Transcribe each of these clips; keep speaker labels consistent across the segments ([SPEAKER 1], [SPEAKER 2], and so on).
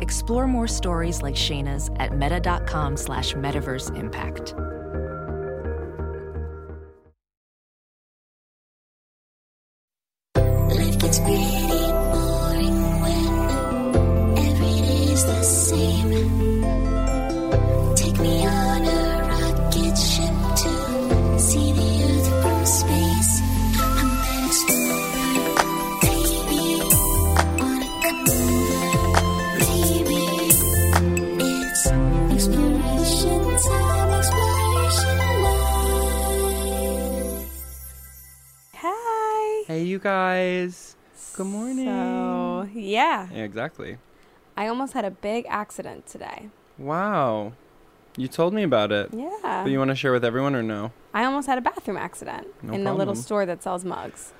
[SPEAKER 1] Explore more stories like Shayna's at meta.com slash metaverse impact.
[SPEAKER 2] Life gets pretty boring when every day's the same. Take me on a rocket ship to see the Earth from space. I'm managed to maybe wanna come Maybe it's exploration time, exploration life.
[SPEAKER 3] Hi.
[SPEAKER 4] Hey, you guys. Good morning.
[SPEAKER 3] So, yeah,
[SPEAKER 4] Yeah, exactly.
[SPEAKER 3] I almost had a big accident today.
[SPEAKER 4] Wow. You told me about it.
[SPEAKER 3] Yeah.
[SPEAKER 4] But you want to share with everyone or no?
[SPEAKER 3] I almost had a bathroom accident
[SPEAKER 4] No
[SPEAKER 3] in the little
[SPEAKER 4] problem.
[SPEAKER 3] store that sells mugs.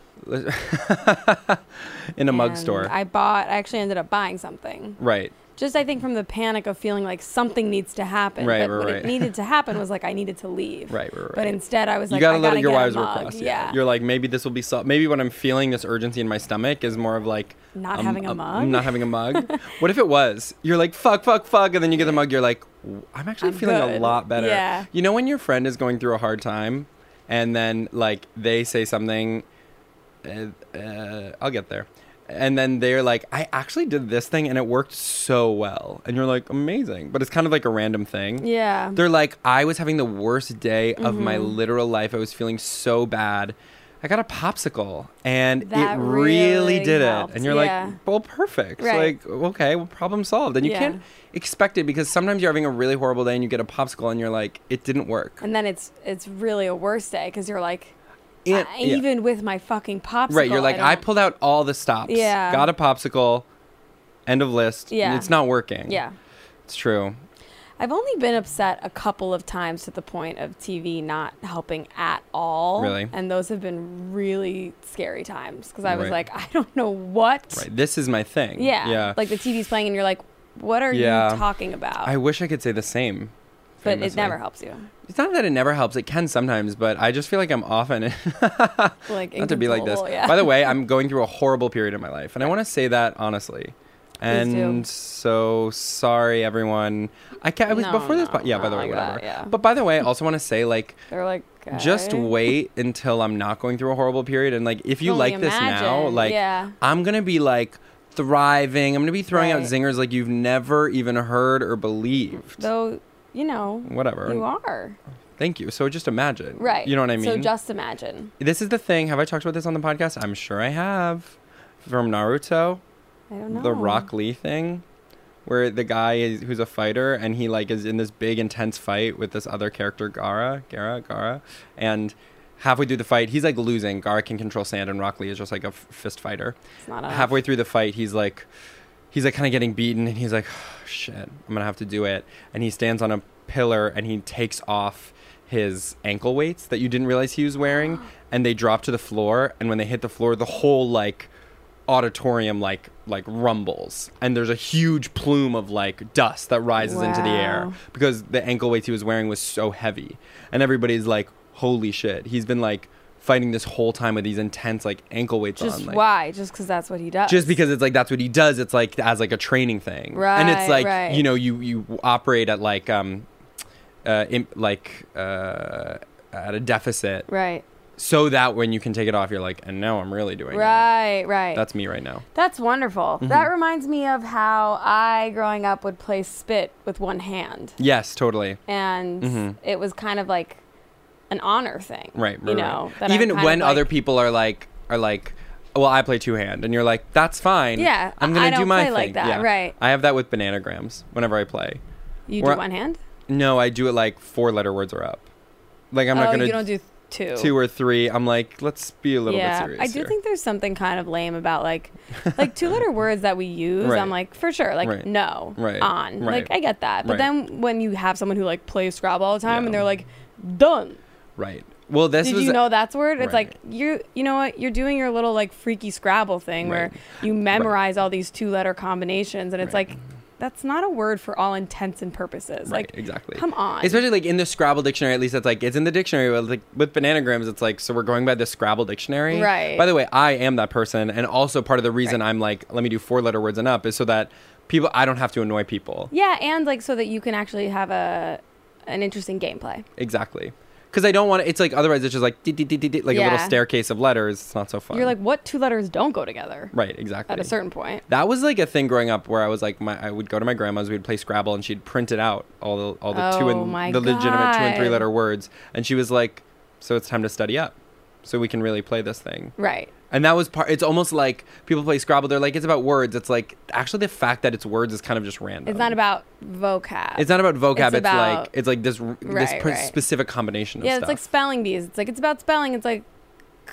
[SPEAKER 4] In a mug
[SPEAKER 3] And
[SPEAKER 4] store.
[SPEAKER 3] I bought, I actually ended up buying something.
[SPEAKER 4] right.
[SPEAKER 3] Just, I think, from the panic of feeling like something needs to happen.
[SPEAKER 4] Right,
[SPEAKER 3] but
[SPEAKER 4] right,
[SPEAKER 3] what it
[SPEAKER 4] right.
[SPEAKER 3] needed to happen was like I needed to leave.
[SPEAKER 4] Right, right,
[SPEAKER 3] But
[SPEAKER 4] right.
[SPEAKER 3] instead, I was
[SPEAKER 4] you
[SPEAKER 3] like,
[SPEAKER 4] gotta
[SPEAKER 3] I
[SPEAKER 4] let
[SPEAKER 3] gotta
[SPEAKER 4] it- your
[SPEAKER 3] get a
[SPEAKER 4] wires
[SPEAKER 3] mug.
[SPEAKER 4] work crossed. Yeah. You're like, maybe this will be solved. Maybe when I'm feeling this urgency in my stomach is more of like
[SPEAKER 3] Not
[SPEAKER 4] um,
[SPEAKER 3] having a
[SPEAKER 4] um,
[SPEAKER 3] mug?
[SPEAKER 4] Not having a mug. what if it was? You're like fuck, fuck, fuck, and then you get the mug. You're like, "W- I'm actually
[SPEAKER 3] I'm
[SPEAKER 4] feeling a
[SPEAKER 3] good."
[SPEAKER 4] lot better.
[SPEAKER 3] Yeah.
[SPEAKER 4] You know when your friend is going through a hard time, and then like they say something, uh, uh, I'll get there. And then they're like, I actually did this thing and it worked so well. And you're like, amazing. But it's kind of like a random thing.
[SPEAKER 3] Yeah.
[SPEAKER 4] They're like, I was having the worst day of my
[SPEAKER 3] Mm-hmm.
[SPEAKER 4] literal life. I was feeling so bad. I got a popsicle and
[SPEAKER 3] That
[SPEAKER 4] it
[SPEAKER 3] really
[SPEAKER 4] really did
[SPEAKER 3] helped,
[SPEAKER 4] it. And you're
[SPEAKER 3] yeah.
[SPEAKER 4] like, well, perfect.
[SPEAKER 3] Right.
[SPEAKER 4] Like, okay, well, problem solved. And you
[SPEAKER 3] Yeah.
[SPEAKER 4] can't expect it because sometimes you're having a really horrible day and you get a popsicle and you're like, it didn't work.
[SPEAKER 3] And then it's it's really a worse day because you're like,
[SPEAKER 4] It-
[SPEAKER 3] I-
[SPEAKER 4] yeah.
[SPEAKER 3] even with my fucking popsicle.
[SPEAKER 4] right. You're like, I,
[SPEAKER 3] don't-
[SPEAKER 4] pulled out all the stops.
[SPEAKER 3] Yeah.
[SPEAKER 4] Got a popsicle. End of list.
[SPEAKER 3] Yeah.
[SPEAKER 4] It's not working.
[SPEAKER 3] Yeah.
[SPEAKER 4] It's true.
[SPEAKER 3] I've only been upset a couple of times to the point of TV not helping at all.
[SPEAKER 4] Really?
[SPEAKER 3] And those have been really scary times because I was
[SPEAKER 4] Right.
[SPEAKER 3] like, I don't know what.
[SPEAKER 4] Right. This is my thing.
[SPEAKER 3] Yeah.
[SPEAKER 4] Yeah.
[SPEAKER 3] Like the TV's playing and you're like, what are
[SPEAKER 4] Yeah.
[SPEAKER 3] you talking about?
[SPEAKER 4] I wish I could say the same.
[SPEAKER 3] but it
[SPEAKER 4] famously.
[SPEAKER 3] never helps you.
[SPEAKER 4] It's not that it never helps. It can sometimes, but I just feel like I'm often
[SPEAKER 3] Like
[SPEAKER 4] not to be like this.
[SPEAKER 3] inconsolable, Yeah.
[SPEAKER 4] By the way, I'm going through a horrible period in my life, and I want to say that honestly.
[SPEAKER 3] do.
[SPEAKER 4] And so sorry, everyone. I can't. I was
[SPEAKER 3] No,
[SPEAKER 4] before this.
[SPEAKER 3] no,
[SPEAKER 4] po- yeah. By the
[SPEAKER 3] not
[SPEAKER 4] way,
[SPEAKER 3] like
[SPEAKER 4] whatever.
[SPEAKER 3] that, yeah.
[SPEAKER 4] But by the way, I also want to say like.
[SPEAKER 3] They're like,
[SPEAKER 4] Just
[SPEAKER 3] "Okay."
[SPEAKER 4] wait until I'm not going through a horrible period, and like if you
[SPEAKER 3] only
[SPEAKER 4] like this now,
[SPEAKER 3] imagine,
[SPEAKER 4] like
[SPEAKER 3] yeah.
[SPEAKER 4] I'm gonna be like thriving. I'm gonna be throwing out
[SPEAKER 3] Right.
[SPEAKER 4] zingers like you've never even heard or believed.
[SPEAKER 3] Though, you know,
[SPEAKER 4] Whatever.
[SPEAKER 3] you are.
[SPEAKER 4] Thank you. So just imagine,
[SPEAKER 3] Right.
[SPEAKER 4] You know what I mean?
[SPEAKER 3] So just imagine.
[SPEAKER 4] This is the thing. Have I talked about this on the podcast? I'm sure I have. From Naruto,
[SPEAKER 3] I don't know.
[SPEAKER 4] the Rock Lee thing, where the guy is who's a fighter and he like is in this big intense fight with this other character Gara, Gara, Gara, and halfway through the fight he's like losing. Gara can control sand and Rock Lee is just like a f- fist fighter.
[SPEAKER 3] It's not enough.
[SPEAKER 4] halfway through the fight he's like he's like kind of getting beaten and he's like "Oh, shit i'm gonna have to do it and he stands on a pillar and he takes off his ankle weights that you didn't realize he was wearing and they drop to the floor and when they hit the floor the whole like auditorium like like rumbles and there's a huge plume of like dust that rises into the air
[SPEAKER 3] Wow.
[SPEAKER 4] because the ankle weights he was wearing was so heavy and everybody's like holy shit he's been like fighting this whole time with these intense like ankle weights
[SPEAKER 3] Just
[SPEAKER 4] on like
[SPEAKER 3] why? Just because that's what he does.
[SPEAKER 4] just because it's like that's what he does it's like as like a training thing and
[SPEAKER 3] Right,
[SPEAKER 4] it's like
[SPEAKER 3] right.
[SPEAKER 4] you know you you operate at like um uh imp, like uh at a deficit
[SPEAKER 3] Right.
[SPEAKER 4] so that when you can take it off you're like and now i'm really doing it
[SPEAKER 3] Right, right.
[SPEAKER 4] that's Mm-hmm. me right now
[SPEAKER 3] That's wonderful. That reminds me of how I, growing up, would play spit with one hand.
[SPEAKER 4] yes totally
[SPEAKER 3] And it was kind of like an honor thing.
[SPEAKER 4] Mm-hmm. right, right
[SPEAKER 3] You
[SPEAKER 4] right.
[SPEAKER 3] know, that I'm
[SPEAKER 4] even
[SPEAKER 3] kind
[SPEAKER 4] when
[SPEAKER 3] of
[SPEAKER 4] other
[SPEAKER 3] like-
[SPEAKER 4] people are like are like well i play two hand and you're like that's fine
[SPEAKER 3] Yeah,
[SPEAKER 4] i'm
[SPEAKER 3] I-
[SPEAKER 4] gonna
[SPEAKER 3] I
[SPEAKER 4] do
[SPEAKER 3] don't
[SPEAKER 4] my
[SPEAKER 3] play
[SPEAKER 4] thing
[SPEAKER 3] like that,
[SPEAKER 4] yeah.
[SPEAKER 3] right.
[SPEAKER 4] i have that with bananagrams whenever i play
[SPEAKER 3] You
[SPEAKER 4] were-
[SPEAKER 3] do one hand?
[SPEAKER 4] no i do it like four letter words are up like i'm
[SPEAKER 3] oh,
[SPEAKER 4] not gonna
[SPEAKER 3] you don't do two.
[SPEAKER 4] two or three, I'm like, let's be a little
[SPEAKER 3] yeah,
[SPEAKER 4] bit serious.
[SPEAKER 3] I do
[SPEAKER 4] here.
[SPEAKER 3] think there's something kind of lame about like, like two letter words that we use.
[SPEAKER 4] Right.
[SPEAKER 3] I'm like, for sure, like
[SPEAKER 4] Right.
[SPEAKER 3] no,
[SPEAKER 4] Right.
[SPEAKER 3] on,
[SPEAKER 4] Right.
[SPEAKER 3] like I get that. But
[SPEAKER 4] Right.
[SPEAKER 3] then when you have someone who like plays Scrabble all the time
[SPEAKER 4] Yeah.
[SPEAKER 3] and they're like, done.
[SPEAKER 4] Right. Well, this
[SPEAKER 3] Did
[SPEAKER 4] was
[SPEAKER 3] you know that's a word? It's
[SPEAKER 4] Right.
[SPEAKER 3] like you you know what? You're doing your little like freaky Scrabble thing where
[SPEAKER 4] Right.
[SPEAKER 3] you memorize all these two letter combinations and it's like that's not a word for all intents and purposes.
[SPEAKER 4] Right,
[SPEAKER 3] Like
[SPEAKER 4] exactly.
[SPEAKER 3] come on.
[SPEAKER 4] Especially like in the Scrabble dictionary, at least that's like it's in the dictionary. But like with bananagrams, it's like so we're going by the Scrabble dictionary.
[SPEAKER 3] Right.
[SPEAKER 4] By the way, I am that person, and also part of the reason I'm like, let me do four letter words and up is so that people I don't have to annoy people.
[SPEAKER 3] Yeah, and like so that you can actually have a an interesting gameplay.
[SPEAKER 4] Exactly. Because I don't want it's like otherwise it's just like dee, dee, dee, dee, dee, like a little
[SPEAKER 3] Yeah.
[SPEAKER 4] staircase of letters. It's not so fun.
[SPEAKER 3] You're like, what two letters don't go together?
[SPEAKER 4] right, exactly.
[SPEAKER 3] At a certain point.
[SPEAKER 4] That was like a thing growing up where I was like, my, I would go to my grandma's, we'd play Scrabble, and she'd print it out all the all the two
[SPEAKER 3] Oh
[SPEAKER 4] and
[SPEAKER 3] my
[SPEAKER 4] the legitimate two and
[SPEAKER 3] God.
[SPEAKER 4] three letter words, and she was like, "So it's time to study up, so we can really play this thing."
[SPEAKER 3] Right.
[SPEAKER 4] And that was part. It's almost like people play Scrabble. They're like, it's about words. It's like actually the fact that it's words is kind of just random.
[SPEAKER 3] It's not about vocab.
[SPEAKER 4] It's not about vocab. It's,
[SPEAKER 3] It's about-
[SPEAKER 4] like it's like this r this
[SPEAKER 3] Right,
[SPEAKER 4] pr-
[SPEAKER 3] right.
[SPEAKER 4] specific combination of
[SPEAKER 3] yeah,
[SPEAKER 4] stuff.
[SPEAKER 3] it's like spelling bees. It's like it's about spelling. It's like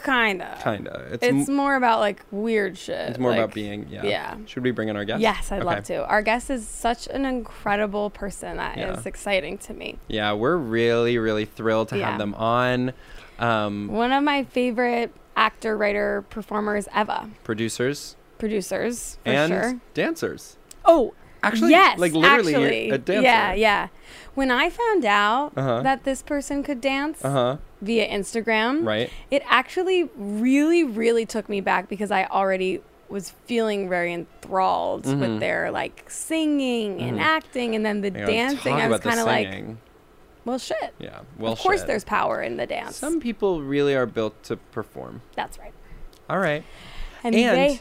[SPEAKER 3] kinda.
[SPEAKER 4] kinda. It's
[SPEAKER 3] It's
[SPEAKER 4] m-
[SPEAKER 3] more about like weird shit.
[SPEAKER 4] it's more
[SPEAKER 3] like-
[SPEAKER 4] about being. Yeah.
[SPEAKER 3] yeah.
[SPEAKER 4] Should we bring in our guest?
[SPEAKER 3] Yes, I'd
[SPEAKER 4] Okay.
[SPEAKER 3] love to. Our guest is such an incredible person that is
[SPEAKER 4] Yeah.
[SPEAKER 3] exciting to me.
[SPEAKER 4] Yeah, we're really really thrilled to
[SPEAKER 3] Yeah.
[SPEAKER 4] have them on. Um,
[SPEAKER 3] One of my favorite actor, writer, performers ever.
[SPEAKER 4] producers
[SPEAKER 3] Producers, for
[SPEAKER 4] and
[SPEAKER 3] sure.
[SPEAKER 4] dancers.
[SPEAKER 3] Oh,
[SPEAKER 4] Actually,
[SPEAKER 3] yes,
[SPEAKER 4] like literally
[SPEAKER 3] actually.
[SPEAKER 4] a dancer.
[SPEAKER 3] Yeah, yeah. When I found out
[SPEAKER 4] Uh-huh.
[SPEAKER 3] that this person could dance
[SPEAKER 4] Uh huh.
[SPEAKER 3] via Instagram,
[SPEAKER 4] Right.
[SPEAKER 3] it actually really, really took me back because I already was feeling very enthralled
[SPEAKER 4] Mm-hmm.
[SPEAKER 3] with their like singing and acting and then the
[SPEAKER 4] You know,
[SPEAKER 3] dancing.
[SPEAKER 4] Mm-hmm. talk
[SPEAKER 3] I was
[SPEAKER 4] about the
[SPEAKER 3] kind of like,
[SPEAKER 4] singing.
[SPEAKER 3] well, shit.
[SPEAKER 4] Yeah. Well,
[SPEAKER 3] of course,
[SPEAKER 4] shit.
[SPEAKER 3] there's power in the dance.
[SPEAKER 4] Some people really are built to perform.
[SPEAKER 3] That's right.
[SPEAKER 4] All right.
[SPEAKER 3] And,
[SPEAKER 4] And-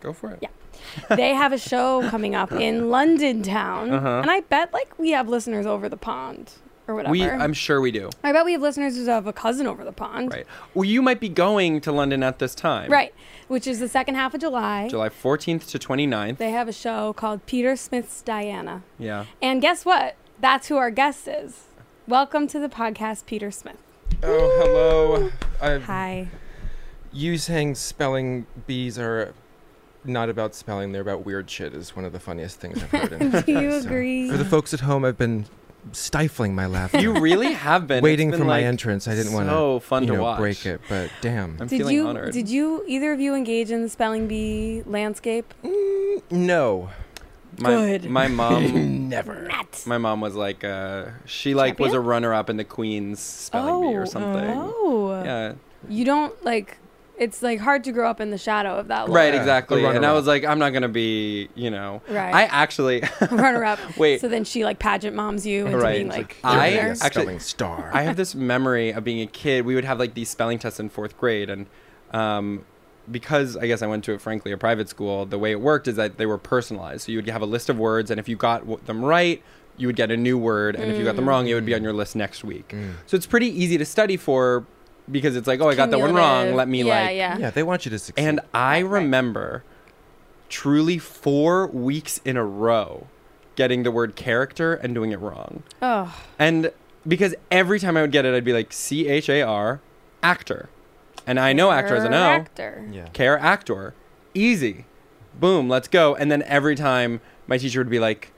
[SPEAKER 4] Go for it.
[SPEAKER 3] Yeah. they they have a show coming up in London town,
[SPEAKER 4] Uh-huh.
[SPEAKER 3] and I bet like we have listeners over the pond or whatever.
[SPEAKER 4] We, I'm sure we do.
[SPEAKER 3] I bet we have listeners who have a cousin over the pond.
[SPEAKER 4] Right. Well, you might be going to London at this time.
[SPEAKER 3] Right, Which is the second half of July.
[SPEAKER 4] July 14th to 29th.
[SPEAKER 3] They have a show called Peter Smith's Diana.
[SPEAKER 4] yeah.
[SPEAKER 3] And guess what? That's who our guest is. Welcome to the podcast, Peter Smith.
[SPEAKER 5] Oh, hello. i
[SPEAKER 3] Hi.
[SPEAKER 5] you saying spelling bees are not about spelling, they're about weird shit is one of the funniest things I've heard. In
[SPEAKER 3] Do you agree?
[SPEAKER 5] For the folks at home, I've been stifling my laughter.
[SPEAKER 4] You really have been It's
[SPEAKER 5] waiting
[SPEAKER 4] been,
[SPEAKER 5] for my
[SPEAKER 4] like,
[SPEAKER 5] entrance. I didn't want
[SPEAKER 4] so fun
[SPEAKER 5] you
[SPEAKER 4] to
[SPEAKER 5] know,
[SPEAKER 4] watch.
[SPEAKER 5] break it, but damn.
[SPEAKER 4] I'm
[SPEAKER 3] Did
[SPEAKER 4] feeling
[SPEAKER 3] you
[SPEAKER 4] honored.
[SPEAKER 3] did you either of you engage in the spelling bee landscape?
[SPEAKER 5] Mm, no.
[SPEAKER 4] my,
[SPEAKER 3] Good.
[SPEAKER 4] My mom.
[SPEAKER 5] Never.
[SPEAKER 4] My mom was like, uh, she like was a
[SPEAKER 3] Champion?
[SPEAKER 4] runner-up in the Queen's spelling bee or something.
[SPEAKER 3] Oh.
[SPEAKER 4] Yeah,
[SPEAKER 3] You don't like it's like hard to grow up in the shadow of that
[SPEAKER 4] right,
[SPEAKER 5] Yeah,
[SPEAKER 4] exactly. And
[SPEAKER 5] a
[SPEAKER 4] I
[SPEAKER 5] runner-up.
[SPEAKER 4] was like, I'm not gonna be, you know.
[SPEAKER 3] Right.
[SPEAKER 4] I actually,
[SPEAKER 3] runner up.
[SPEAKER 4] Wait.
[SPEAKER 3] So then she like pageant moms you into
[SPEAKER 4] Right.
[SPEAKER 3] being
[SPEAKER 4] It's
[SPEAKER 3] like,
[SPEAKER 4] like, I
[SPEAKER 5] You're a
[SPEAKER 4] actually-
[SPEAKER 5] spelling star.
[SPEAKER 4] I have this memory of being a kid. We would have like these spelling tests in fourth grade, and um, because I guess I went to, frankly, a private school. The way it worked is that they were personalized. So you would have a list of words, and if you got w- them right, you would get a new word, and if you got
[SPEAKER 3] Mm.
[SPEAKER 4] them wrong, it would be on your list next week.
[SPEAKER 5] Mm.
[SPEAKER 4] So it's pretty easy to study for because it's like, oh, I got that one wrong.
[SPEAKER 3] cumulative.
[SPEAKER 4] Let me
[SPEAKER 3] yeah,
[SPEAKER 4] like
[SPEAKER 3] yeah.
[SPEAKER 5] yeah, they want you to succeed.
[SPEAKER 4] And I remember truly four weeks in a row getting the word character and doing it wrong.
[SPEAKER 3] Oh.
[SPEAKER 4] And because every time I would get it, I'd be like, C H A R, actor. And I know actor as an O.
[SPEAKER 3] Actor.
[SPEAKER 5] yeah.
[SPEAKER 4] Care actor. Easy. Boom, let's go. And then every time my teacher would be like,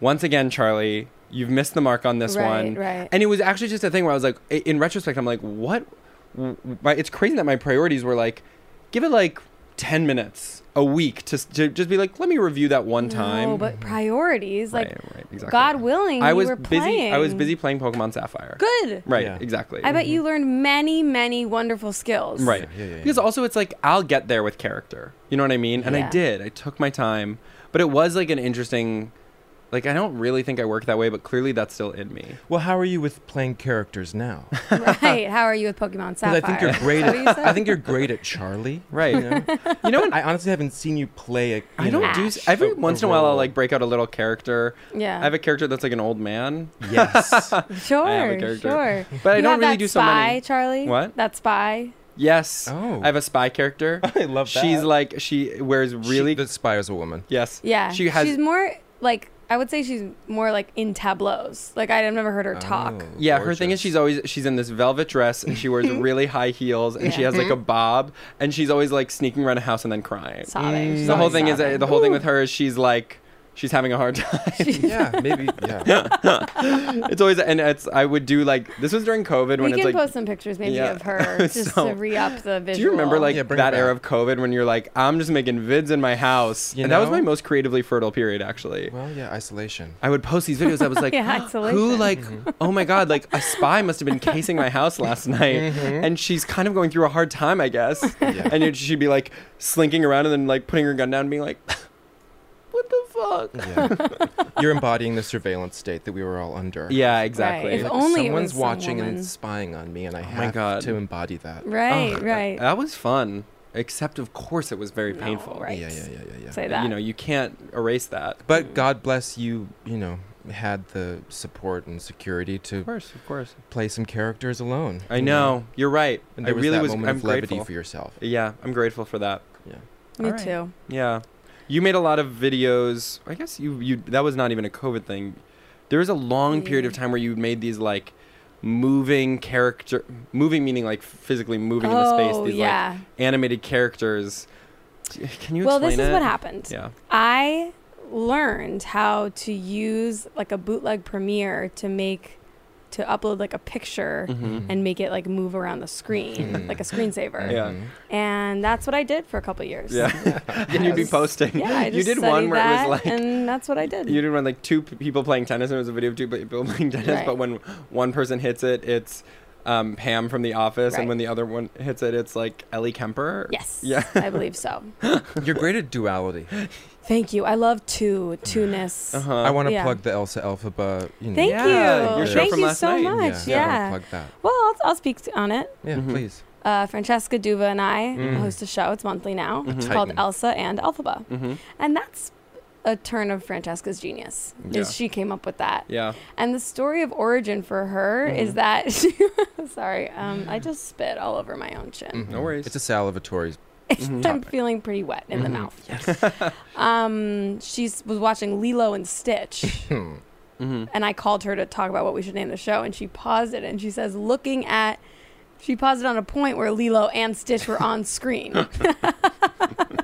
[SPEAKER 4] once again, Charlie, you've missed the mark on this
[SPEAKER 3] Right,
[SPEAKER 4] one.
[SPEAKER 3] right.
[SPEAKER 4] And it was actually just a thing where I was like, i- in retrospect, I'm like, what? w- w- My, it's crazy that my priorities were like, give it like 10 minutes a week to, s- to just be like, let me review that one time.
[SPEAKER 3] No, but priorities like
[SPEAKER 4] Right, right, exactly.
[SPEAKER 3] God willing,
[SPEAKER 4] I
[SPEAKER 3] you
[SPEAKER 4] was
[SPEAKER 3] were
[SPEAKER 4] busy. I was
[SPEAKER 3] playing.
[SPEAKER 4] busy playing Pokemon Sapphire.
[SPEAKER 3] Good.
[SPEAKER 4] Right,
[SPEAKER 5] Yeah.
[SPEAKER 4] exactly.
[SPEAKER 3] I bet you learned many, many wonderful skills.
[SPEAKER 4] Right.
[SPEAKER 5] Yeah, yeah, yeah,
[SPEAKER 4] Because
[SPEAKER 5] yeah.
[SPEAKER 4] also it's like I'll get there with character. You know what I mean? And I
[SPEAKER 3] Yeah.
[SPEAKER 4] did. I took my time, but it was like an interesting like I don't really think I work that way, but clearly that's still in me.
[SPEAKER 5] Well, how are you with playing characters now?
[SPEAKER 3] Right. How are you with Pokemon Sapphire?
[SPEAKER 5] Because I think you're great.
[SPEAKER 3] Is that what you
[SPEAKER 5] At,
[SPEAKER 3] said?
[SPEAKER 5] I think you're great at Charlie.
[SPEAKER 4] Right.
[SPEAKER 5] You know,
[SPEAKER 4] You know what?
[SPEAKER 5] I honestly haven't seen you play a. you
[SPEAKER 4] I don't
[SPEAKER 5] know,
[SPEAKER 4] do
[SPEAKER 5] a-
[SPEAKER 4] every once in a while I'll
[SPEAKER 5] role.
[SPEAKER 4] like break out a little character.
[SPEAKER 3] Yeah.
[SPEAKER 4] I have a character that's like an old man.
[SPEAKER 5] Yes.
[SPEAKER 3] Sure,
[SPEAKER 4] I have a character.
[SPEAKER 3] sure.
[SPEAKER 4] But I
[SPEAKER 3] You
[SPEAKER 4] don't
[SPEAKER 3] have
[SPEAKER 4] really
[SPEAKER 3] that
[SPEAKER 4] do so
[SPEAKER 3] spy,
[SPEAKER 4] many-
[SPEAKER 3] Charlie.
[SPEAKER 4] What?
[SPEAKER 3] That spy.
[SPEAKER 4] Yes.
[SPEAKER 5] Oh.
[SPEAKER 4] I have a spy character.
[SPEAKER 5] I love
[SPEAKER 4] She's
[SPEAKER 5] that.
[SPEAKER 4] like she wears
[SPEAKER 5] She-
[SPEAKER 4] really
[SPEAKER 5] the spy is a woman.
[SPEAKER 4] Yes.
[SPEAKER 3] Yeah.
[SPEAKER 4] She has
[SPEAKER 3] She's more like I would say she's more like in tableaus. Like I've never heard her talk.
[SPEAKER 5] Oh,
[SPEAKER 4] Yeah, her thing is
[SPEAKER 5] gorgeous.
[SPEAKER 4] she's always she's in this velvet dress and she wears really high heels and she
[SPEAKER 3] Yeah. Mm-hmm.
[SPEAKER 4] has like a bob and she's always like sneaking around a house and then crying.
[SPEAKER 3] Sobbing. She's
[SPEAKER 4] The whole
[SPEAKER 3] always
[SPEAKER 4] thing is
[SPEAKER 3] sobbing.
[SPEAKER 4] uh, the whole thing with her is she's like she's having a hard time.
[SPEAKER 5] yeah, maybe. Yeah.
[SPEAKER 4] it's always and it's I would do like this was during COVID
[SPEAKER 3] we
[SPEAKER 4] when it's
[SPEAKER 3] can
[SPEAKER 4] like
[SPEAKER 3] post some pictures maybe
[SPEAKER 4] Yeah.
[SPEAKER 3] of her just
[SPEAKER 4] So-
[SPEAKER 3] to re up the visual.
[SPEAKER 4] do you remember like
[SPEAKER 5] Yeah, bring it
[SPEAKER 4] that era
[SPEAKER 5] back.
[SPEAKER 4] of COVID when you're like I'm just making vids in my house
[SPEAKER 5] You
[SPEAKER 4] and that was
[SPEAKER 5] know?
[SPEAKER 4] my most creatively fertile period actually.
[SPEAKER 5] Well, yeah, isolation.
[SPEAKER 4] I would post these videos. I was like,
[SPEAKER 3] Yeah,
[SPEAKER 4] who,
[SPEAKER 3] isolation.
[SPEAKER 4] like,
[SPEAKER 5] Mm-hmm.
[SPEAKER 4] oh my God, like a spy must have been casing my house last night.
[SPEAKER 5] Mm-hmm.
[SPEAKER 4] And she's kind of going through a hard time, I guess.
[SPEAKER 5] Yeah.
[SPEAKER 4] And it, she'd be like slinking around and then like putting her gun down and being like, what the fuck?
[SPEAKER 5] Yeah. You're embodying the surveillance state that we were all under.
[SPEAKER 4] Yeah, exactly.
[SPEAKER 3] If
[SPEAKER 5] Like,
[SPEAKER 3] only it
[SPEAKER 5] someone's
[SPEAKER 3] was some
[SPEAKER 5] watching
[SPEAKER 3] woman.
[SPEAKER 5] and spying on me, and I
[SPEAKER 4] Oh my
[SPEAKER 5] have
[SPEAKER 4] God.
[SPEAKER 5] to embody that.
[SPEAKER 3] Right,
[SPEAKER 4] Ugh, Oh, that-
[SPEAKER 3] right.
[SPEAKER 4] That, was fun, except of course it was very
[SPEAKER 3] No,
[SPEAKER 4] painful.
[SPEAKER 3] right.
[SPEAKER 5] Yeah, yeah, yeah, yeah, yeah.
[SPEAKER 3] Say that.
[SPEAKER 4] You know, you can't erase that.
[SPEAKER 5] But God bless you. You know, had the support and security to
[SPEAKER 4] Of course, of course.
[SPEAKER 5] play some characters alone.
[SPEAKER 4] I
[SPEAKER 5] you
[SPEAKER 4] know. You're right.
[SPEAKER 5] And
[SPEAKER 4] I
[SPEAKER 5] there was
[SPEAKER 4] really
[SPEAKER 5] that
[SPEAKER 4] was.
[SPEAKER 5] moment
[SPEAKER 4] I'm
[SPEAKER 5] of levity
[SPEAKER 4] grateful.
[SPEAKER 5] for yourself.
[SPEAKER 4] Yeah, I'm grateful for that.
[SPEAKER 5] Yeah.
[SPEAKER 3] Me
[SPEAKER 4] All right.
[SPEAKER 3] too.
[SPEAKER 4] Yeah, you made a lot of videos. I guess you you that was not even a COVID thing. There was a long period of time where you made these like moving character, moving meaning like physically moving in the space.
[SPEAKER 3] Oh,
[SPEAKER 4] These
[SPEAKER 3] yeah.
[SPEAKER 4] like animated characters. D- Can you?
[SPEAKER 3] Well, this is
[SPEAKER 4] explain
[SPEAKER 3] what
[SPEAKER 4] it?
[SPEAKER 3] happened.
[SPEAKER 4] Yeah.
[SPEAKER 3] I learned how to use like a bootleg premiere to make to upload like a picture
[SPEAKER 4] Mhm.
[SPEAKER 3] and make it like move around the screen,
[SPEAKER 4] Hmm.
[SPEAKER 5] Mm.
[SPEAKER 3] like a screensaver.
[SPEAKER 4] Yeah.
[SPEAKER 5] Mhm.
[SPEAKER 3] And that's what I did for a couple years.
[SPEAKER 4] Yeah. and you'd be
[SPEAKER 3] Yes.
[SPEAKER 4] posting.
[SPEAKER 3] Yeah, I just
[SPEAKER 4] you did
[SPEAKER 3] studied
[SPEAKER 4] one where
[SPEAKER 3] that,
[SPEAKER 4] it was like.
[SPEAKER 3] and that's what I did.
[SPEAKER 4] You did one like two p- people playing tennis, and it was a video of two people playing tennis.
[SPEAKER 3] Right.
[SPEAKER 4] But when one person hits it, it's um, Pam from The Office,
[SPEAKER 3] Right.
[SPEAKER 4] and when the other one hits it, it's like Ellie Kemper.
[SPEAKER 3] yes,
[SPEAKER 4] Yeah.
[SPEAKER 3] I believe so.
[SPEAKER 5] You're great at duality.
[SPEAKER 3] Thank you. I love two two-ness.
[SPEAKER 4] Uh-huh.
[SPEAKER 5] I want to
[SPEAKER 3] Yeah.
[SPEAKER 5] plug the Elsa Elphaba. You know,
[SPEAKER 3] Thank
[SPEAKER 4] Yeah,
[SPEAKER 3] you.
[SPEAKER 5] your show
[SPEAKER 3] Thank
[SPEAKER 4] from
[SPEAKER 3] you
[SPEAKER 4] last
[SPEAKER 3] so
[SPEAKER 4] night.
[SPEAKER 3] much.
[SPEAKER 5] Yeah. I
[SPEAKER 3] Yeah.
[SPEAKER 5] wanna Plug that.
[SPEAKER 3] Well, I'll, I'll speak to, on it.
[SPEAKER 5] Yeah,
[SPEAKER 4] Mhm.
[SPEAKER 5] please.
[SPEAKER 3] Uh, Francesca Duva and I
[SPEAKER 5] Mm.
[SPEAKER 3] host a show. It's monthly now. It's
[SPEAKER 5] Mhm.
[SPEAKER 3] called
[SPEAKER 5] Titan.
[SPEAKER 3] Elsa and Elphaba.
[SPEAKER 4] Mm-hmm.
[SPEAKER 3] And that's a turn of Francesca's genius.
[SPEAKER 4] Yeah.
[SPEAKER 3] Is she came up with that.
[SPEAKER 4] Yeah. Mm-hmm.
[SPEAKER 3] And the story of origin for her is that she, sorry, um, I just spit all over my own chin.
[SPEAKER 5] Mm-hmm.
[SPEAKER 4] No worries.
[SPEAKER 5] It's a salivatory.
[SPEAKER 3] I'm feeling pretty wet in the mouth. um, she s- was watching Lilo and Stitch.
[SPEAKER 4] Hmm. Mm-hmm.
[SPEAKER 3] And I called her to talk about what we should name the show, and she paused it and she says, looking at, she paused it on a point where Lilo and Stitch were on screen.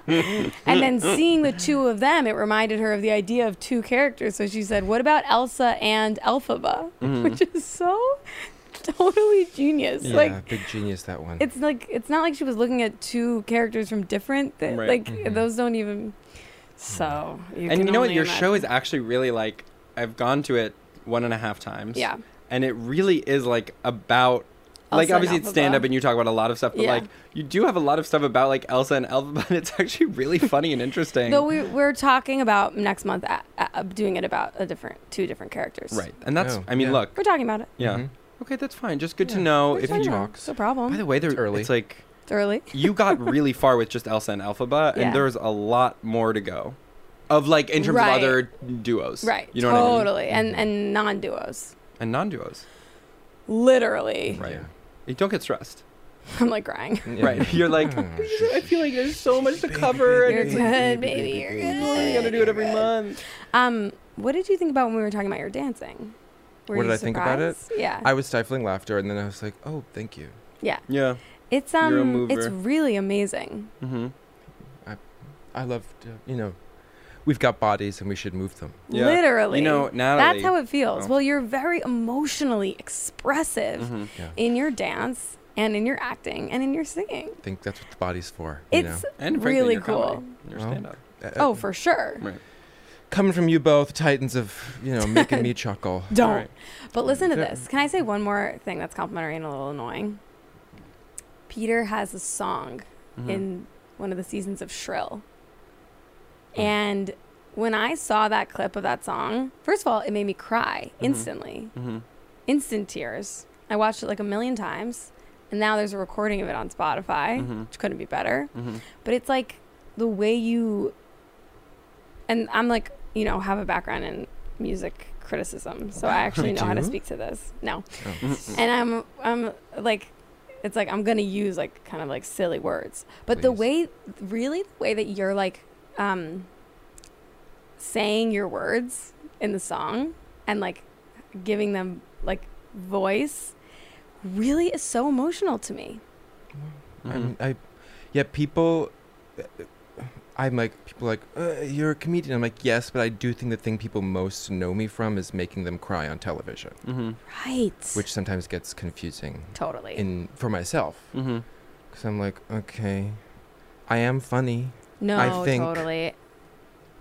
[SPEAKER 3] and then seeing the two of them, it reminded her of the idea of two characters. So she said, What about Elsa and Elphaba?
[SPEAKER 4] Mm-hmm.
[SPEAKER 3] Which is so totally genius.
[SPEAKER 5] Yeah,
[SPEAKER 3] Like,
[SPEAKER 5] big genius that one.
[SPEAKER 3] it's like it's not like she was looking at two characters from different thi-
[SPEAKER 4] Right. Mm-hmm.
[SPEAKER 3] like those don't even so you
[SPEAKER 4] and
[SPEAKER 3] can
[SPEAKER 4] you know what?
[SPEAKER 3] only
[SPEAKER 4] Your show is
[SPEAKER 3] imagine.
[SPEAKER 4] actually really like I've gone to it one and a half times.
[SPEAKER 3] yeah
[SPEAKER 4] And it really is like about. Like
[SPEAKER 3] Elsa and
[SPEAKER 4] obviously it's
[SPEAKER 3] Elphaba.
[SPEAKER 4] stand up and you talk about a lot of stuff, but
[SPEAKER 3] Yeah.
[SPEAKER 4] like you do have a lot of stuff about like Elsa and Elphaba. And it's actually really funny and interesting,
[SPEAKER 3] though we, we're talking about next month a, a, doing it about a different two different characters
[SPEAKER 4] right? And that's
[SPEAKER 5] Oh,
[SPEAKER 4] I mean,
[SPEAKER 5] yeah.
[SPEAKER 4] look,
[SPEAKER 3] we're talking about it
[SPEAKER 4] yeah,
[SPEAKER 5] Mhm.
[SPEAKER 4] okay, that's fine. Just good to
[SPEAKER 5] Yeah.
[SPEAKER 4] know
[SPEAKER 3] We're
[SPEAKER 4] if
[SPEAKER 3] talking
[SPEAKER 4] you.
[SPEAKER 3] about it.
[SPEAKER 5] talks.
[SPEAKER 3] no problem
[SPEAKER 4] By the way, they're
[SPEAKER 5] It's early.
[SPEAKER 4] It's like
[SPEAKER 3] it's early
[SPEAKER 4] you got really far with just Elsa and Elphaba,
[SPEAKER 3] Yeah.
[SPEAKER 4] and there's a lot more to go, of like in terms
[SPEAKER 3] Right.
[SPEAKER 4] of other duos,
[SPEAKER 3] right
[SPEAKER 4] You know what I mean? Mm-hmm.
[SPEAKER 3] totally and and non-duos
[SPEAKER 4] And non-duos,
[SPEAKER 3] literally
[SPEAKER 4] right?
[SPEAKER 5] Yeah.
[SPEAKER 4] You don't get stressed. Mm-hmm.
[SPEAKER 3] i'm like crying
[SPEAKER 5] Yeah.
[SPEAKER 4] Right. You're like,
[SPEAKER 5] Oh,
[SPEAKER 4] I feel like there's so much to cover, and
[SPEAKER 3] you're
[SPEAKER 4] it's like,
[SPEAKER 3] good baby you're
[SPEAKER 4] I
[SPEAKER 3] good
[SPEAKER 4] gotta do it every month.
[SPEAKER 3] um what did you think about when we were talking about your dancing were
[SPEAKER 5] What
[SPEAKER 3] you
[SPEAKER 5] did I think about it?
[SPEAKER 3] surprised? yeah
[SPEAKER 5] I was stifling laughter, and then I was like, "Oh, thank you."
[SPEAKER 3] yeah
[SPEAKER 4] Yeah.
[SPEAKER 3] It's
[SPEAKER 4] You're a
[SPEAKER 3] um, it's
[SPEAKER 4] mover.
[SPEAKER 3] really amazing.
[SPEAKER 4] Mm-hmm.
[SPEAKER 5] I love, to, you know, we've got bodies, and we should move them.
[SPEAKER 4] Yeah.
[SPEAKER 3] Literally,
[SPEAKER 4] You know, Natalie.
[SPEAKER 3] that's how it feels.
[SPEAKER 4] Oh.
[SPEAKER 3] Well, you're very emotionally expressive
[SPEAKER 4] Mhm.
[SPEAKER 5] Yeah.
[SPEAKER 3] in your dance and in your acting and in your singing.
[SPEAKER 5] I think that's what the body's for.
[SPEAKER 3] It's
[SPEAKER 4] And frankly,
[SPEAKER 3] really
[SPEAKER 4] your
[SPEAKER 3] cool.
[SPEAKER 4] comedy, Your
[SPEAKER 5] Well,
[SPEAKER 4] stand-up.
[SPEAKER 5] you know? Uh,
[SPEAKER 3] Oh, for sure.
[SPEAKER 4] Right.
[SPEAKER 5] coming from you both, titans of, you know, making me chuckle.
[SPEAKER 3] Don't.
[SPEAKER 4] right.
[SPEAKER 3] But listen to
[SPEAKER 5] Yeah.
[SPEAKER 3] this. Can I say one more thing that's complimentary and a little annoying? Peter has a song
[SPEAKER 4] Mhm.
[SPEAKER 3] in one of the seasons of Shrill. And when I saw that clip of that song, first of all, it made me cry instantly.
[SPEAKER 4] Mhm.
[SPEAKER 3] Instant tears. I watched it like a million times. And now there's a recording of it on Spotify,
[SPEAKER 4] Mm-hmm.
[SPEAKER 3] which couldn't be better.
[SPEAKER 4] Mhm.
[SPEAKER 3] But it's like the way you. And I'm like, you know, have a background in music criticism. So I actually
[SPEAKER 5] You
[SPEAKER 3] know how to
[SPEAKER 5] do?
[SPEAKER 3] speak to this. No.
[SPEAKER 5] Oh.
[SPEAKER 4] Mm-hmm.
[SPEAKER 3] And I'm, I'm like, it's like I'm gonna use like kind of like silly words, but the way,
[SPEAKER 5] Please.
[SPEAKER 3] really, the way that you're like, um, saying your words in the song and like giving them like voice really is so emotional to me.
[SPEAKER 5] I'm, I, yeah, people. uh, I'm like people are like uh, you're a comedian. I'm like yes, but I do think the thing people most know me from is making them cry on television,
[SPEAKER 4] Mm-hmm.
[SPEAKER 3] Right.
[SPEAKER 5] which sometimes gets confusing
[SPEAKER 3] totally.
[SPEAKER 5] in for myself
[SPEAKER 4] Mm-hmm.
[SPEAKER 5] because I'm like okay, I am funny,
[SPEAKER 3] no,
[SPEAKER 5] I think-
[SPEAKER 3] totally.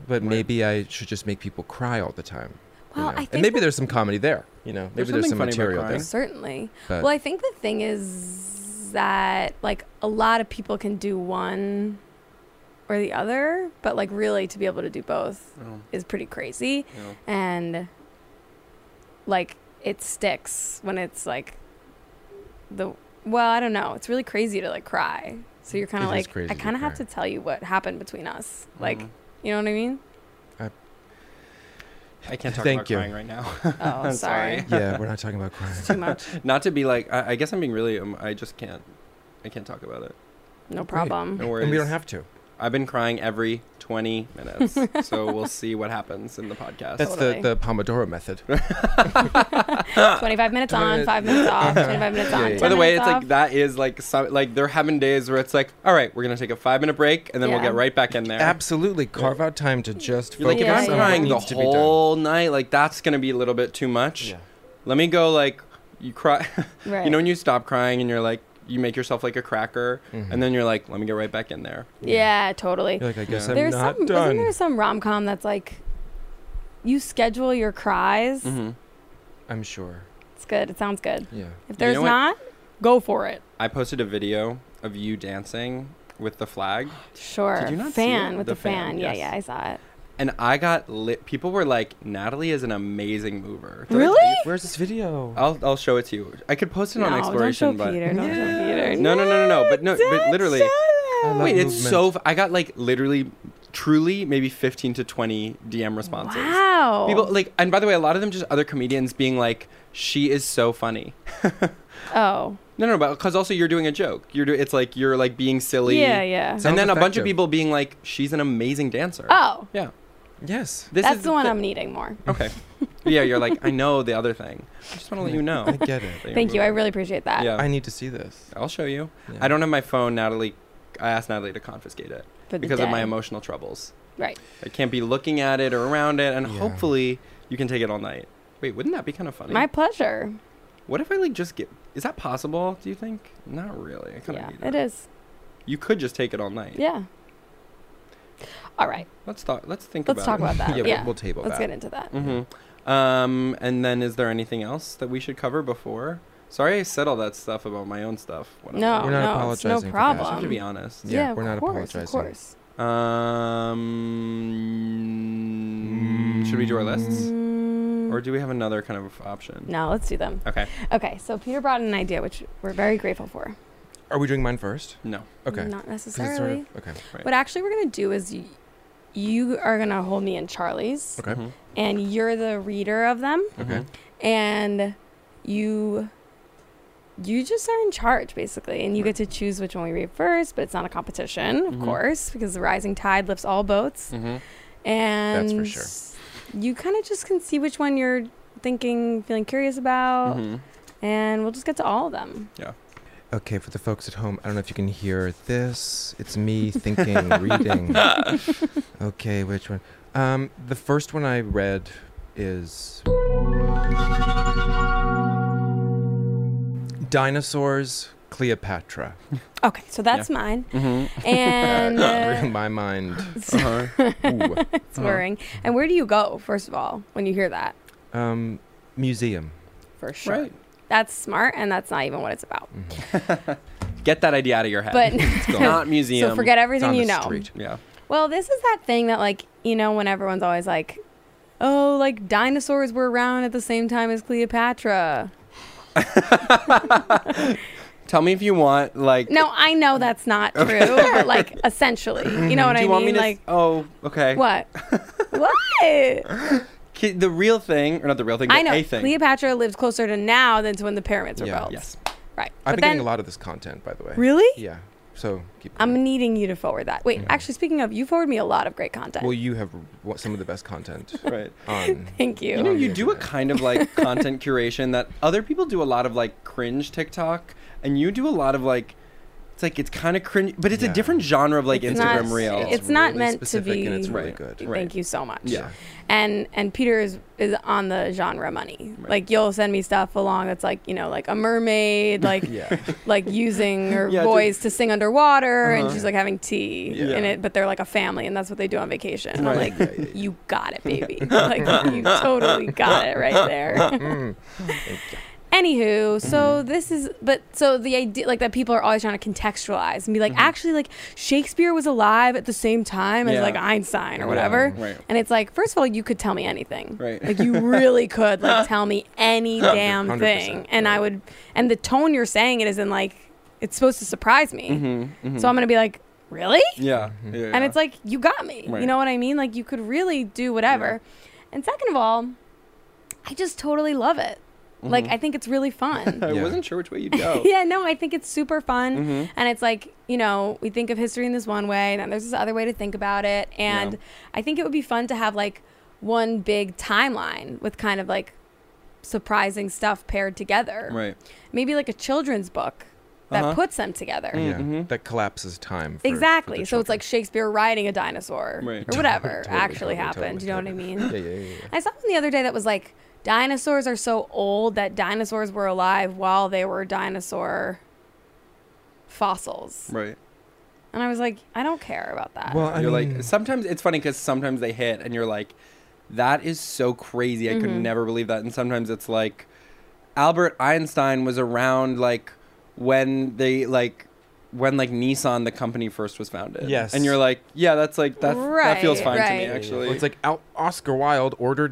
[SPEAKER 5] but
[SPEAKER 4] Right.
[SPEAKER 5] maybe I should just make people cry all the time. you
[SPEAKER 3] Well,
[SPEAKER 5] know?
[SPEAKER 3] I
[SPEAKER 5] and
[SPEAKER 3] think
[SPEAKER 5] maybe
[SPEAKER 3] that-
[SPEAKER 5] there's some comedy there. You know,
[SPEAKER 4] There's
[SPEAKER 5] maybe there's some
[SPEAKER 4] something funny about
[SPEAKER 5] material there.
[SPEAKER 4] crying.
[SPEAKER 3] certainly.
[SPEAKER 5] But
[SPEAKER 3] Well, I think the thing is that like a lot of people can do one or the other, but like really to be able to do both
[SPEAKER 4] Oh,
[SPEAKER 3] is pretty crazy and like it sticks when it's like the well, I don't know. It's really crazy to like cry. So you're kind
[SPEAKER 5] It
[SPEAKER 3] of
[SPEAKER 5] is
[SPEAKER 3] like
[SPEAKER 5] crazy
[SPEAKER 3] I
[SPEAKER 5] to
[SPEAKER 3] kind of have
[SPEAKER 5] cry. Mm-hmm.
[SPEAKER 3] to tell you what happened between us. Like,
[SPEAKER 4] Mhm.
[SPEAKER 3] you know what I mean?
[SPEAKER 4] I can't talk
[SPEAKER 5] Thank
[SPEAKER 4] about
[SPEAKER 5] you.
[SPEAKER 4] crying right now.
[SPEAKER 3] Oh, sorry.
[SPEAKER 4] Sorry.
[SPEAKER 5] yeah, we're not talking about crying.
[SPEAKER 3] Too much.
[SPEAKER 4] Not to be like, I, I guess I'm being really. Um, I just can't. I can't talk about it.
[SPEAKER 3] No problem.
[SPEAKER 4] No worries.
[SPEAKER 5] And we don't have to.
[SPEAKER 4] I've been crying every 20 minutes, so we'll see what happens in the podcast.
[SPEAKER 5] That's
[SPEAKER 3] Totally.
[SPEAKER 5] the, the Pomodoro method.
[SPEAKER 3] 25 minutes on, 5 minutes off, 25 minutes on.
[SPEAKER 5] Yeah, yeah.
[SPEAKER 3] 10
[SPEAKER 4] By the way, it's
[SPEAKER 3] minutes
[SPEAKER 4] like that is like some, like there have been days where it's like, all right, we're gonna take a five minute break and then we'll
[SPEAKER 3] Yeah.
[SPEAKER 4] get right back in there.
[SPEAKER 5] Absolutely, carve out time to just
[SPEAKER 4] You're like,
[SPEAKER 5] focus
[SPEAKER 3] Yeah,
[SPEAKER 4] if
[SPEAKER 5] on
[SPEAKER 3] yeah.
[SPEAKER 4] I'm
[SPEAKER 5] what
[SPEAKER 4] crying the
[SPEAKER 5] needs to be done.
[SPEAKER 4] whole night, like that's gonna be a little bit too much.
[SPEAKER 5] Yeah.
[SPEAKER 4] Let me go like you cry.
[SPEAKER 3] off. Right.
[SPEAKER 4] you know when you stop crying and you're like you make yourself like a cracker,
[SPEAKER 5] Mhm.
[SPEAKER 4] and then you're like, let me get right back in there.
[SPEAKER 3] Yeah, totally.
[SPEAKER 5] You're like, I guess
[SPEAKER 4] Yeah.
[SPEAKER 5] I'm
[SPEAKER 3] There's
[SPEAKER 5] not
[SPEAKER 3] some
[SPEAKER 5] done.
[SPEAKER 3] isn't there some rom com that's like you schedule your cries.
[SPEAKER 4] Mm-hmm.
[SPEAKER 5] I'm sure.
[SPEAKER 3] It's good. It sounds good.
[SPEAKER 5] Yeah.
[SPEAKER 3] If there's
[SPEAKER 4] know what?
[SPEAKER 3] not, go for it.
[SPEAKER 4] I posted a video of you dancing with the flag,
[SPEAKER 3] Sure.
[SPEAKER 4] Did you not see
[SPEAKER 3] fan
[SPEAKER 4] it?
[SPEAKER 3] with
[SPEAKER 4] The
[SPEAKER 3] the,
[SPEAKER 4] fan,
[SPEAKER 3] fan. Yeah,
[SPEAKER 4] yes.
[SPEAKER 3] yeah, I saw it.
[SPEAKER 4] and I got lit. People were like, Natalie is an amazing mover. Did I tell
[SPEAKER 3] Really?
[SPEAKER 4] you?
[SPEAKER 5] Where's this video?
[SPEAKER 4] I'll I'll show it to you. I could post it on
[SPEAKER 3] no, don't
[SPEAKER 4] exploration,
[SPEAKER 3] show
[SPEAKER 4] but
[SPEAKER 3] Peter. Don't
[SPEAKER 5] Yeah.
[SPEAKER 3] show Peter.
[SPEAKER 4] No, no, no, no, no, but no, but
[SPEAKER 3] don't
[SPEAKER 4] literally-
[SPEAKER 3] show them.
[SPEAKER 5] I love
[SPEAKER 4] Wait, it's
[SPEAKER 5] movement.
[SPEAKER 4] so. F- I got like literally, truly, maybe fifteen to twenty DM responses.
[SPEAKER 3] Wow.
[SPEAKER 4] People like, and by the way, a lot of them just other comedians being like, "She is so funny."
[SPEAKER 3] oh.
[SPEAKER 4] No, no, but because also you're doing a joke. You're do- it's like you're like being silly.
[SPEAKER 3] Yeah, yeah.
[SPEAKER 5] So-
[SPEAKER 4] And then a bunch
[SPEAKER 5] effective.
[SPEAKER 4] of people being like, "She's an amazing dancer."
[SPEAKER 3] Oh.
[SPEAKER 4] yeah.
[SPEAKER 5] Yes.
[SPEAKER 4] This
[SPEAKER 3] that's
[SPEAKER 4] is
[SPEAKER 3] the one
[SPEAKER 4] thi-
[SPEAKER 3] I'm needing more.
[SPEAKER 4] Okay. yeah, you're like, I know the other thing. I just want to let you know.
[SPEAKER 5] I get it.
[SPEAKER 4] that you're
[SPEAKER 3] Thank you. I
[SPEAKER 4] moving."
[SPEAKER 3] really appreciate that.
[SPEAKER 4] Yeah,
[SPEAKER 5] I need to see this.
[SPEAKER 4] I'll show you.
[SPEAKER 5] Yeah.
[SPEAKER 4] I don't have my phone, Natalie. I asked Natalie to confiscate it
[SPEAKER 3] For the
[SPEAKER 4] because of my
[SPEAKER 3] day.
[SPEAKER 4] emotional troubles.
[SPEAKER 3] Right.
[SPEAKER 4] I can't be looking at it or around it, and
[SPEAKER 5] Yeah.
[SPEAKER 4] hopefully you can take it all night. Wait, wouldn't that be kind of funny?
[SPEAKER 3] My pleasure.
[SPEAKER 4] what if I like just get? Is that possible? Do you think? Not really. I kind of
[SPEAKER 3] Yeah,
[SPEAKER 4] need
[SPEAKER 3] it is.
[SPEAKER 4] You could just take it all night.
[SPEAKER 3] Yeah. All right.
[SPEAKER 4] Let's talk. Let's think
[SPEAKER 3] Let's talk
[SPEAKER 4] about
[SPEAKER 3] about
[SPEAKER 4] it.
[SPEAKER 3] that.
[SPEAKER 5] Yeah,
[SPEAKER 3] Yeah.
[SPEAKER 5] we'll- We'll, table
[SPEAKER 3] Let's
[SPEAKER 5] that.
[SPEAKER 3] get into that.
[SPEAKER 4] Mm-hmm. Um, and then is there anything else that we should cover before? Sorry, I said all that stuff about my own stuff. Whatever.
[SPEAKER 3] No,
[SPEAKER 5] We're
[SPEAKER 3] We're
[SPEAKER 5] not
[SPEAKER 3] no, it's no
[SPEAKER 5] apologizing for
[SPEAKER 4] I
[SPEAKER 5] that.
[SPEAKER 4] just have to
[SPEAKER 3] problem.
[SPEAKER 4] be honest.
[SPEAKER 5] Yeah,
[SPEAKER 3] of
[SPEAKER 5] we're not
[SPEAKER 3] course,
[SPEAKER 5] apologizing.
[SPEAKER 3] Of course.
[SPEAKER 4] Um, should we do our lists, or
[SPEAKER 3] Mm,
[SPEAKER 4] do we have another kind of option?
[SPEAKER 3] no, let's do them.
[SPEAKER 4] Okay.
[SPEAKER 3] Okay, so Peter brought in an idea, which we're very grateful for.
[SPEAKER 5] Are we doing mine first?
[SPEAKER 4] No.
[SPEAKER 5] Okay. 'Cause
[SPEAKER 3] Not
[SPEAKER 5] it's
[SPEAKER 3] necessarily.
[SPEAKER 5] Sort of, okay.
[SPEAKER 3] What actually we're going to do is y- you are going to hold me in Charlie's,
[SPEAKER 5] Okay. Mm-hmm.
[SPEAKER 4] Mhm.
[SPEAKER 3] and you're the reader of them,
[SPEAKER 5] Okay.
[SPEAKER 4] Mhm.
[SPEAKER 3] and you. You just are in charge, basically, and you get to choose which one we read first. But it's not a competition, of
[SPEAKER 5] Mm-hmm.
[SPEAKER 4] Mhm.
[SPEAKER 3] course, because the rising tide lifts all boats.
[SPEAKER 4] Mhm.
[SPEAKER 3] and
[SPEAKER 5] for sure.
[SPEAKER 3] You kind of just can see which one you're thinking, feeling curious about,
[SPEAKER 4] Mhm.
[SPEAKER 5] Mm-hmm.
[SPEAKER 3] and we'll just get to all of them.
[SPEAKER 5] Okay, for the folks at home, I don't know if you can hear this. It's me thinking, reading. Okay, which one? Um, the first one I read is Dinosaurs Cleopatra.
[SPEAKER 3] Okay, so that's mine,
[SPEAKER 4] Mhm.
[SPEAKER 5] Mm-hmm.
[SPEAKER 3] and
[SPEAKER 5] In
[SPEAKER 3] uh,
[SPEAKER 5] my mind.
[SPEAKER 4] Uh-huh.
[SPEAKER 5] Ooh. Uh-huh.
[SPEAKER 3] it's worrying. And where do you go first of all when you hear that?
[SPEAKER 5] Um, museum.
[SPEAKER 3] For sure,
[SPEAKER 4] Right.
[SPEAKER 3] that's smart, and that's not even what it's about.
[SPEAKER 5] Mm-hmm.
[SPEAKER 4] Get that idea out of your head.
[SPEAKER 3] But-
[SPEAKER 4] it's not museum.
[SPEAKER 3] So forget
[SPEAKER 5] It's on
[SPEAKER 3] everything you
[SPEAKER 5] the
[SPEAKER 3] know.
[SPEAKER 5] street.
[SPEAKER 4] Yeah.
[SPEAKER 3] Well, this is that thing that like you know when everyone's always like, oh, like dinosaurs were around at the same time as Cleopatra.
[SPEAKER 4] Tell me if you want like.
[SPEAKER 3] No, I know that's not true, but like essentially, you know what
[SPEAKER 4] Mm-hmm. Do
[SPEAKER 3] I
[SPEAKER 4] you
[SPEAKER 3] mean?
[SPEAKER 4] want me to? s-
[SPEAKER 3] like
[SPEAKER 4] oh, okay.
[SPEAKER 3] what? what?
[SPEAKER 4] Ki- The real thing, or not the real thing? But
[SPEAKER 3] I know
[SPEAKER 4] A thing.
[SPEAKER 3] Cleopatra lives closer to now than to when the pyramids were
[SPEAKER 5] Yeah.
[SPEAKER 3] built.
[SPEAKER 4] Yes.
[SPEAKER 3] Right. but
[SPEAKER 5] I've been
[SPEAKER 3] then
[SPEAKER 5] getting a lot of this content, by the way.
[SPEAKER 3] really?
[SPEAKER 5] Yeah. So keep. going.
[SPEAKER 3] I'm needing you to forward that. Wait,
[SPEAKER 5] Mhm.
[SPEAKER 3] actually, speaking of, you forward me a lot of great content.
[SPEAKER 5] Well, you have w- some of the best content
[SPEAKER 4] Right.
[SPEAKER 5] on.
[SPEAKER 3] Thank you.
[SPEAKER 4] You know,
[SPEAKER 5] on
[SPEAKER 4] you
[SPEAKER 5] the
[SPEAKER 4] do a
[SPEAKER 5] internet.
[SPEAKER 4] kind of like content curation that other people do a lot of like cringe TikTok, and you do a lot of like, it's like it's kind of cringe, but it's
[SPEAKER 5] Yeah.
[SPEAKER 4] a different genre of like
[SPEAKER 3] It's
[SPEAKER 4] Instagram
[SPEAKER 3] not-
[SPEAKER 4] Reel.
[SPEAKER 3] it's- not
[SPEAKER 5] really
[SPEAKER 3] meant to
[SPEAKER 5] specific and it's
[SPEAKER 3] be-
[SPEAKER 5] really
[SPEAKER 4] Right.
[SPEAKER 5] good.
[SPEAKER 4] Right.
[SPEAKER 3] Thank you so much.
[SPEAKER 4] Yeah.
[SPEAKER 3] And and Peter is is on the genre money.
[SPEAKER 4] Right.
[SPEAKER 3] Like you'll send me stuff along that's like you know like a mermaid like
[SPEAKER 5] Yeah.
[SPEAKER 3] like using her
[SPEAKER 4] Yeah,
[SPEAKER 3] voice to sing underwater and
[SPEAKER 4] Uh-huh.
[SPEAKER 3] she's like having tea
[SPEAKER 4] Yeah.
[SPEAKER 3] in it, but they're like a family and that's what they do on vacation. And I'm
[SPEAKER 4] Right.
[SPEAKER 3] like, you got it, baby. like you totally got it right there.
[SPEAKER 5] Mm.
[SPEAKER 3] Anywho, so
[SPEAKER 4] Mm-hmm.
[SPEAKER 3] this is, but so the idea, like that people are always trying to contextualize and be like,
[SPEAKER 4] Mm-hmm.
[SPEAKER 3] actually, like Shakespeare was alive at the same time as
[SPEAKER 4] Yeah.
[SPEAKER 3] like Einstein or
[SPEAKER 4] Yeah,
[SPEAKER 3] whatever.
[SPEAKER 4] right.
[SPEAKER 3] And it's like, first of all, you could tell me anything.
[SPEAKER 4] Right.
[SPEAKER 3] Like you really could like tell me any damn
[SPEAKER 5] 100%,
[SPEAKER 3] thing, and I would, and the tone you're saying it is in like, it's supposed to surprise me.
[SPEAKER 4] Mm-hmm,
[SPEAKER 3] So I'm gonna be like, really?
[SPEAKER 4] yeah,
[SPEAKER 5] Mm-hmm.
[SPEAKER 4] yeah,
[SPEAKER 3] And it's like, you got me.
[SPEAKER 4] Right.
[SPEAKER 3] You know what I mean? Like, you could really do whatever. And second of all, I just totally love it. Like,
[SPEAKER 4] Mm-hmm.
[SPEAKER 5] Mm-hmm.
[SPEAKER 3] I think it's really fun.
[SPEAKER 4] I
[SPEAKER 5] Yeah.
[SPEAKER 4] wasn't sure which way you'd go.
[SPEAKER 3] yeah, no, I think it's super fun.
[SPEAKER 4] Mhm.
[SPEAKER 3] And it's like, you know, we think of history in this one way, and then there's this other way to think about it. And
[SPEAKER 4] Yeah.
[SPEAKER 3] I think it would be fun to have like one big timeline with kind of like surprising stuff paired together.
[SPEAKER 4] Right.
[SPEAKER 3] Maybe like a children's book that
[SPEAKER 4] Uh-huh.
[SPEAKER 3] puts them together.
[SPEAKER 5] Yeah.
[SPEAKER 4] Mhm.
[SPEAKER 5] That collapses time. for- for the
[SPEAKER 3] Exactly. So it's
[SPEAKER 5] children.
[SPEAKER 3] like Shakespeare riding a dinosaur
[SPEAKER 4] Right.
[SPEAKER 3] or whatever
[SPEAKER 5] Totally,
[SPEAKER 3] actually
[SPEAKER 5] totally,
[SPEAKER 3] happened.
[SPEAKER 5] totally,
[SPEAKER 3] you know what I mean?
[SPEAKER 5] Yeah, yeah, yeah. yeah.
[SPEAKER 3] I saw one the other day that was like dinosaurs are so old that dinosaurs were alive while they were dinosaur fossils.
[SPEAKER 4] Right.
[SPEAKER 3] And I was like, I don't care about that.
[SPEAKER 5] Well, I
[SPEAKER 4] you're
[SPEAKER 5] mean-
[SPEAKER 4] like sometimes it's funny because sometimes they hit and you're like, that is so crazy. I could
[SPEAKER 3] Mm-hmm.
[SPEAKER 4] never believe that. And sometimes it's like, Albert Einstein was around like when they like when like Nissan the company first was founded.
[SPEAKER 5] Yes.
[SPEAKER 4] And you're like, yeah, that's like that that feels
[SPEAKER 3] Right,
[SPEAKER 4] fine to me
[SPEAKER 3] right.
[SPEAKER 4] actually.
[SPEAKER 5] Well, it's like Al- Oscar Wilde ordered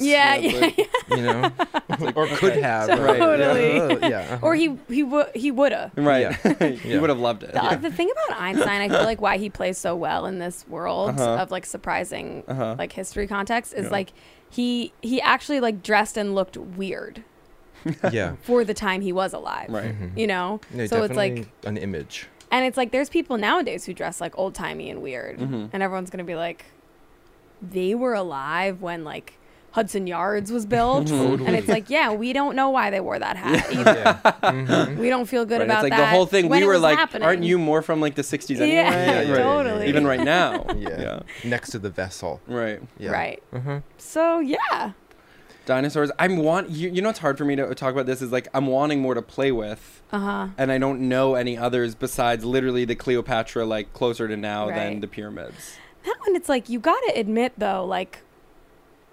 [SPEAKER 3] yeah,
[SPEAKER 4] Yeah,
[SPEAKER 3] yeah,
[SPEAKER 4] but-
[SPEAKER 3] yeah.
[SPEAKER 5] You know, or could have. right.
[SPEAKER 3] Totally.
[SPEAKER 5] Yeah. yeah.
[SPEAKER 3] Or he he would he woulda.
[SPEAKER 4] Right.
[SPEAKER 5] Yeah.
[SPEAKER 4] you would have loved it.
[SPEAKER 3] The, the thing about Einstein, I feel like why he plays so well in this world of like surprising
[SPEAKER 4] Uh-huh.
[SPEAKER 3] like history context is
[SPEAKER 4] Yeah.
[SPEAKER 3] like he he actually like dressed and looked weird
[SPEAKER 5] yeah.
[SPEAKER 3] for the time he was alive.
[SPEAKER 4] Right.
[SPEAKER 3] you know
[SPEAKER 5] Yeah,
[SPEAKER 3] so it's like
[SPEAKER 5] definitely an image.
[SPEAKER 3] and it's like there's people nowadays who dress like old timey and weird
[SPEAKER 4] Mm-hmm.
[SPEAKER 3] and everyone's gonna be like they were alive when like hudson yards was built and it's like yeah we don't know why they wore that hat either.
[SPEAKER 5] Yeah. Mm-hmm.
[SPEAKER 3] we don't feel good
[SPEAKER 4] Right,
[SPEAKER 3] about
[SPEAKER 4] it's like
[SPEAKER 3] that
[SPEAKER 4] the whole thing.
[SPEAKER 3] when
[SPEAKER 4] we
[SPEAKER 3] it
[SPEAKER 4] were
[SPEAKER 3] was
[SPEAKER 4] like,
[SPEAKER 3] happening.
[SPEAKER 4] aren't you more from like the '60s anyway?
[SPEAKER 3] yeah,
[SPEAKER 5] Yeah, yeah,
[SPEAKER 4] Right.
[SPEAKER 3] totally
[SPEAKER 4] Even right now.
[SPEAKER 5] Yeah.
[SPEAKER 4] yeah.
[SPEAKER 5] Next to the vessel.
[SPEAKER 4] Right.
[SPEAKER 5] Yeah.
[SPEAKER 3] right
[SPEAKER 5] Uh-huh.
[SPEAKER 3] so yeah
[SPEAKER 4] dinosaurs i'm want you, you know it's hard for me to talk about this is like i'm wanting more to play with
[SPEAKER 3] uh-huh
[SPEAKER 4] and i don't know any others besides literally the cleopatra like closer to now than
[SPEAKER 3] Right.
[SPEAKER 4] the pyramids
[SPEAKER 3] that one it's like you gotta admit though like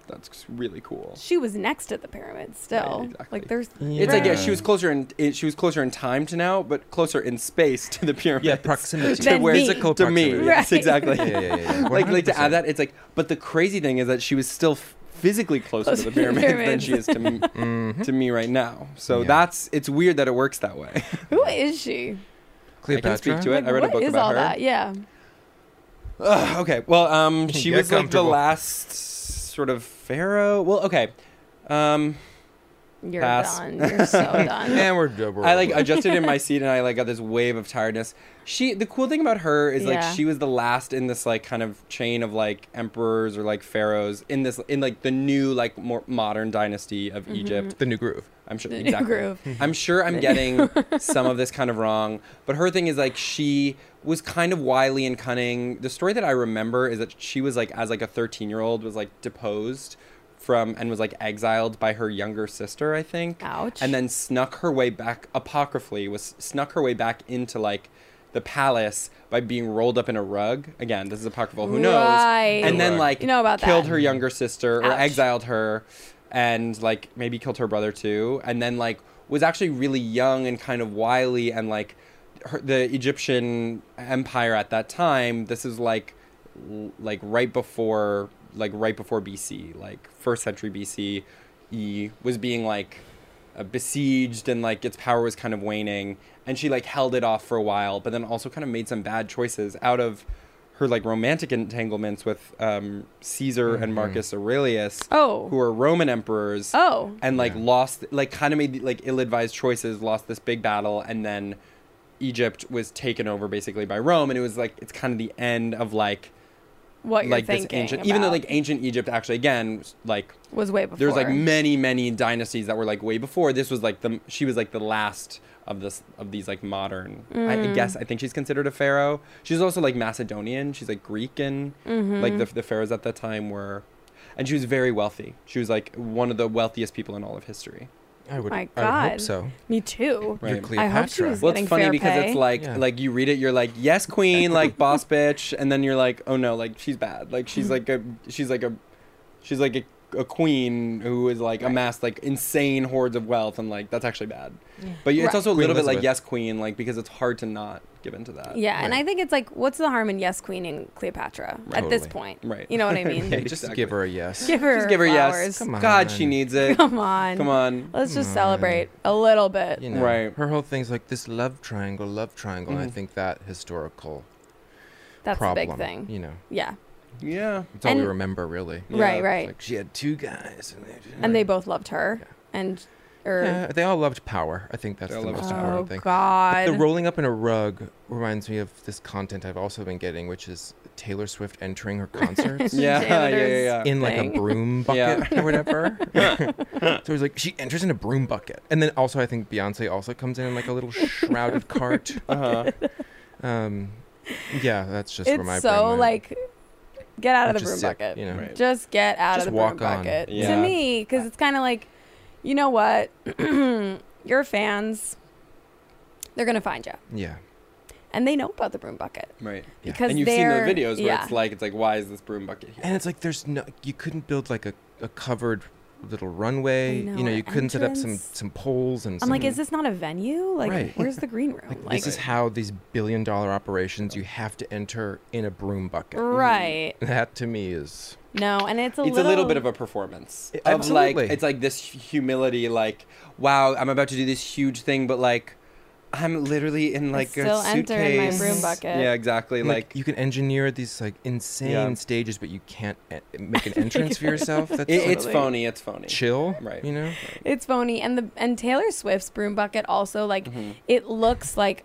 [SPEAKER 4] that's really cool
[SPEAKER 3] she was next to the pyramids still
[SPEAKER 4] Right, exactly.
[SPEAKER 3] like there's
[SPEAKER 4] it's like yeah
[SPEAKER 5] Right.
[SPEAKER 4] she was closer in it, she was closer in time to now but closer in space to the pyramids
[SPEAKER 5] Yeah, proximity.
[SPEAKER 4] to
[SPEAKER 3] Than
[SPEAKER 4] where
[SPEAKER 3] me.
[SPEAKER 4] physical to me
[SPEAKER 5] proximity.
[SPEAKER 4] yes
[SPEAKER 3] Right.
[SPEAKER 4] exactly
[SPEAKER 5] Yeah, yeah, yeah. yeah.
[SPEAKER 4] like like to add
[SPEAKER 5] 100%.
[SPEAKER 4] that it's like but the crazy thing is that she was still f- physically closer, to the
[SPEAKER 3] Closer to the
[SPEAKER 4] pyramids, than she is to me,
[SPEAKER 5] Mm-hmm.
[SPEAKER 4] to me right now so
[SPEAKER 5] Yeah.
[SPEAKER 4] that's it's weird that it works that way
[SPEAKER 3] who is she
[SPEAKER 5] Cleopatra.
[SPEAKER 4] i can speak to it i read
[SPEAKER 3] What
[SPEAKER 4] a book
[SPEAKER 3] is
[SPEAKER 4] about
[SPEAKER 3] all
[SPEAKER 4] her
[SPEAKER 3] that yeah
[SPEAKER 4] Ugh, okay. Well, um, she
[SPEAKER 5] Get
[SPEAKER 4] was like the
[SPEAKER 5] comfortable.
[SPEAKER 4] last sort of pharaoh. Well, okay. Um,
[SPEAKER 3] You're
[SPEAKER 4] Pass.
[SPEAKER 3] done. You're so done.
[SPEAKER 5] And we're, uh, we're
[SPEAKER 4] I like adjusted in my seat, and I like got this wave of tiredness. She, the cool thing about her is like
[SPEAKER 3] Yeah.
[SPEAKER 4] she was the last in this like kind of chain of like emperors or like pharaohs in this in like the new like more modern dynasty of
[SPEAKER 3] Mm-hmm,
[SPEAKER 4] Egypt.
[SPEAKER 5] the new groove.
[SPEAKER 4] I'm sure
[SPEAKER 3] The new
[SPEAKER 4] exactly.
[SPEAKER 3] groove.
[SPEAKER 4] I'm sure I'm getting some of this kind of wrong, but her thing is like she was kind of wily and cunning. The story that I remember is that she was like as like a 13 year old was like deposed from and was like exiled by her younger sister, I think.
[SPEAKER 3] Ouch.
[SPEAKER 4] And then snuck her way back apocryphally was snuck her way back into like the palace by being rolled up in a rug. Again, this is apocryphal. Who knows?
[SPEAKER 3] Right.
[SPEAKER 4] And then
[SPEAKER 5] Rug.
[SPEAKER 4] like
[SPEAKER 3] You know about that.
[SPEAKER 4] killed her younger sister or
[SPEAKER 3] Ouch.
[SPEAKER 4] exiled her and like maybe killed her brother too and then like was actually really young and kind of wily and like her, the egyptian empire at that time this is like l- like right before like right before bc like first century bc e was being like uh, besieged and like its power was kind of waning and she like held it off for a while but then also kind of made some bad choices out of her like romantic entanglements with um, Caesar and Marcus Aurelius,
[SPEAKER 3] Oh.
[SPEAKER 4] who were Roman emperors,
[SPEAKER 3] Oh.
[SPEAKER 4] and like
[SPEAKER 5] Yeah.
[SPEAKER 4] lost, like kind of made like ill-advised choices, lost this big battle, and then Egypt was taken over basically by Rome, and it was like it's kind of the end of like
[SPEAKER 3] What you're
[SPEAKER 4] like this
[SPEAKER 3] thinking
[SPEAKER 4] ancient, even though
[SPEAKER 3] about
[SPEAKER 4] like ancient Egypt actually again was, like
[SPEAKER 3] was way before.
[SPEAKER 4] there's like many many dynasties that were like way before. This was like the she was like the last of this of these like modern. I, I
[SPEAKER 3] Mm.
[SPEAKER 4] guess I think she's considered a pharaoh. She's also like Macedonian. She's like Greek and
[SPEAKER 3] Mm-hmm.
[SPEAKER 4] like the the pharaohs at that time were, and she was very wealthy. She was like one of the wealthiest people in all of history.
[SPEAKER 5] I would,
[SPEAKER 3] My
[SPEAKER 5] I would hope
[SPEAKER 3] God.
[SPEAKER 5] so.
[SPEAKER 3] me too.
[SPEAKER 4] Right.
[SPEAKER 5] You're
[SPEAKER 3] I
[SPEAKER 5] Cleopatra.
[SPEAKER 3] hope she was-
[SPEAKER 4] Well, it's
[SPEAKER 3] getting
[SPEAKER 4] funny
[SPEAKER 3] fair
[SPEAKER 4] because it's
[SPEAKER 3] pay.
[SPEAKER 4] like
[SPEAKER 5] Yeah.
[SPEAKER 4] like you read it, you're like, yes, queen, like boss bitch, and then you're like, oh no, like she's bad, like she's like a she's like a she's like a, a queen who is like amassed like insane hordes of wealth, and like that's actually bad. But it's
[SPEAKER 3] Right.
[SPEAKER 4] also a
[SPEAKER 5] Queen
[SPEAKER 4] little bit like
[SPEAKER 5] Elizabeth.
[SPEAKER 4] yes, queen, like because it's hard to not give into that.
[SPEAKER 3] Yeah, and
[SPEAKER 5] Right.
[SPEAKER 3] I think it's like, what's the harm in yes queening Cleopatra at this
[SPEAKER 5] Totally.
[SPEAKER 3] point?
[SPEAKER 4] Right.
[SPEAKER 3] You know what I
[SPEAKER 4] Right.
[SPEAKER 3] mean?
[SPEAKER 5] Yeah,
[SPEAKER 4] Just
[SPEAKER 5] just
[SPEAKER 4] exactly.
[SPEAKER 5] give her a yes.
[SPEAKER 3] Give her
[SPEAKER 4] Just give her yes.
[SPEAKER 3] flowers.
[SPEAKER 5] Come
[SPEAKER 4] God, she
[SPEAKER 5] on.
[SPEAKER 4] needs it.
[SPEAKER 3] Come on.
[SPEAKER 4] Come on.
[SPEAKER 3] Let's just
[SPEAKER 5] on.
[SPEAKER 3] celebrate a little bit.
[SPEAKER 5] Mm. You know,
[SPEAKER 4] Right.
[SPEAKER 5] Her whole thing's like this love triangle, love triangle. And I
[SPEAKER 4] Mhm.
[SPEAKER 5] think that historical
[SPEAKER 3] Mm-hmm. That's
[SPEAKER 5] problem.
[SPEAKER 3] the big thing.
[SPEAKER 5] You know,
[SPEAKER 3] Yeah.
[SPEAKER 4] Yeah.
[SPEAKER 5] it's all we
[SPEAKER 3] And-
[SPEAKER 5] remember really.
[SPEAKER 4] Yeah.
[SPEAKER 3] Right, right.
[SPEAKER 5] Like she had two guys, and they,
[SPEAKER 3] and they both loved her. And, or,
[SPEAKER 5] yeah, they all loved power. I think that's
[SPEAKER 4] They all
[SPEAKER 5] the
[SPEAKER 4] loved
[SPEAKER 5] most
[SPEAKER 4] power.
[SPEAKER 3] oh,
[SPEAKER 5] important thing.
[SPEAKER 3] God.
[SPEAKER 5] The rolling up in a rug reminds me of this content I've also been getting, which is Taylor Swift entering her concerts
[SPEAKER 4] Yeah, yeah, yeah,
[SPEAKER 3] Janitors.
[SPEAKER 4] yeah.
[SPEAKER 5] in like a
[SPEAKER 3] Thing.
[SPEAKER 5] broom
[SPEAKER 4] Yeah.
[SPEAKER 5] bucket or whatever. so it was like she enters in a broom bucket, and then also I think Beyonce also comes in in like a little shrouded cart.
[SPEAKER 4] Uh-huh.
[SPEAKER 5] Um, yeah, that's just where my
[SPEAKER 3] it's so,
[SPEAKER 5] brain went.
[SPEAKER 3] like, get out of
[SPEAKER 5] Which
[SPEAKER 3] the
[SPEAKER 5] is
[SPEAKER 3] broom
[SPEAKER 5] sick,
[SPEAKER 3] bucket.
[SPEAKER 5] You know,
[SPEAKER 4] Right.
[SPEAKER 3] Just get out
[SPEAKER 5] Just
[SPEAKER 3] of the
[SPEAKER 5] walk
[SPEAKER 3] broom
[SPEAKER 5] on.
[SPEAKER 3] bucket.
[SPEAKER 4] Yeah.
[SPEAKER 3] To me, because it's kind of like, you know what? Your fans, they're going to find you.
[SPEAKER 5] yeah.
[SPEAKER 3] And they know about the broom bucket.
[SPEAKER 4] Right.
[SPEAKER 5] Yeah.
[SPEAKER 3] Because
[SPEAKER 4] and you've seen the
[SPEAKER 3] they're-
[SPEAKER 4] videos where
[SPEAKER 3] yeah.
[SPEAKER 4] it's like it's like why is this broom bucket here?
[SPEAKER 5] And it's like there's no you couldn't build like a, a covered little runway.
[SPEAKER 3] know,
[SPEAKER 5] you know,
[SPEAKER 3] an
[SPEAKER 5] you couldn't set up some
[SPEAKER 3] entrance.
[SPEAKER 5] some poles and
[SPEAKER 3] I'm
[SPEAKER 5] some,
[SPEAKER 3] like, is this not a venue? Like,
[SPEAKER 5] Right.
[SPEAKER 3] where's the green room?
[SPEAKER 5] like, this is how these billion dollar operations you have to enter in a broom bucket.
[SPEAKER 3] right.
[SPEAKER 5] That to me is
[SPEAKER 3] No, and it's a
[SPEAKER 4] it's
[SPEAKER 3] little,
[SPEAKER 4] a little bit of a performance
[SPEAKER 5] I-
[SPEAKER 4] of like
[SPEAKER 5] absolutely.
[SPEAKER 4] it's like this humility like wow i'm about to do this huge thing but like i'm literally in like
[SPEAKER 3] still
[SPEAKER 4] a suitcase
[SPEAKER 3] enter in my broom bucket.
[SPEAKER 4] yeah exactly
[SPEAKER 5] like,
[SPEAKER 4] like,
[SPEAKER 5] you can engineer these like insane
[SPEAKER 4] Yeah.
[SPEAKER 5] stages, but you can't en- make an entrance for yourself. That's
[SPEAKER 4] it, it's
[SPEAKER 3] Totally.
[SPEAKER 4] phony it's phony
[SPEAKER 5] chill,
[SPEAKER 4] Right.
[SPEAKER 5] You know,
[SPEAKER 3] It's phony, and the and Taylor Swift's broom bucket also like
[SPEAKER 5] Mm-hmm.
[SPEAKER 4] Mhm.
[SPEAKER 3] it looks like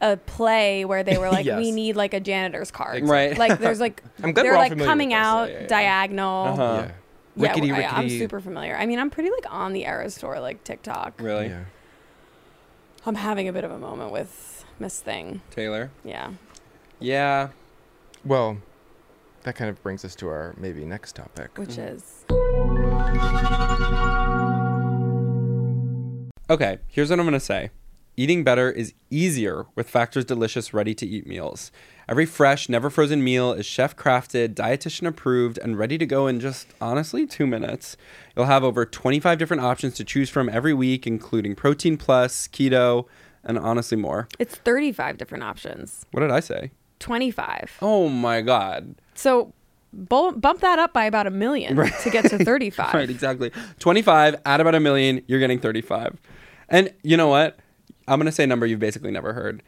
[SPEAKER 3] a play where they were like,
[SPEAKER 5] Yes.
[SPEAKER 3] we need like a janitor's card.
[SPEAKER 4] Right.
[SPEAKER 3] Like there's like
[SPEAKER 5] I'm glad
[SPEAKER 3] they're
[SPEAKER 5] we're all
[SPEAKER 3] like
[SPEAKER 5] familiar
[SPEAKER 3] coming
[SPEAKER 5] with this.
[SPEAKER 3] out
[SPEAKER 4] Yeah, yeah, yeah.
[SPEAKER 3] diagonal.
[SPEAKER 4] Uh-huh.
[SPEAKER 5] Yeah.
[SPEAKER 3] Yeah,
[SPEAKER 5] Rickety,
[SPEAKER 3] well, I- I'm
[SPEAKER 5] rickety.
[SPEAKER 3] super familiar. I mean, I'm pretty like on the Era Store like TikTok.
[SPEAKER 4] really
[SPEAKER 5] Yeah.
[SPEAKER 3] I'm having a bit of a moment with Miss Thing.
[SPEAKER 4] taylor
[SPEAKER 3] Yeah.
[SPEAKER 4] yeah
[SPEAKER 5] Well, that kind of brings us to our maybe next topic.
[SPEAKER 3] Which is
[SPEAKER 4] okay here's what i'm gonna say eating better is easier with factors delicious ready to eat meals every fresh never frozen meal is chef crafted dietitian approved and ready to go in just honestly two minutes you'll have over 25 different options to choose from every week including protein plus keto and honestly more
[SPEAKER 3] it's 35 different options.
[SPEAKER 4] what did i say
[SPEAKER 3] 25.
[SPEAKER 4] oh my god
[SPEAKER 3] So bu- bump that up by about a million to get to 35.
[SPEAKER 4] Right, exactly. 25 at about a million, you're getting 35. And you know what? I'm going to say a number you've basically never heard.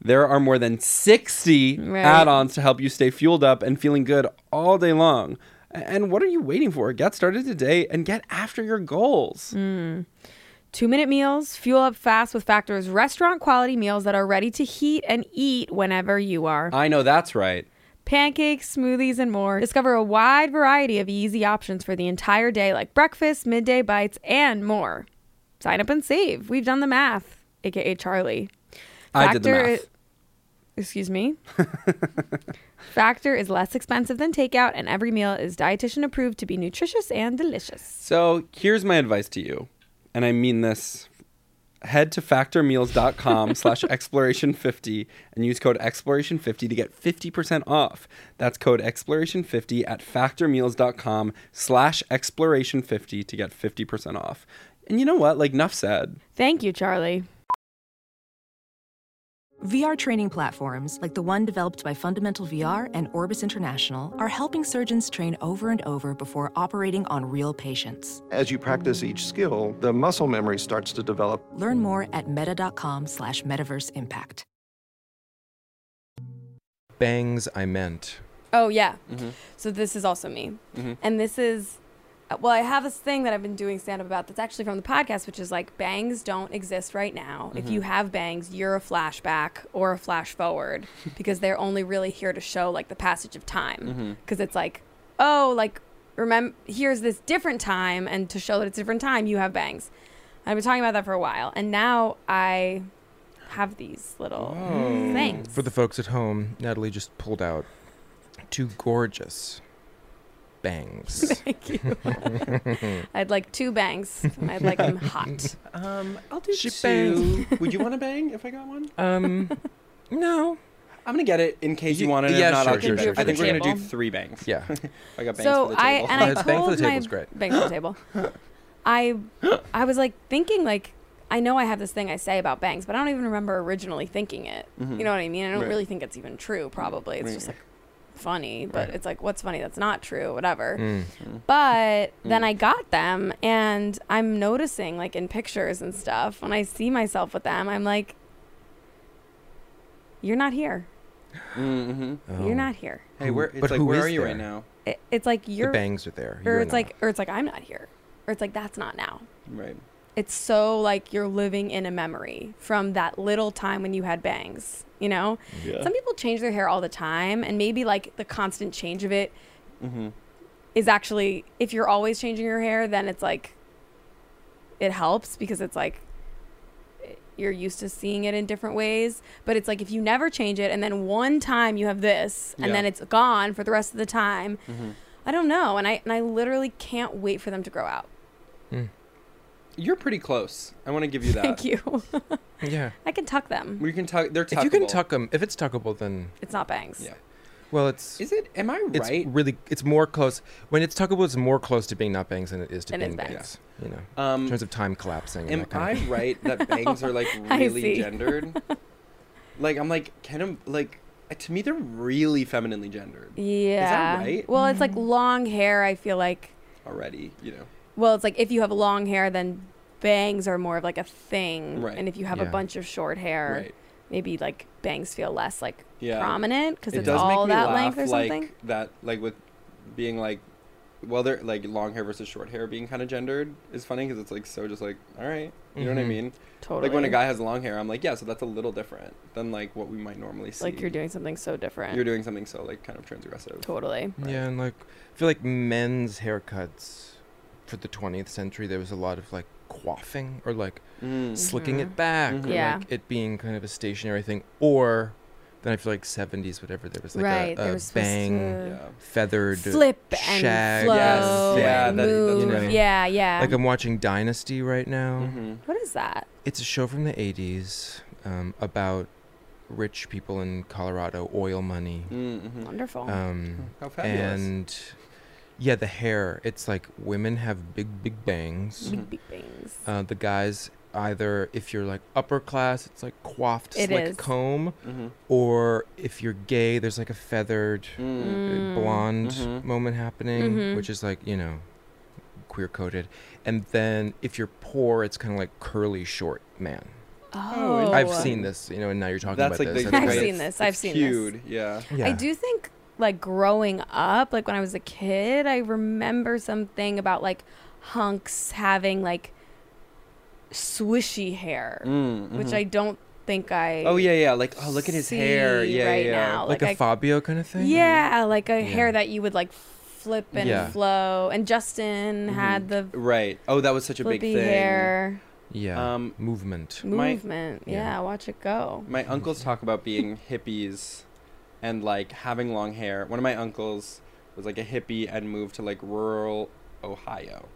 [SPEAKER 4] There are more than 60
[SPEAKER 3] Right.
[SPEAKER 4] add ons to help you stay fueled up and feeling good all day long. A- And what are you waiting for? Get started today and get after your goals.
[SPEAKER 3] Two minute meals, fuel up fast with Factor's restaurant quality meals that are ready to heat and eat whenever you are.
[SPEAKER 4] I know that's right.
[SPEAKER 3] Pancakes, smoothies, and more. Discover a wide variety of easy options for the entire day, like breakfast, midday bites, and more. Sign up and save. We've done the math, aka Charlie.
[SPEAKER 4] I did the math.
[SPEAKER 3] Excuse me. Factor is less expensive than takeout, and every meal is dietitian approved to be nutritious and delicious.
[SPEAKER 4] So here's my advice to you, and I mean this. Head to factormeals.com slash exploration50 and use code exploration50 to get 50% off. That's code exploration50 at factormeals.com slash exploration50 to get 50% off. And you know what? Like, Nuff said.
[SPEAKER 3] Thank you, Charlie.
[SPEAKER 1] VR training platforms, like the one developed by Fundamental VR and Orbis International, are helping surgeons train over and over before operating on real patients.
[SPEAKER 6] As you practice each skill, the muscle memory starts to develop.
[SPEAKER 1] Learn more at meta.com slash metaverse impact.
[SPEAKER 5] Bangs, I meant.
[SPEAKER 4] Mm-hmm.
[SPEAKER 5] Mm-hmm.
[SPEAKER 3] Oh yeah. So this is also me, and this is uh, well, I have this thing that I've been doing stand up about that's actually from the podcast, which is like bangs don't exist right now. If
[SPEAKER 5] Mm-hmm.
[SPEAKER 3] you have bangs, you're a flashback or a flash forward because they're only really here to show like the passage of
[SPEAKER 5] Mm-hmm.
[SPEAKER 4] Mm-hmm.
[SPEAKER 3] time. Because it's like, oh, like, remember, here's this different time. And to show that it's a different time, you have bangs. I've been talking about that for a while. And now I have these
[SPEAKER 4] Oh.
[SPEAKER 3] little
[SPEAKER 4] Mm.
[SPEAKER 3] things.
[SPEAKER 5] For the folks at home, Natalie just pulled out two gorgeous bangs.
[SPEAKER 3] Thank you. I'd like two bangs. and I'd like them hot.
[SPEAKER 4] Um, I'll do
[SPEAKER 5] She
[SPEAKER 4] two. Would you want to bang if I got one?
[SPEAKER 5] um, no.
[SPEAKER 4] I'm gonna get it in case you
[SPEAKER 5] Y-
[SPEAKER 4] want it.
[SPEAKER 5] yeah,
[SPEAKER 4] if not,
[SPEAKER 5] sure,
[SPEAKER 4] I'll keep
[SPEAKER 5] sure,
[SPEAKER 4] it.
[SPEAKER 5] sure,
[SPEAKER 4] I think
[SPEAKER 5] sure,
[SPEAKER 4] we're gonna do
[SPEAKER 3] sure.
[SPEAKER 4] three bangs.
[SPEAKER 5] Yeah.
[SPEAKER 4] I got bangs
[SPEAKER 3] so
[SPEAKER 4] for the
[SPEAKER 3] I
[SPEAKER 4] table.
[SPEAKER 3] and I
[SPEAKER 5] Bang for the
[SPEAKER 3] told my
[SPEAKER 5] table's great.
[SPEAKER 3] bang for the table. I I was like thinking like I know I have this thing I say about bangs, but I don't even remember originally thinking it. You know what I mean? I don't
[SPEAKER 4] Hmm. Right.
[SPEAKER 3] really think it's even true. Probably it's just
[SPEAKER 4] Mm-hmm. Right.
[SPEAKER 3] like funny, but
[SPEAKER 5] Right.
[SPEAKER 3] it's like what's funny that's not true, whatever.
[SPEAKER 5] Mm.
[SPEAKER 3] But then I got them, and I'm noticing like in pictures and stuff when I see myself with them, I'm like, you're not here.
[SPEAKER 4] Mm-hmm.
[SPEAKER 5] Oh.
[SPEAKER 3] You're not here.
[SPEAKER 4] Hey, where? It's
[SPEAKER 5] But
[SPEAKER 4] like,
[SPEAKER 5] who
[SPEAKER 4] where
[SPEAKER 5] is
[SPEAKER 4] are you right
[SPEAKER 5] there?
[SPEAKER 4] now?
[SPEAKER 3] It, it's like
[SPEAKER 5] The
[SPEAKER 3] you're
[SPEAKER 5] bangs are there.
[SPEAKER 3] or
[SPEAKER 5] you're
[SPEAKER 3] it's
[SPEAKER 5] not.
[SPEAKER 3] like or it's like I'm not here. Or it's like that's not now.
[SPEAKER 4] Right.
[SPEAKER 3] It's so like you're living in a memory from that little time when you had bangs, you know?
[SPEAKER 4] Yeah.
[SPEAKER 3] Some people change their hair all the time and maybe like the constant change of it
[SPEAKER 4] Mm-hmm.
[SPEAKER 3] is actually if you're always changing your hair, then it's like it helps because it's like you're used to seeing it in different ways. But it's like if you never change it and then one time you have this and
[SPEAKER 4] Yeah.
[SPEAKER 3] then it's gone for the rest of the time,
[SPEAKER 5] Mm-hmm.
[SPEAKER 4] Mhm.
[SPEAKER 3] I don't know. And I and I literally can't wait for them to grow out.
[SPEAKER 4] You're pretty close. I want to give you that.
[SPEAKER 3] Thank you.
[SPEAKER 5] yeah.
[SPEAKER 3] I can tuck them.
[SPEAKER 4] We can tuck. They're tuckable.
[SPEAKER 5] If you can tuck them, if it's tuckable, then
[SPEAKER 3] It's not bangs.
[SPEAKER 4] Yeah.
[SPEAKER 5] well, it's
[SPEAKER 4] Is it? Am I
[SPEAKER 5] it's
[SPEAKER 4] right?
[SPEAKER 5] really it's more close when it's tuckable. It's more close to being not bangs than it is to
[SPEAKER 3] Than it's
[SPEAKER 5] being
[SPEAKER 3] bangs.
[SPEAKER 5] bangs. You know, in
[SPEAKER 4] Um,
[SPEAKER 5] terms of time collapsing. and
[SPEAKER 4] am
[SPEAKER 5] that
[SPEAKER 4] I
[SPEAKER 5] kind of-
[SPEAKER 4] right that bangs are like
[SPEAKER 3] I
[SPEAKER 4] really
[SPEAKER 3] see.
[SPEAKER 4] gendered? like I'm like can I like uh, to me they're really femininely gendered
[SPEAKER 3] Yeah.
[SPEAKER 4] right?
[SPEAKER 3] Well, it's like
[SPEAKER 5] Mm-hmm.
[SPEAKER 3] long hair. I feel like.
[SPEAKER 4] already. You know.
[SPEAKER 3] Well, it's like if you have long hair, then bangs are more of like a thing.
[SPEAKER 4] Right.
[SPEAKER 3] And if you have a
[SPEAKER 5] Yeah.
[SPEAKER 3] bunch of short hair,
[SPEAKER 4] Right.
[SPEAKER 3] maybe like bangs feel less like
[SPEAKER 4] Yeah.
[SPEAKER 3] prominent because
[SPEAKER 4] it
[SPEAKER 3] it's
[SPEAKER 4] does make
[SPEAKER 3] all
[SPEAKER 4] me
[SPEAKER 3] that
[SPEAKER 4] laugh,
[SPEAKER 3] length or
[SPEAKER 4] like
[SPEAKER 3] something.
[SPEAKER 4] that like with being like well they're like long hair versus short hair being kind of gendered is funny because it's like so just like all right you know what i
[SPEAKER 5] Mhm.
[SPEAKER 4] mean
[SPEAKER 3] totally.
[SPEAKER 4] like when a guy has long hair i'm like yeah so that's a little different than like what we might normally see
[SPEAKER 3] like you're doing something so different.
[SPEAKER 4] you're doing something so like kind of transgressive
[SPEAKER 3] totally.
[SPEAKER 5] Yeah, and like I feel like men's haircuts for the 20th century, there was a lot of like quaffing or like
[SPEAKER 4] mm.
[SPEAKER 5] slicking it back,
[SPEAKER 4] Mhm.
[SPEAKER 5] or
[SPEAKER 3] Yeah.
[SPEAKER 5] like it being kind of a stationary thing, or then I feel like 70s, whatever. There was like
[SPEAKER 3] right.
[SPEAKER 5] a,
[SPEAKER 3] they
[SPEAKER 5] a
[SPEAKER 3] were supposed
[SPEAKER 5] bang
[SPEAKER 3] to
[SPEAKER 4] yeah
[SPEAKER 5] feathered
[SPEAKER 3] flip and
[SPEAKER 5] shag
[SPEAKER 3] flow
[SPEAKER 4] Yes, yeah,
[SPEAKER 3] and
[SPEAKER 4] that- that's
[SPEAKER 3] move.
[SPEAKER 5] right.
[SPEAKER 3] Yeah, yeah.
[SPEAKER 5] Like I'm watching Dynasty right now.
[SPEAKER 4] mm-hmm.
[SPEAKER 3] what is that?
[SPEAKER 5] It's a show from the 80s um, about rich people in Colorado, oil money.
[SPEAKER 4] Mm-hmm.
[SPEAKER 3] Wonderful.
[SPEAKER 5] Um,
[SPEAKER 4] how fabulous
[SPEAKER 5] and yeah, the hair. It's like women have big, big bangs.
[SPEAKER 3] Big, big bangs.
[SPEAKER 5] Uh, the guys, either if you're like upper class, it's like coiffed
[SPEAKER 3] It
[SPEAKER 5] slick
[SPEAKER 3] is.
[SPEAKER 5] comb,
[SPEAKER 4] mm-hmm.
[SPEAKER 5] or if you're gay, there's like a feathered uh,
[SPEAKER 3] Mm.
[SPEAKER 5] blonde
[SPEAKER 4] Mhm.
[SPEAKER 5] moment happening,
[SPEAKER 3] Mhm.
[SPEAKER 5] which is like you know, queer coded. And then if you're poor, it's kind of like curly short man.
[SPEAKER 3] Oh,
[SPEAKER 5] I've seen this, you know, and now you're talking
[SPEAKER 4] that's
[SPEAKER 5] about
[SPEAKER 4] like
[SPEAKER 5] this.
[SPEAKER 4] the
[SPEAKER 3] I've
[SPEAKER 5] I think
[SPEAKER 4] it's-
[SPEAKER 3] seen
[SPEAKER 5] it's-
[SPEAKER 3] this,
[SPEAKER 4] it's
[SPEAKER 3] I've seen this.
[SPEAKER 4] cued, yeah
[SPEAKER 5] Yeah.
[SPEAKER 3] I do think like growing up, like when I was a kid, I remember something about like hunks having like swishy hair,
[SPEAKER 4] mm,
[SPEAKER 3] which
[SPEAKER 4] mhm.
[SPEAKER 3] I don't think I
[SPEAKER 4] oh yeah yeah like oh look at his hair
[SPEAKER 3] see
[SPEAKER 4] yeah
[SPEAKER 3] right
[SPEAKER 4] yeah
[SPEAKER 3] now. like
[SPEAKER 5] Like, a
[SPEAKER 3] I-
[SPEAKER 5] Fabio kind of thing.
[SPEAKER 3] Yeah, like a
[SPEAKER 5] Yeah.
[SPEAKER 3] hair that you would like flip and
[SPEAKER 5] Yeah.
[SPEAKER 3] flow. And Justin had the
[SPEAKER 4] right oh that was such a Mm-hmm. big
[SPEAKER 3] flippy
[SPEAKER 4] thing
[SPEAKER 3] hair
[SPEAKER 5] Yeah.
[SPEAKER 4] Um,
[SPEAKER 5] Movement.
[SPEAKER 4] My-
[SPEAKER 3] movement.
[SPEAKER 5] Yeah.
[SPEAKER 3] yeah, watch it go.
[SPEAKER 4] My uncles talk about being hippies and like having long hair. One of my uncles was like a hippie and moved to like rural Ohio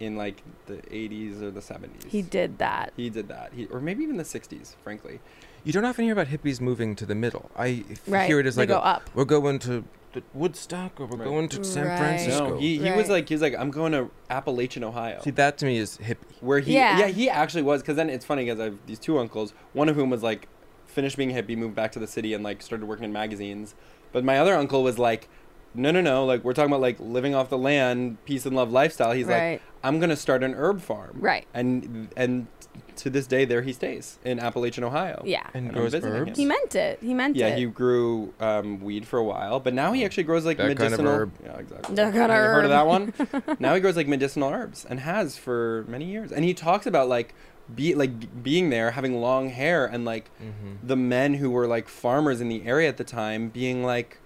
[SPEAKER 4] in like the 80s or the 70s.
[SPEAKER 3] He did that.
[SPEAKER 4] He did that. He, or maybe even the 60s, frankly.
[SPEAKER 5] You don't often hear about hippies moving to the middle. I f-
[SPEAKER 3] Right.
[SPEAKER 5] hear it as
[SPEAKER 3] they
[SPEAKER 5] like,
[SPEAKER 3] go
[SPEAKER 5] a,
[SPEAKER 3] up.
[SPEAKER 5] we're going to th- Woodstock or we're
[SPEAKER 4] Right.
[SPEAKER 5] going to San
[SPEAKER 3] Right.
[SPEAKER 5] Francisco.
[SPEAKER 4] No, he, he was
[SPEAKER 3] Right.
[SPEAKER 4] like, he was like, I'm going to Appalachian, Ohio.
[SPEAKER 5] See, that to me is hippie.
[SPEAKER 4] where he, yeah.
[SPEAKER 3] Yeah.
[SPEAKER 4] he actually was. Because then it's funny because I have these two uncles, one of whom was like, finished being a hippie, moved back to the city, and like started working in magazines. But my other uncle was like, no, no, no. Like, we're talking about like living off the land, peace and love lifestyle. He's like,
[SPEAKER 3] Right.
[SPEAKER 4] I'm gonna start an herb farm.
[SPEAKER 3] Right.
[SPEAKER 4] And and to this day, there he stays in Appalachian, Ohio.
[SPEAKER 3] Yeah.
[SPEAKER 5] And
[SPEAKER 4] I'm
[SPEAKER 5] grows
[SPEAKER 4] visiting
[SPEAKER 5] herbs.
[SPEAKER 4] him.
[SPEAKER 3] He meant it. He meant
[SPEAKER 4] Yeah,
[SPEAKER 3] it.
[SPEAKER 4] he grew um, weed for a while, but now he actually grows like
[SPEAKER 5] That kind of
[SPEAKER 4] medicinal.
[SPEAKER 5] herb.
[SPEAKER 4] Yeah, exactly.
[SPEAKER 3] That kind of
[SPEAKER 4] Have you Heard of that
[SPEAKER 3] herb.
[SPEAKER 4] one? now he grows like medicinal herbs and has for many years. And he talks about like be like g- being there, having long hair, and like
[SPEAKER 5] Mm-hmm.
[SPEAKER 4] the men who were like farmers in the area at the time being like,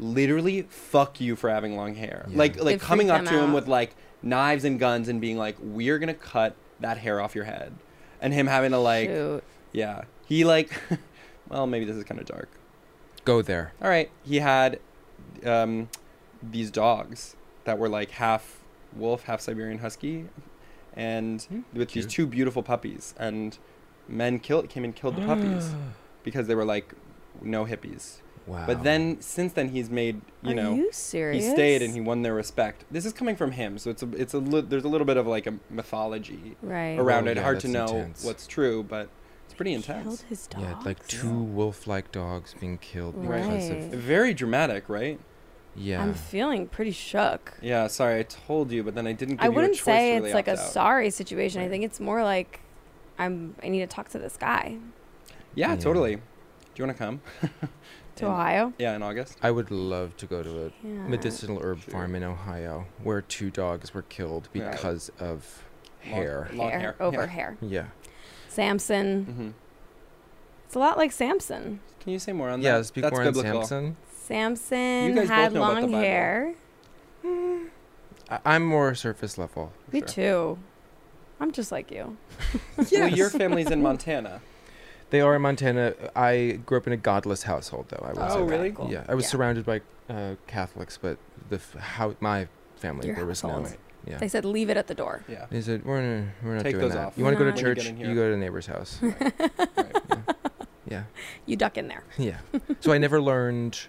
[SPEAKER 4] literally, fuck you for having long hair.
[SPEAKER 5] Yeah.
[SPEAKER 4] Like like
[SPEAKER 3] It
[SPEAKER 4] coming up
[SPEAKER 3] freaked
[SPEAKER 4] to
[SPEAKER 3] them
[SPEAKER 4] him
[SPEAKER 3] out.
[SPEAKER 4] with like knives and guns and being like, we're gonna cut that hair off your head, and him having to like.
[SPEAKER 3] Shoot.
[SPEAKER 4] Yeah. He like well, maybe this is kind of dark.
[SPEAKER 5] Go there.
[SPEAKER 4] All right. He had um these dogs that were like half wolf, half Siberian husky and with these
[SPEAKER 5] cute.
[SPEAKER 4] two beautiful puppies and men killed came and
[SPEAKER 5] Ah.
[SPEAKER 4] killed the puppies because they were like no hippies.
[SPEAKER 5] Wow.
[SPEAKER 4] But then since then he's made, you
[SPEAKER 3] Are
[SPEAKER 4] know,
[SPEAKER 3] you
[SPEAKER 4] he
[SPEAKER 3] serious?
[SPEAKER 4] stayed and he won their respect. This is coming from him, so it's a it's a li- there's a little bit of like a mythology
[SPEAKER 3] right.
[SPEAKER 4] around
[SPEAKER 5] Oh,
[SPEAKER 4] it.
[SPEAKER 5] yeah,
[SPEAKER 4] Hard to know
[SPEAKER 5] that's intense.
[SPEAKER 4] what's true, but it's pretty
[SPEAKER 3] Killed
[SPEAKER 4] intense.
[SPEAKER 3] his dog.
[SPEAKER 5] yeah, like two wolf-like dogs being killed because
[SPEAKER 3] Right.
[SPEAKER 5] of
[SPEAKER 4] Very dramatic, right?
[SPEAKER 5] yeah.
[SPEAKER 3] I'm feeling pretty shook.
[SPEAKER 4] Yeah, sorry, I told you, but then I didn't give
[SPEAKER 3] I
[SPEAKER 4] you a
[SPEAKER 3] wouldn't
[SPEAKER 4] choice
[SPEAKER 3] say
[SPEAKER 4] to
[SPEAKER 3] it's
[SPEAKER 4] really
[SPEAKER 3] like a
[SPEAKER 4] opt out.
[SPEAKER 3] sorry situation. I
[SPEAKER 4] Right.
[SPEAKER 3] think it's more like I'm. I need to talk to this guy
[SPEAKER 4] Yeah,
[SPEAKER 5] Yeah.
[SPEAKER 4] totally. Do you want to come?
[SPEAKER 3] to
[SPEAKER 4] In-
[SPEAKER 3] Ohio.
[SPEAKER 4] Yeah, in August.
[SPEAKER 5] I would love to go to a
[SPEAKER 3] Yeah.
[SPEAKER 5] medicinal herb
[SPEAKER 4] Sure.
[SPEAKER 5] farm in Ohio where two dogs were killed
[SPEAKER 4] Yeah.
[SPEAKER 5] because of
[SPEAKER 4] Long-
[SPEAKER 5] hair.
[SPEAKER 4] long
[SPEAKER 3] hair,
[SPEAKER 4] hair.
[SPEAKER 3] over
[SPEAKER 4] Yeah.
[SPEAKER 3] hair.
[SPEAKER 5] Yeah.
[SPEAKER 3] Samson.
[SPEAKER 4] hmm
[SPEAKER 3] It's a lot like Samson.
[SPEAKER 4] Can you say more on that?
[SPEAKER 5] Yeah, speak
[SPEAKER 4] That's
[SPEAKER 5] more on
[SPEAKER 4] biblical.
[SPEAKER 5] Samson.
[SPEAKER 3] Samson
[SPEAKER 4] guys both
[SPEAKER 3] had
[SPEAKER 4] know about the
[SPEAKER 3] long
[SPEAKER 4] Bible.
[SPEAKER 3] hair.
[SPEAKER 5] I- I'm more surface level.
[SPEAKER 3] Me
[SPEAKER 4] Sure.
[SPEAKER 3] too. I'm just like you.
[SPEAKER 4] Well, your family's in Montana.
[SPEAKER 5] They are in Montana. I grew up in a godless household, though. I will
[SPEAKER 4] Oh,
[SPEAKER 5] say that.
[SPEAKER 4] really?
[SPEAKER 3] Cool.
[SPEAKER 5] Yeah, I was
[SPEAKER 3] Yeah.
[SPEAKER 5] surrounded by uh, Catholics, but the f- how my family
[SPEAKER 3] Your
[SPEAKER 5] there was no.
[SPEAKER 3] household.
[SPEAKER 5] Yeah.
[SPEAKER 3] They said leave it at the door.
[SPEAKER 4] Yeah.
[SPEAKER 5] They said we're not, we're not
[SPEAKER 4] Take
[SPEAKER 5] doing
[SPEAKER 4] those
[SPEAKER 5] that.
[SPEAKER 4] off.
[SPEAKER 5] You want to go
[SPEAKER 3] Nah.
[SPEAKER 5] to
[SPEAKER 4] When you get
[SPEAKER 5] church?
[SPEAKER 4] in
[SPEAKER 5] You
[SPEAKER 4] here.
[SPEAKER 5] go to the neighbor's house.
[SPEAKER 4] Right.
[SPEAKER 5] Yeah,
[SPEAKER 3] You duck in there.
[SPEAKER 5] yeah. so I never learned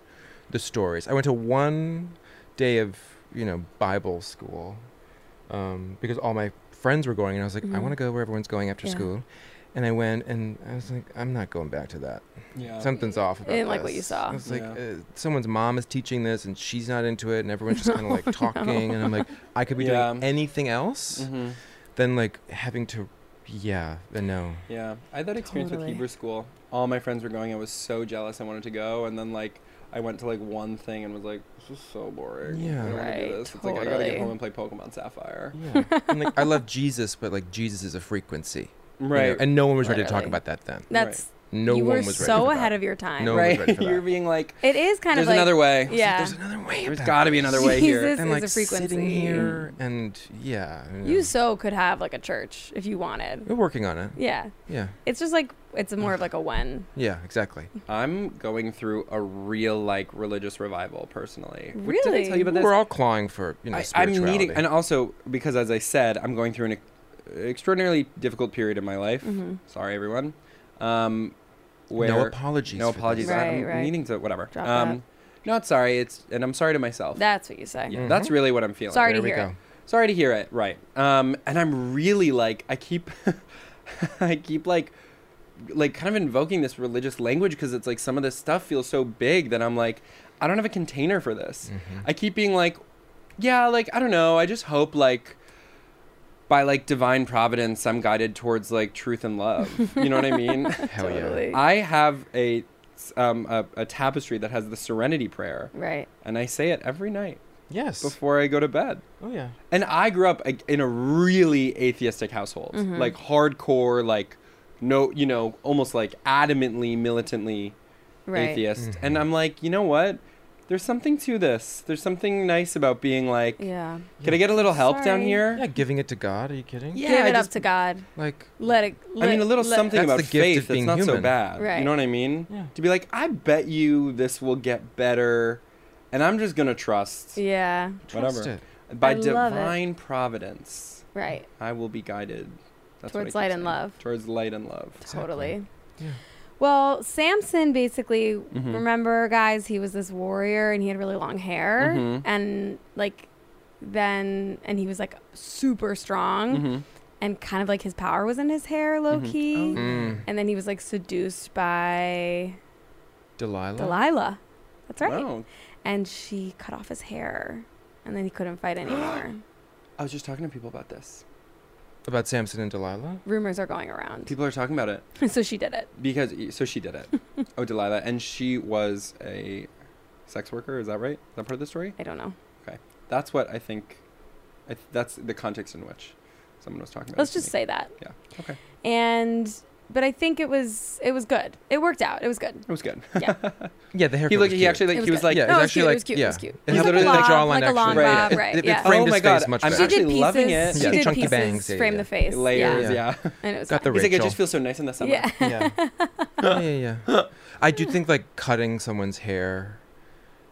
[SPEAKER 5] the stories. I went to one day of you know Bible school um, because all my friends were going, and I was like, I
[SPEAKER 3] Mhm.
[SPEAKER 5] want to go where everyone's going after
[SPEAKER 3] Yeah.
[SPEAKER 5] school. And I went, and I was like, I'm not going back to that.
[SPEAKER 4] Yeah.
[SPEAKER 5] Something's off about
[SPEAKER 3] didn't like what you
[SPEAKER 5] this.
[SPEAKER 3] saw.
[SPEAKER 5] I was like,
[SPEAKER 4] Oh. Yeah.
[SPEAKER 5] uh, someone's mom is teaching this, and she's not into it, and everyone's just kind of like talking, and I'm like, I could be doing
[SPEAKER 4] Yeah.
[SPEAKER 5] anything else
[SPEAKER 4] hmm
[SPEAKER 5] than like having to, yeah, uh, no.
[SPEAKER 4] Yeah. I had that experience
[SPEAKER 3] Totally.
[SPEAKER 4] with Hebrew school. All my friends were going. I was so jealous. I wanted to go, and then like I went to like one thing and was like, "This is so boring.
[SPEAKER 5] Yeah.
[SPEAKER 4] I don't want to
[SPEAKER 3] Right,
[SPEAKER 4] do this." It's like I gotta
[SPEAKER 3] totally.
[SPEAKER 4] get home and play Pokemon Sapphire.
[SPEAKER 5] Yeah. and like I love Jesus, but like Jesus is a frequency, you know,
[SPEAKER 4] Right.
[SPEAKER 5] And no one was ready to talk
[SPEAKER 3] Literally.
[SPEAKER 5] about that then.
[SPEAKER 3] That's
[SPEAKER 5] No
[SPEAKER 3] you
[SPEAKER 5] one
[SPEAKER 3] were
[SPEAKER 5] was ready.
[SPEAKER 3] so
[SPEAKER 5] for
[SPEAKER 3] ahead
[SPEAKER 5] that.
[SPEAKER 3] of your time.
[SPEAKER 5] No. one was
[SPEAKER 4] right.
[SPEAKER 5] ready for
[SPEAKER 4] You're
[SPEAKER 5] that.
[SPEAKER 4] being like,
[SPEAKER 3] It is kind
[SPEAKER 4] there's
[SPEAKER 3] of like
[SPEAKER 4] another way.
[SPEAKER 3] Yeah.
[SPEAKER 5] There's another way.
[SPEAKER 4] There's
[SPEAKER 5] about
[SPEAKER 4] got to be
[SPEAKER 5] this."
[SPEAKER 4] another way here.
[SPEAKER 3] Jesus
[SPEAKER 5] Than
[SPEAKER 3] is
[SPEAKER 5] like
[SPEAKER 3] a
[SPEAKER 5] sitting
[SPEAKER 3] frequency.
[SPEAKER 5] here and yeah. you know.
[SPEAKER 3] you so could have like a church if you wanted.
[SPEAKER 5] We're working on it.
[SPEAKER 3] Yeah.
[SPEAKER 5] Yeah.
[SPEAKER 3] It's just like it's more of like a when.
[SPEAKER 5] Yeah. Exactly.
[SPEAKER 4] I'm going through a real like religious revival personally. What Did I
[SPEAKER 3] Really?
[SPEAKER 4] tell you about this?
[SPEAKER 5] We're all clawing for you know
[SPEAKER 4] I, I'm
[SPEAKER 5] spirituality.
[SPEAKER 4] needing, and also because as I said, I'm going through an ex- extraordinarily difficult period in my life. Sorry, everyone. Um, where
[SPEAKER 5] Mm-hmm. no apologies.
[SPEAKER 4] no
[SPEAKER 5] for this.
[SPEAKER 4] apologies.
[SPEAKER 3] Right,
[SPEAKER 4] I'm
[SPEAKER 3] right.
[SPEAKER 4] needing to whatever.
[SPEAKER 3] Drop
[SPEAKER 4] um, not sorry. It's and I'm sorry to myself.
[SPEAKER 3] That's what you say.
[SPEAKER 4] yeah, that's really what I'm feeling.
[SPEAKER 3] Sorry
[SPEAKER 5] There
[SPEAKER 3] to
[SPEAKER 5] we
[SPEAKER 3] hear
[SPEAKER 5] go.
[SPEAKER 3] it.
[SPEAKER 4] Sorry to hear it. Right. Um, and I'm really like I keep, I keep like, like kind of invoking this religious language because it's like some of this stuff feels so big that I'm like, I don't have a container for this.
[SPEAKER 5] Mm. Mm-hmm.
[SPEAKER 4] I keep being like, yeah, like I don't know. I just hope like. By like divine providence, I'm guided towards like truth and love. You know what I mean?
[SPEAKER 5] Hell
[SPEAKER 3] Totally.
[SPEAKER 4] I have a, um, a a tapestry that has the Serenity Prayer,
[SPEAKER 3] Right.
[SPEAKER 4] and I say it every night
[SPEAKER 5] yeah. Yes.
[SPEAKER 4] before I go to bed.
[SPEAKER 5] Oh yeah.
[SPEAKER 4] And I grew up like, in a really atheistic household,
[SPEAKER 3] Mm-hmm.
[SPEAKER 4] like hardcore, like no, you know, almost like adamantly, militantly
[SPEAKER 3] Right.
[SPEAKER 4] atheist.
[SPEAKER 5] Mm-hmm.
[SPEAKER 4] And I'm like, you know what? There's something to this. There's something nice about being like,
[SPEAKER 3] Yeah.
[SPEAKER 4] can I get a little help down
[SPEAKER 3] Sorry.
[SPEAKER 4] here?
[SPEAKER 5] Yeah, giving it to God. Are you kidding?
[SPEAKER 4] Yeah,
[SPEAKER 3] Give
[SPEAKER 4] I
[SPEAKER 3] it up
[SPEAKER 4] just-
[SPEAKER 3] to God.
[SPEAKER 5] Like
[SPEAKER 3] Let it.
[SPEAKER 4] I
[SPEAKER 3] Let,
[SPEAKER 4] mean, a little
[SPEAKER 3] let-
[SPEAKER 4] something
[SPEAKER 5] That's
[SPEAKER 4] about
[SPEAKER 5] the gift
[SPEAKER 4] faith
[SPEAKER 5] of
[SPEAKER 4] that's
[SPEAKER 5] being
[SPEAKER 4] not so
[SPEAKER 5] human.
[SPEAKER 4] bad.
[SPEAKER 3] Right.
[SPEAKER 4] You know what I mean?
[SPEAKER 5] Yeah.
[SPEAKER 4] To be like, I bet you this will get better, and I'm just gonna trust
[SPEAKER 3] Yeah.
[SPEAKER 5] trust
[SPEAKER 4] whatever
[SPEAKER 5] it.
[SPEAKER 4] by
[SPEAKER 3] I love it.
[SPEAKER 4] divine providence.
[SPEAKER 3] Right.
[SPEAKER 4] I will be guided. That's what I
[SPEAKER 3] Towards
[SPEAKER 4] keep
[SPEAKER 3] light and
[SPEAKER 4] saying.
[SPEAKER 3] love.
[SPEAKER 4] Towards light and love.
[SPEAKER 3] Totally.
[SPEAKER 5] Yeah.
[SPEAKER 3] Well, Samson basically,
[SPEAKER 4] Hmm.
[SPEAKER 5] Mm-hmm.
[SPEAKER 3] remember, guys, he was this warrior and he had really long hair.
[SPEAKER 4] Mhm.
[SPEAKER 5] Mm-hmm.
[SPEAKER 3] And, like, then, and he was, like, super strong.
[SPEAKER 5] Mm-hmm.
[SPEAKER 4] Mhm.
[SPEAKER 3] And kind of like his power was in his hair, low
[SPEAKER 4] Mhm.
[SPEAKER 3] key.
[SPEAKER 5] Mm.
[SPEAKER 3] And then he was, like, seduced by
[SPEAKER 5] Delilah.
[SPEAKER 3] Delilah. That's right.
[SPEAKER 4] Oh. Wow.
[SPEAKER 3] And she cut off his hair. And then he couldn't fight anymore.
[SPEAKER 4] I was just talking to people about this.
[SPEAKER 5] About Samson and Delilah?
[SPEAKER 3] Rumors are going around.
[SPEAKER 4] People are talking about it
[SPEAKER 3] so she did it.
[SPEAKER 4] because so she did it. oh, Delilah, and she was a sex worker. Is that right? Is that part of the story?
[SPEAKER 3] I don't know.
[SPEAKER 4] That's what I think. I th- that's the context in which someone was talking about.
[SPEAKER 3] Let's
[SPEAKER 4] it to
[SPEAKER 3] just
[SPEAKER 4] me.
[SPEAKER 3] say that.
[SPEAKER 4] Yeah. Okay.
[SPEAKER 3] And but I think it was it was good. It worked out. It was good.
[SPEAKER 4] It was good.
[SPEAKER 5] Yeah, the haircut.
[SPEAKER 4] He
[SPEAKER 5] was
[SPEAKER 4] looked. He
[SPEAKER 5] cute.
[SPEAKER 4] actually like.
[SPEAKER 3] It was
[SPEAKER 4] he was
[SPEAKER 3] good.
[SPEAKER 4] like.
[SPEAKER 5] Yeah,
[SPEAKER 3] No, it
[SPEAKER 5] it was
[SPEAKER 3] was
[SPEAKER 5] actually
[SPEAKER 3] cute, it
[SPEAKER 5] like
[SPEAKER 3] was cute, it
[SPEAKER 5] yeah.
[SPEAKER 3] was cute.
[SPEAKER 5] It
[SPEAKER 4] He
[SPEAKER 5] had
[SPEAKER 4] literally
[SPEAKER 5] the
[SPEAKER 4] like
[SPEAKER 5] jawline
[SPEAKER 3] like a
[SPEAKER 5] actually.
[SPEAKER 3] long
[SPEAKER 4] Right.
[SPEAKER 3] bob,
[SPEAKER 4] It-
[SPEAKER 3] right,
[SPEAKER 4] it
[SPEAKER 3] yeah.
[SPEAKER 4] framed
[SPEAKER 5] Oh
[SPEAKER 4] his
[SPEAKER 5] my God,
[SPEAKER 4] face much
[SPEAKER 5] I'm
[SPEAKER 4] better.
[SPEAKER 3] she
[SPEAKER 5] actually
[SPEAKER 3] did pieces.
[SPEAKER 4] loving it.
[SPEAKER 3] She
[SPEAKER 5] Yeah,
[SPEAKER 3] did
[SPEAKER 5] chunky
[SPEAKER 3] pieces.
[SPEAKER 5] bangs, yeah,
[SPEAKER 3] frame
[SPEAKER 5] yeah.
[SPEAKER 3] the face. Yeah.
[SPEAKER 4] Layers. Yeah.
[SPEAKER 3] And it was
[SPEAKER 5] Got the
[SPEAKER 3] fine.
[SPEAKER 4] He's like, it just
[SPEAKER 5] Rachel.
[SPEAKER 4] feels so nice in the summer.
[SPEAKER 3] Yeah.
[SPEAKER 5] yeah. yeah, yeah, yeah. I do think like cutting someone's hair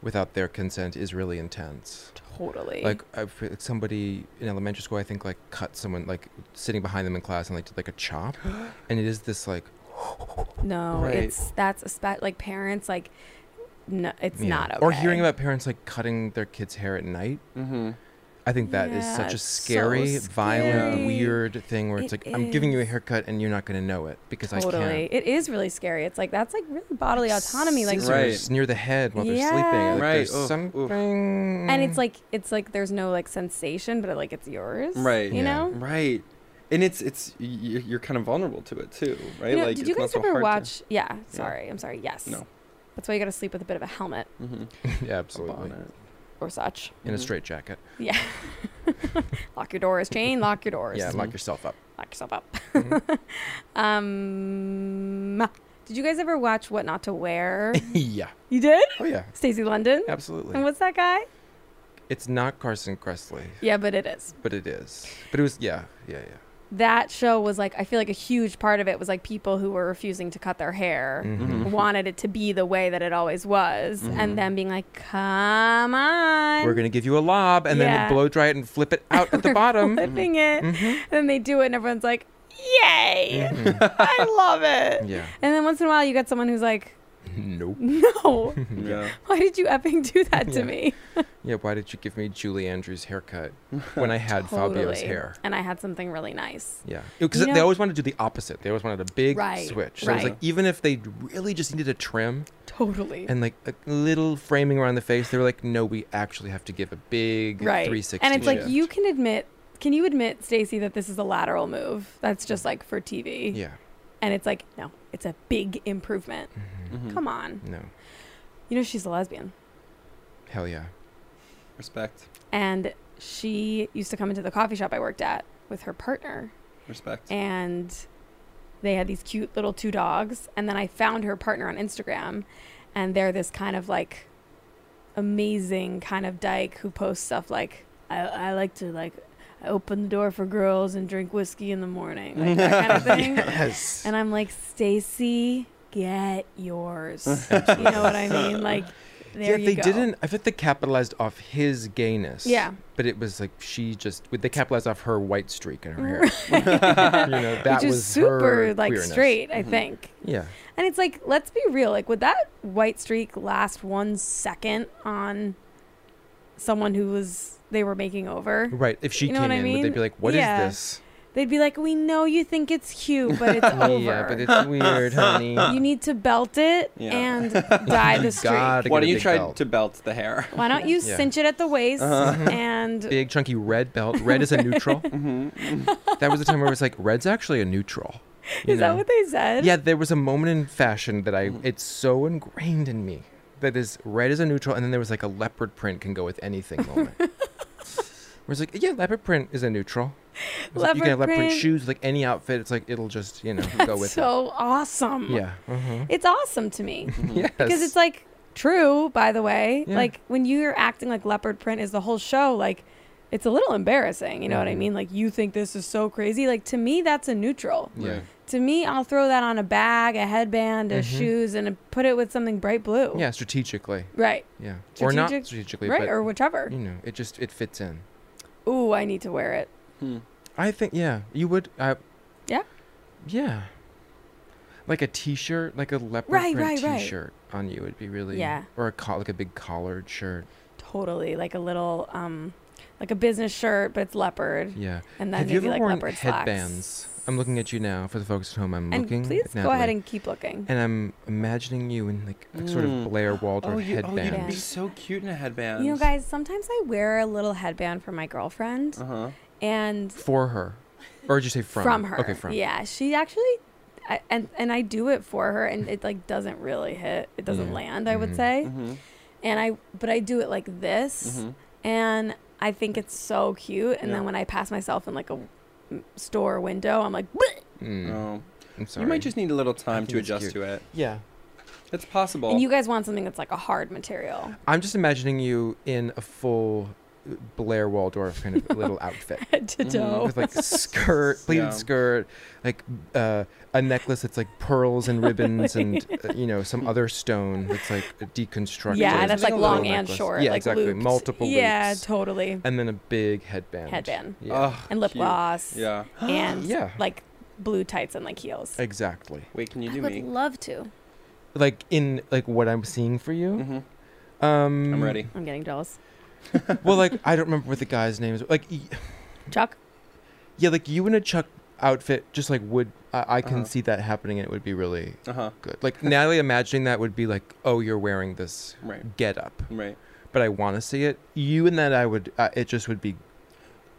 [SPEAKER 5] without their consent is really intense.
[SPEAKER 3] Totally.
[SPEAKER 5] Like I feel like somebody in elementary school, I think like cut someone like sitting behind them in class and like did like a chop, and it is this like
[SPEAKER 3] no,
[SPEAKER 4] Right.
[SPEAKER 3] it's that's a spe- like parents like no, it's
[SPEAKER 5] yeah.
[SPEAKER 3] not okay.
[SPEAKER 5] Or hearing about parents like cutting their kids' hair at night.
[SPEAKER 4] Mm-hmm.
[SPEAKER 5] I think that is
[SPEAKER 3] Yeah,
[SPEAKER 5] such a
[SPEAKER 3] it's so
[SPEAKER 5] scary, violent,
[SPEAKER 3] scary.
[SPEAKER 5] weird thing where it's
[SPEAKER 3] It
[SPEAKER 5] like I'm giving you a
[SPEAKER 3] is.
[SPEAKER 5] haircut and you're not gonna know it because I
[SPEAKER 3] totally.
[SPEAKER 5] can't.
[SPEAKER 3] It is really scary. It's like that's like really bodily autonomy. Like
[SPEAKER 5] Scissors
[SPEAKER 4] Right.
[SPEAKER 5] near the head while they're
[SPEAKER 3] Yeah.
[SPEAKER 5] sleeping. Like,
[SPEAKER 4] Right.
[SPEAKER 5] There's
[SPEAKER 4] Oof, oof.
[SPEAKER 5] something.
[SPEAKER 3] and it's like it's like there's no like sensation, but like it's yours.
[SPEAKER 4] Right.
[SPEAKER 3] You
[SPEAKER 5] Yeah.
[SPEAKER 3] know.
[SPEAKER 4] Right. And it's it's y- y- you're kind of vulnerable to it too, right?
[SPEAKER 3] You know,
[SPEAKER 4] like
[SPEAKER 3] did
[SPEAKER 4] it's
[SPEAKER 3] you
[SPEAKER 4] not
[SPEAKER 3] guys
[SPEAKER 4] so
[SPEAKER 3] ever
[SPEAKER 4] hard
[SPEAKER 3] watch? Yeah, sorry, I'm sorry. Yes.
[SPEAKER 4] No.
[SPEAKER 3] That's why you got to sleep with a bit of a helmet
[SPEAKER 4] To, mm-hmm.
[SPEAKER 5] yeah, absolutely
[SPEAKER 3] or such.
[SPEAKER 5] in a
[SPEAKER 4] Mhm.
[SPEAKER 5] straight jacket.
[SPEAKER 3] Yeah. lock your doors, Jane. Lock your doors.
[SPEAKER 5] Yeah, lock
[SPEAKER 4] Mhm.
[SPEAKER 5] yourself up.
[SPEAKER 3] Lock yourself up.
[SPEAKER 4] Mm-hmm.
[SPEAKER 3] um, did you guys ever watch What Not to Wear?
[SPEAKER 5] yeah.
[SPEAKER 3] you did,
[SPEAKER 5] Oh yeah.
[SPEAKER 3] Stacey London.
[SPEAKER 5] Absolutely.
[SPEAKER 3] And what's that guy?
[SPEAKER 5] It's not Carson Kressley,
[SPEAKER 3] Yeah, but it is.
[SPEAKER 5] but it is. But it was yeah, yeah, yeah.
[SPEAKER 3] That show was like I feel like a huge part of it was like people who were refusing to cut their hair.
[SPEAKER 5] Mhm.
[SPEAKER 3] wanted it to be the way that it always was,
[SPEAKER 4] Mhm.
[SPEAKER 3] and then being like, "Come on,
[SPEAKER 5] We're gonna give you a lob and
[SPEAKER 3] Yeah.
[SPEAKER 5] then blow dry it and flip it out at the bottom.
[SPEAKER 3] flipping it," and then they do it, and everyone's like, "Yay,
[SPEAKER 5] Mhm.
[SPEAKER 3] I love it!"
[SPEAKER 5] Yeah.
[SPEAKER 3] And then once in a while, you get someone who's like,
[SPEAKER 5] Nope.
[SPEAKER 3] "No,
[SPEAKER 4] Yeah.
[SPEAKER 3] why did you effing do that to
[SPEAKER 5] Yeah.
[SPEAKER 3] me?"
[SPEAKER 5] Yeah. Why did you give me Julie Andrews' haircut when I had Fabio's
[SPEAKER 3] Totally.
[SPEAKER 5] hair?
[SPEAKER 3] And I had something really nice.
[SPEAKER 5] Yeah, because
[SPEAKER 3] You
[SPEAKER 5] they
[SPEAKER 3] know-
[SPEAKER 5] always wanted to do the opposite. They always wanted a big
[SPEAKER 3] Right,
[SPEAKER 5] switch. So
[SPEAKER 3] right.
[SPEAKER 5] it's like even if they really just needed a trim
[SPEAKER 3] Totally.
[SPEAKER 5] and like a little framing around the face, they were like, "No, we actually have to give a big
[SPEAKER 3] right.
[SPEAKER 5] 360."
[SPEAKER 3] And it's like
[SPEAKER 5] shift."
[SPEAKER 3] you can admit. Can you admit, Stacey, that this is a lateral move? That's just Mm. like for TV.
[SPEAKER 5] yeah,
[SPEAKER 3] And it's like, no, it's a big improvement.
[SPEAKER 4] Mhm.
[SPEAKER 3] Come on.
[SPEAKER 5] Mm-hmm. no,
[SPEAKER 3] You know, she's a lesbian.
[SPEAKER 5] hell yeah,
[SPEAKER 4] Respect.
[SPEAKER 3] and she used to come into the coffee shop I worked at with her partner
[SPEAKER 4] Respect.
[SPEAKER 3] and they had these cute little two dogs and then I found her partner on Instagram and they're this kind of like amazing kind of dyke who posts stuff like I, I like to like I open the door for girls and drink whiskey in the morning like that kind of thing
[SPEAKER 5] yes.
[SPEAKER 3] and I'm like Stacy get yours you know what I mean like there
[SPEAKER 5] yeah,
[SPEAKER 3] you
[SPEAKER 5] they
[SPEAKER 3] go.
[SPEAKER 5] didn't. I think they capitalized off his gayness.
[SPEAKER 3] Yeah.
[SPEAKER 5] but it was like she just they capitalized off her white streak in her hair. you know, that
[SPEAKER 3] which is
[SPEAKER 5] was
[SPEAKER 3] super
[SPEAKER 5] her
[SPEAKER 3] like
[SPEAKER 5] queerness. Mm-hmm.
[SPEAKER 3] straight i think
[SPEAKER 5] Yeah,
[SPEAKER 3] and it's like let's be real like would that white streak last one second on someone who was they were making over
[SPEAKER 5] right. If she
[SPEAKER 3] You know
[SPEAKER 5] came
[SPEAKER 3] what I
[SPEAKER 5] in, would they
[SPEAKER 3] mean?
[SPEAKER 5] be like, "What is
[SPEAKER 3] Yeah.
[SPEAKER 5] this?" Oh,
[SPEAKER 3] they'd be like we know you think it's cute but it's over
[SPEAKER 5] Yeah, but it's weird, honey.
[SPEAKER 3] you need to belt it
[SPEAKER 4] Yeah.
[SPEAKER 3] and dye the streak
[SPEAKER 5] Gotta
[SPEAKER 4] Why
[SPEAKER 5] get
[SPEAKER 4] don't
[SPEAKER 5] a
[SPEAKER 4] you
[SPEAKER 5] big
[SPEAKER 4] try
[SPEAKER 5] belt.
[SPEAKER 4] to belt the hair?
[SPEAKER 3] why don't you
[SPEAKER 5] Yeah.
[SPEAKER 3] cinch it at the waist and
[SPEAKER 5] big chunky red belt? Red is a neutral. that was the time where it was like, red's actually a neutral. you
[SPEAKER 3] is
[SPEAKER 5] know?
[SPEAKER 3] that what they said
[SPEAKER 5] Yeah, there was a moment in fashion that I it's so ingrained in me that is red is a neutral, and then there was like a leopard print can go with anything moment. Where it's like, yeah, leopard print is a neutral. It's like, you
[SPEAKER 3] Leopard
[SPEAKER 5] can have leopard print
[SPEAKER 3] print.
[SPEAKER 5] shoes, like any outfit. It's like it'll just you know go with
[SPEAKER 3] so awesome
[SPEAKER 5] it. Yeah. Uh-huh.
[SPEAKER 3] it's awesome to me
[SPEAKER 5] Yes.
[SPEAKER 3] because it's like true by the way
[SPEAKER 5] Yeah.
[SPEAKER 3] like when you're acting like leopard print is the whole show like it's a little embarrassing you know
[SPEAKER 5] Mm-hmm.
[SPEAKER 3] what i mean like you think this is so crazy like to me that's a neutral
[SPEAKER 5] yeah.
[SPEAKER 3] to me i'll throw that on a bag a headband a shoes and put it with something bright blue
[SPEAKER 5] Mm-hmm. Yeah, strategically.
[SPEAKER 3] right
[SPEAKER 5] Yeah. or not
[SPEAKER 3] Strategic-
[SPEAKER 5] strategically,
[SPEAKER 3] right
[SPEAKER 5] but
[SPEAKER 3] or whichever
[SPEAKER 5] you know, it just it fits in.
[SPEAKER 3] ooh i need to wear it
[SPEAKER 4] Hmm.
[SPEAKER 5] I think yeah, you would. I,
[SPEAKER 3] Yeah?
[SPEAKER 5] Yeah. Like a T-shirt, like a leopard
[SPEAKER 3] Right,
[SPEAKER 5] print
[SPEAKER 3] right, right.
[SPEAKER 5] T-shirt on you would be really.
[SPEAKER 3] Yeah.
[SPEAKER 5] Or a coll like a big collared shirt.
[SPEAKER 3] totally like a little um like a business shirt but it's leopard
[SPEAKER 5] Yeah.
[SPEAKER 3] and then
[SPEAKER 5] Have you
[SPEAKER 3] maybe
[SPEAKER 5] ever
[SPEAKER 3] like
[SPEAKER 5] worn
[SPEAKER 3] leopard
[SPEAKER 5] headbands?
[SPEAKER 3] slacks
[SPEAKER 5] I'm looking at you now for the folks at home. I'm
[SPEAKER 3] and
[SPEAKER 5] looking.
[SPEAKER 3] please
[SPEAKER 5] at
[SPEAKER 3] go
[SPEAKER 5] Natalie,
[SPEAKER 3] ahead and keep looking
[SPEAKER 5] And I'm imagining you in like a sort of
[SPEAKER 4] Mm.
[SPEAKER 5] Blair Waldorf
[SPEAKER 4] Oh, you, oh,
[SPEAKER 5] headband.
[SPEAKER 4] you'd
[SPEAKER 3] Yeah.
[SPEAKER 4] be so cute in a headband.
[SPEAKER 3] You
[SPEAKER 4] Uh-huh.
[SPEAKER 3] know, guys, sometimes I wear a little headband for my girlfriend,
[SPEAKER 4] Uh huh.
[SPEAKER 3] and
[SPEAKER 5] For her. Or did you say from?
[SPEAKER 3] from her.
[SPEAKER 5] Okay, from.
[SPEAKER 3] Yeah, she actually, I, and and I do it for her, and it like doesn't really hit. It doesn't
[SPEAKER 5] Yeah.
[SPEAKER 3] land. I
[SPEAKER 5] Mhm.
[SPEAKER 3] would say,
[SPEAKER 4] Mhm.
[SPEAKER 3] and I but I do it like this,
[SPEAKER 5] Mm-hmm.
[SPEAKER 4] Mhm.
[SPEAKER 5] Mm.
[SPEAKER 3] and I think it's so cute. And then
[SPEAKER 4] Yeah.
[SPEAKER 3] when I pass myself in like a m- store window, I'm like, "Bleh!"
[SPEAKER 5] Mm,
[SPEAKER 4] Oh.
[SPEAKER 5] I'm sorry.
[SPEAKER 4] You might just need a little time
[SPEAKER 5] think
[SPEAKER 4] to
[SPEAKER 5] it's
[SPEAKER 4] adjust
[SPEAKER 5] cute.
[SPEAKER 4] to it.
[SPEAKER 5] Yeah.
[SPEAKER 4] It's possible.
[SPEAKER 3] and you guys want something that's like a hard material.
[SPEAKER 5] I'm just imagining you in a full Blair Waldorf kind of little outfit.
[SPEAKER 3] Head to
[SPEAKER 4] Mhm.
[SPEAKER 3] toe.
[SPEAKER 5] with like skirt, pleated
[SPEAKER 4] Yeah.
[SPEAKER 5] skirt, like uh, a necklace that's like pearls and ribbons and uh, you know some other stone that's like deconstructed.
[SPEAKER 3] yeah,
[SPEAKER 4] something
[SPEAKER 3] that's like
[SPEAKER 4] a
[SPEAKER 3] long
[SPEAKER 4] little
[SPEAKER 3] and
[SPEAKER 5] necklace.
[SPEAKER 3] short.
[SPEAKER 5] Yeah,
[SPEAKER 3] like
[SPEAKER 5] exactly.
[SPEAKER 3] looped.
[SPEAKER 5] Multiple
[SPEAKER 3] Yeah,
[SPEAKER 5] loops.
[SPEAKER 3] totally.
[SPEAKER 5] and then a big headband.
[SPEAKER 3] Headband.
[SPEAKER 5] Yeah.
[SPEAKER 4] Ugh,
[SPEAKER 3] And lip
[SPEAKER 4] cute.
[SPEAKER 3] gloss.
[SPEAKER 4] Ah, Yeah.
[SPEAKER 3] And
[SPEAKER 5] Yeah.
[SPEAKER 3] like blue tights and like heels.
[SPEAKER 5] Exactly.
[SPEAKER 4] Wait, can you
[SPEAKER 3] I
[SPEAKER 4] do
[SPEAKER 3] would
[SPEAKER 4] me?
[SPEAKER 3] love to.
[SPEAKER 5] Like in like what I'm seeing for you.
[SPEAKER 3] Mm-hmm.
[SPEAKER 4] hmm
[SPEAKER 5] Um,
[SPEAKER 4] I'm ready.
[SPEAKER 3] I'm getting jealous.
[SPEAKER 5] Well, like I don't remember what the guy's name is. Like, y-
[SPEAKER 3] Chuck,
[SPEAKER 5] yeah, like you in a Chuck outfit, just like would I, I can
[SPEAKER 4] Uh-huh.
[SPEAKER 5] see that happening, and it would be really
[SPEAKER 4] Uh huh.
[SPEAKER 5] good. Like Natalie imagining that would be like, oh, you're wearing this
[SPEAKER 4] Right.
[SPEAKER 5] get up.
[SPEAKER 4] Right.
[SPEAKER 5] but I want to see it. You and that I would. Uh, it just would be.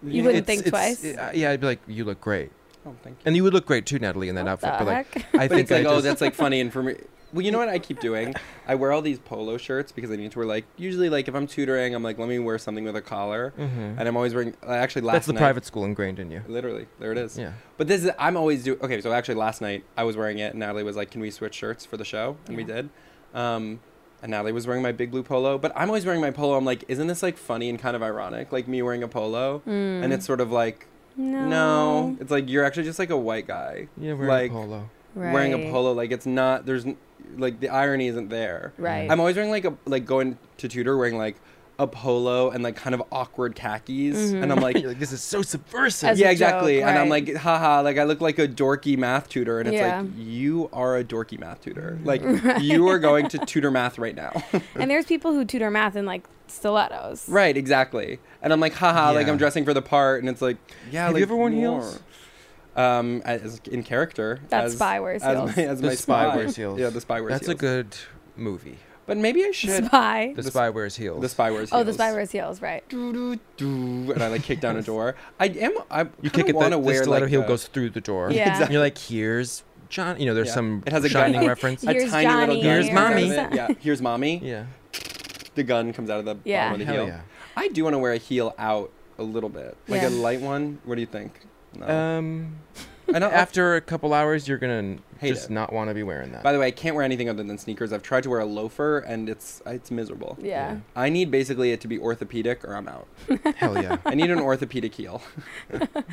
[SPEAKER 3] You wouldn't
[SPEAKER 5] it's-
[SPEAKER 3] think
[SPEAKER 5] it's-
[SPEAKER 3] twice?
[SPEAKER 5] uh, yeah, I'd be like, you look great,
[SPEAKER 4] Oh, thank you.
[SPEAKER 5] and you would look great too, Natalie, in that
[SPEAKER 3] what
[SPEAKER 5] outfit.
[SPEAKER 3] the
[SPEAKER 5] But like,
[SPEAKER 3] heck?
[SPEAKER 5] I
[SPEAKER 4] but
[SPEAKER 5] think
[SPEAKER 4] it's like,
[SPEAKER 5] I
[SPEAKER 4] oh,
[SPEAKER 5] just-
[SPEAKER 4] that's like funny information. Well, you know what I keep doing? I wear all these polo shirts because I need to wear like usually like if I'm tutoring, I'm like, let me wear something with a collar,
[SPEAKER 5] Mhm.
[SPEAKER 4] and I'm always wearing. I Actually, last
[SPEAKER 5] that's the
[SPEAKER 4] night,
[SPEAKER 5] private school ingrained in you.
[SPEAKER 4] Literally, there it is.
[SPEAKER 5] Yeah.
[SPEAKER 4] But this is I'm always do okay. So actually, last night I was wearing it, and Natalie was like, "Can we switch shirts for the show?" And we did. Um, and Natalie was wearing my big blue polo, but I'm always wearing my polo. I'm like, isn't this like funny and kind of ironic? Like me wearing a polo, and
[SPEAKER 5] Mm.
[SPEAKER 4] it's sort of like,
[SPEAKER 3] no.
[SPEAKER 4] no. it's like you're actually just like a white guy.
[SPEAKER 5] Yeah, wearing
[SPEAKER 4] like
[SPEAKER 5] polo.
[SPEAKER 4] wearing a polo. Like it's not there's n- like the irony isn't there.
[SPEAKER 3] Right.
[SPEAKER 4] I'm always wearing like a like going to tutor wearing like a polo and like kind of awkward khakis, and I'm like,
[SPEAKER 5] You're like, this is so subversive.
[SPEAKER 3] Mm-hmm. As- a
[SPEAKER 4] yeah, exactly.
[SPEAKER 3] joke,
[SPEAKER 4] And I'm
[SPEAKER 3] right.
[SPEAKER 4] like, haha, like I look like a dorky math tutor. And it's
[SPEAKER 3] Yeah. Mm-hmm.
[SPEAKER 4] like, you are a dorky math tutor. Like, you are going to tutor math right now.
[SPEAKER 3] and there's people who tutor math in like stilettos.
[SPEAKER 4] right, exactly. And I'm like, haha, like
[SPEAKER 5] Yeah.
[SPEAKER 4] I'm dressing for the part. And it's like, yeah,
[SPEAKER 5] Have you
[SPEAKER 4] like,
[SPEAKER 5] ever worn
[SPEAKER 4] more.
[SPEAKER 5] heels?
[SPEAKER 4] Um, as in character,
[SPEAKER 3] That
[SPEAKER 4] as,
[SPEAKER 3] spy wears
[SPEAKER 4] as
[SPEAKER 3] heels.
[SPEAKER 4] My, as
[SPEAKER 5] the
[SPEAKER 4] my
[SPEAKER 5] spy
[SPEAKER 4] spy
[SPEAKER 5] wears heels.
[SPEAKER 4] Yeah, the spy wears
[SPEAKER 5] That's
[SPEAKER 4] heels.
[SPEAKER 5] a good movie.
[SPEAKER 4] But maybe I should.
[SPEAKER 3] Spy.
[SPEAKER 5] The,
[SPEAKER 4] The
[SPEAKER 5] spy wears heels.
[SPEAKER 4] The spy wears
[SPEAKER 3] Oh,
[SPEAKER 4] heels.
[SPEAKER 3] the spy wears heels, right?
[SPEAKER 4] Do, do, do, and I like kick down a door. I am. I
[SPEAKER 5] You kick it. The,
[SPEAKER 4] want to
[SPEAKER 5] the
[SPEAKER 4] wear
[SPEAKER 5] stiletto
[SPEAKER 4] like uh,
[SPEAKER 5] heel
[SPEAKER 4] a-
[SPEAKER 5] goes through the door.
[SPEAKER 3] Yeah.
[SPEAKER 5] And you're like, here's John. You know, there's
[SPEAKER 4] Yeah.
[SPEAKER 5] some
[SPEAKER 4] It has a gun.
[SPEAKER 5] shining reference.
[SPEAKER 4] a
[SPEAKER 3] Here's
[SPEAKER 4] tiny little
[SPEAKER 3] Johnny,
[SPEAKER 4] gun.
[SPEAKER 5] Here's
[SPEAKER 4] comes out of
[SPEAKER 5] mommy.
[SPEAKER 4] it. Yeah, here's mommy.
[SPEAKER 5] yeah.
[SPEAKER 4] the gun comes out of the
[SPEAKER 3] Yeah.
[SPEAKER 4] bottom of the
[SPEAKER 5] Hell
[SPEAKER 4] heel.
[SPEAKER 5] yeah.
[SPEAKER 4] I do want to wear a heel out a little bit, like
[SPEAKER 3] Yeah.
[SPEAKER 4] a light one. What do you think? No.
[SPEAKER 5] Um.
[SPEAKER 4] and I'll-
[SPEAKER 5] After a couple hours, you're gonna
[SPEAKER 4] Hate
[SPEAKER 5] just
[SPEAKER 4] it.
[SPEAKER 5] not want to be wearing that.
[SPEAKER 4] by the way, I can't wear anything other than sneakers. I've tried to wear a loafer, and it's it's miserable.
[SPEAKER 3] Yeah.
[SPEAKER 4] I need basically it to be orthopedic, or I'm out.
[SPEAKER 5] Hell yeah.
[SPEAKER 4] I need an orthopedic heel.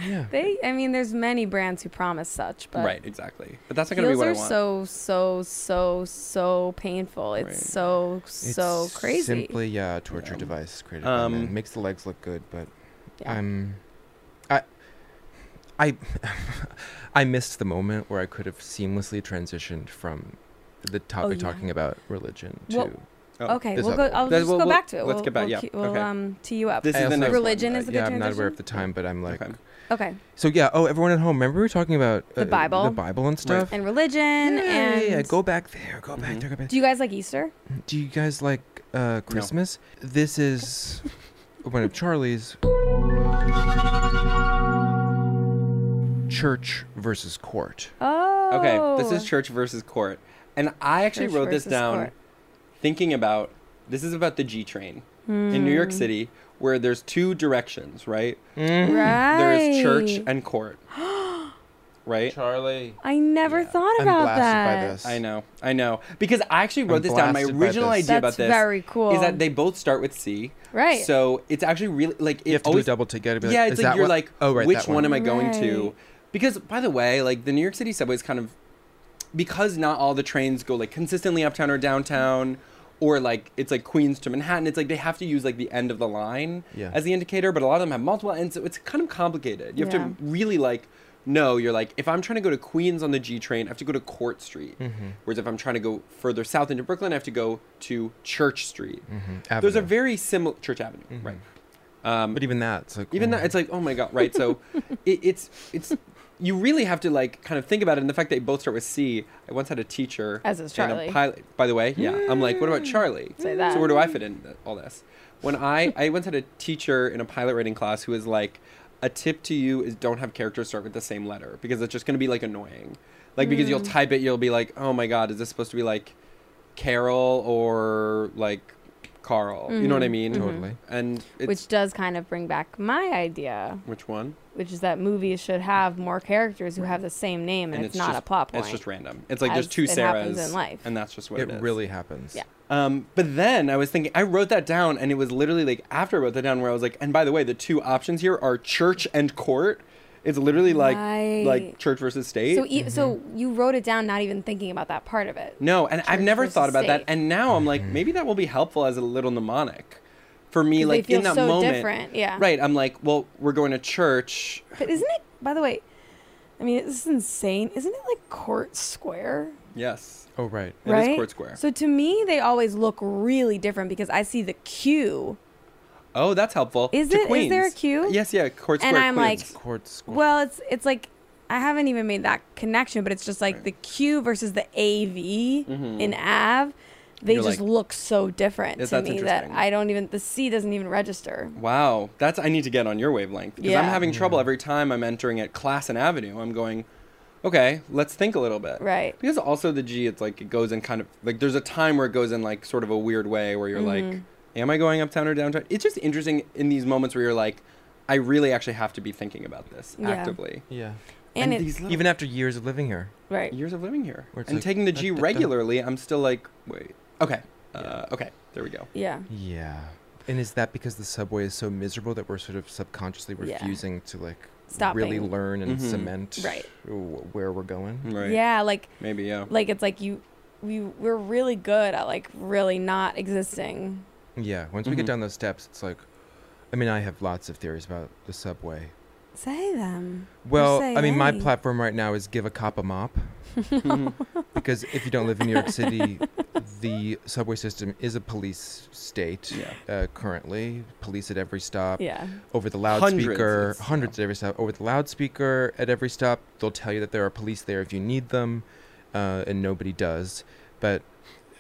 [SPEAKER 5] Yeah.
[SPEAKER 3] They, I mean, there's many brands who promise such, but
[SPEAKER 4] right, exactly. But that's not gonna be
[SPEAKER 3] heels
[SPEAKER 4] what I
[SPEAKER 3] are
[SPEAKER 4] want.
[SPEAKER 3] so, so, so, so painful. It's
[SPEAKER 4] Right.
[SPEAKER 3] so, so
[SPEAKER 5] It's
[SPEAKER 3] crazy.
[SPEAKER 5] Simply, yeah, a torture
[SPEAKER 4] Yeah.
[SPEAKER 5] device created by men.
[SPEAKER 4] Um,
[SPEAKER 5] Makes the legs look good, but
[SPEAKER 3] Yeah.
[SPEAKER 5] I'm, I, I, I missed the moment where I could have seamlessly transitioned from the topic
[SPEAKER 3] Oh, yeah.
[SPEAKER 5] talking about religion to.
[SPEAKER 3] Well,
[SPEAKER 4] Oh.
[SPEAKER 3] okay,
[SPEAKER 5] This
[SPEAKER 3] we'll go.
[SPEAKER 5] other
[SPEAKER 3] I'll
[SPEAKER 4] There's-
[SPEAKER 3] just
[SPEAKER 4] we'll-
[SPEAKER 3] go
[SPEAKER 4] we'll-
[SPEAKER 3] back to it.
[SPEAKER 4] let's
[SPEAKER 3] we'll,
[SPEAKER 4] get back-
[SPEAKER 3] We'll,
[SPEAKER 4] yeah,
[SPEAKER 3] keep- we'll
[SPEAKER 4] okay.
[SPEAKER 3] um, tee you up.
[SPEAKER 4] This
[SPEAKER 5] I
[SPEAKER 4] is the
[SPEAKER 5] also-
[SPEAKER 4] next one.
[SPEAKER 3] Religion is
[SPEAKER 5] uh,
[SPEAKER 3] a good
[SPEAKER 5] yeah, I'm not aware
[SPEAKER 3] transition?
[SPEAKER 5] of the time, but I'm like,
[SPEAKER 4] Okay.
[SPEAKER 3] okay,
[SPEAKER 5] so yeah. Oh, everyone at home, remember we were talking about
[SPEAKER 3] The
[SPEAKER 5] uh,
[SPEAKER 3] Bible.
[SPEAKER 5] the Bible and stuff.
[SPEAKER 3] and religion
[SPEAKER 5] yeah, yeah,
[SPEAKER 3] and
[SPEAKER 5] yeah, yeah, Go back there. Go back
[SPEAKER 4] Mhm.
[SPEAKER 5] there. Go back.
[SPEAKER 3] Do you guys like Easter?
[SPEAKER 5] Do you guys like uh, Christmas? This is one of Charlie's church versus court.
[SPEAKER 3] Oh.
[SPEAKER 4] Okay, this is church versus court, and I actually
[SPEAKER 3] Church
[SPEAKER 4] wrote this
[SPEAKER 3] versus
[SPEAKER 4] down,
[SPEAKER 3] court.
[SPEAKER 4] thinking about this is about the G train in New
[SPEAKER 3] Hmm.
[SPEAKER 4] York City, where there's two directions, right?
[SPEAKER 3] Right.
[SPEAKER 4] There's church and court. right?
[SPEAKER 5] Charlie.
[SPEAKER 3] I never
[SPEAKER 4] Yeah.
[SPEAKER 3] thought
[SPEAKER 5] I'm
[SPEAKER 3] about
[SPEAKER 5] blasted
[SPEAKER 3] that.
[SPEAKER 5] by this.
[SPEAKER 4] I know. I know. Because I actually wrote
[SPEAKER 5] I'm
[SPEAKER 4] this down. My
[SPEAKER 5] blasted by
[SPEAKER 4] original
[SPEAKER 5] this.
[SPEAKER 4] idea
[SPEAKER 3] That's
[SPEAKER 4] about this
[SPEAKER 3] very cool.
[SPEAKER 4] is that they both start with C.
[SPEAKER 3] Right.
[SPEAKER 4] So it's actually really like it
[SPEAKER 5] You have to
[SPEAKER 4] always
[SPEAKER 5] do double together. Be like,
[SPEAKER 4] yeah, it's
[SPEAKER 5] "Is
[SPEAKER 4] like
[SPEAKER 5] that
[SPEAKER 4] you're
[SPEAKER 5] what-"
[SPEAKER 4] like,
[SPEAKER 5] oh right,
[SPEAKER 4] which
[SPEAKER 5] that
[SPEAKER 4] one.
[SPEAKER 5] one
[SPEAKER 4] am I going to?
[SPEAKER 3] Right.
[SPEAKER 4] Because by the way, like the New York City subway is kind of because not all the trains go like consistently uptown or downtown, or like it's like Queens to Manhattan. It's like they have to use like the end of the line
[SPEAKER 5] Yeah.
[SPEAKER 4] as the indicator, but a lot of them have multiple ends, so it's kind of complicated. You have
[SPEAKER 3] Yeah.
[SPEAKER 4] to really like. know you're like, if I'm trying to go to Queens on the G train, I have to go to Court Street.
[SPEAKER 5] Mm-hmm.
[SPEAKER 4] Whereas if I'm trying to go further south into Brooklyn, I have to go to Church Street. There's a
[SPEAKER 5] Mm-hmm. Avenue. Mm-hmm.
[SPEAKER 4] very similar Church Avenue, right? Um,
[SPEAKER 5] But even that, it's like
[SPEAKER 4] even
[SPEAKER 5] oh.
[SPEAKER 3] Mm.
[SPEAKER 4] that it's like oh my god right so it, it's it's you really have to like kind of think about it and the fact that they both start with c i once had a teacher
[SPEAKER 3] As is
[SPEAKER 4] and a
[SPEAKER 3] Charlie. Mm.
[SPEAKER 4] pilot by the way yeah i'm like what about charlie
[SPEAKER 3] Say that.
[SPEAKER 4] so where do i fit in th- all this when i i once had a teacher in a pilot writing class who was like a tip to you is don't have characters start with the same letter because it's just going to be like annoying. Like because you'll
[SPEAKER 3] Mm.
[SPEAKER 4] type it, you'll be like, oh my god, is this supposed to be like Carol or like Carl? You know what I mean?
[SPEAKER 5] Totally.
[SPEAKER 4] And it's
[SPEAKER 3] Mm-hmm. which
[SPEAKER 4] which,
[SPEAKER 3] does kind of bring back my idea,
[SPEAKER 4] one?
[SPEAKER 3] which is that movies should have more characters who have the same name, and, it's, not
[SPEAKER 4] just,
[SPEAKER 3] a plot point.
[SPEAKER 4] It's just random. It's like there's
[SPEAKER 3] As
[SPEAKER 4] two
[SPEAKER 3] it happens
[SPEAKER 4] Sarahs
[SPEAKER 3] in life.
[SPEAKER 4] and that's just what
[SPEAKER 5] It
[SPEAKER 4] it is.
[SPEAKER 5] really happens.
[SPEAKER 3] Yeah.
[SPEAKER 4] Um, but then I was thinking, I wrote that down, and it was literally like after I wrote that down, where I was like, and by the way, the two options here are church and court. It's literally like
[SPEAKER 3] Right.
[SPEAKER 4] like church versus state.
[SPEAKER 3] so, e- so you wrote it down, not even thinking about that part of it.
[SPEAKER 4] no, and I've
[SPEAKER 3] church
[SPEAKER 4] never
[SPEAKER 3] versus
[SPEAKER 4] thought about that,
[SPEAKER 3] state.
[SPEAKER 4] and now I'm
[SPEAKER 5] Mm-hmm.
[SPEAKER 4] like, maybe that will be helpful as a little mnemonic for me,
[SPEAKER 3] 'Cause they
[SPEAKER 4] like
[SPEAKER 3] feel
[SPEAKER 4] in that
[SPEAKER 3] so
[SPEAKER 4] moment.
[SPEAKER 3] different, yeah.
[SPEAKER 4] Right. I'm like, well, we're going to church.
[SPEAKER 3] But isn't it? By the way, I mean this is insane. Isn't it like Court Square?
[SPEAKER 4] Yes.
[SPEAKER 5] Oh right.
[SPEAKER 4] It is
[SPEAKER 3] right?
[SPEAKER 4] Court Square.
[SPEAKER 3] So to me, they always look really different because I see the queue.
[SPEAKER 4] Oh, that's helpful.
[SPEAKER 3] Is
[SPEAKER 4] To
[SPEAKER 3] it- is there a
[SPEAKER 4] Queens.
[SPEAKER 3] queue?
[SPEAKER 4] Yes. Yeah. Court
[SPEAKER 3] And
[SPEAKER 4] Square.
[SPEAKER 3] I'm like,
[SPEAKER 4] Queens.
[SPEAKER 5] Court squad.
[SPEAKER 3] Well, it's it's like I haven't even made that connection, but it's just like the Q versus the AV
[SPEAKER 4] Mm-hmm.
[SPEAKER 3] in Av. They
[SPEAKER 4] You're
[SPEAKER 3] just
[SPEAKER 4] like-
[SPEAKER 3] look so different
[SPEAKER 4] Yes,
[SPEAKER 3] to
[SPEAKER 4] that's
[SPEAKER 3] me that
[SPEAKER 4] interesting.
[SPEAKER 3] I don't even the C doesn't even register.
[SPEAKER 4] Wow, that's I need to get on your wavelength because I'm
[SPEAKER 3] Yeah.
[SPEAKER 4] having trouble every time I'm entering at Class and Avenue. I'm going, okay, let's think a little bit.
[SPEAKER 3] Right.
[SPEAKER 4] Because also the G, it's like it goes in kind of like there's a time where it goes in like sort of a weird way where you're like,
[SPEAKER 3] Mm-hmm.
[SPEAKER 4] am I going uptown or downtown? It's just interesting in these moments where you're like, I really actually have to be thinking about this
[SPEAKER 3] Yeah.
[SPEAKER 4] actively.
[SPEAKER 5] yeah.
[SPEAKER 3] And, it,
[SPEAKER 4] these little
[SPEAKER 5] Even after years of living here.
[SPEAKER 3] right.
[SPEAKER 4] years of living here
[SPEAKER 5] Where it's
[SPEAKER 4] and
[SPEAKER 5] like,
[SPEAKER 4] taking the
[SPEAKER 5] da,
[SPEAKER 4] G
[SPEAKER 5] da, da.
[SPEAKER 4] regularly, I'm still like, wait, okay, uh, okay, there we go.
[SPEAKER 3] Yeah.
[SPEAKER 5] Yeah. And is that because the subway is so miserable that we're sort of subconsciously
[SPEAKER 3] Yeah.
[SPEAKER 5] refusing to like really
[SPEAKER 3] Stopping.
[SPEAKER 5] learn and
[SPEAKER 4] Mhm.
[SPEAKER 5] cement
[SPEAKER 3] Right.
[SPEAKER 5] wh- where we're going?
[SPEAKER 4] Right.
[SPEAKER 3] Yeah, like
[SPEAKER 4] Maybe yeah.
[SPEAKER 3] like it's like you we we're really good at like really not existing.
[SPEAKER 5] Yeah. Once we get
[SPEAKER 3] Mm-hmm.
[SPEAKER 4] Mhm.
[SPEAKER 5] down those steps, it's like, I mean, I have lots of theories about the subway.
[SPEAKER 3] Say them.
[SPEAKER 5] Well,
[SPEAKER 3] say
[SPEAKER 5] I mean, my
[SPEAKER 3] hey.
[SPEAKER 5] platform right now is give a cop a mop. because if you don't live in New York City, the subway system is a police state
[SPEAKER 4] Yeah.
[SPEAKER 5] uh, currently. Police at every stop.
[SPEAKER 3] Yeah.
[SPEAKER 5] over the
[SPEAKER 4] Hundreds,
[SPEAKER 5] loudspeaker, hundreds,
[SPEAKER 4] it's-
[SPEAKER 5] at every stop, over the loudspeaker at every stop. They'll tell you that there are police there if you need them, uh, and nobody does. But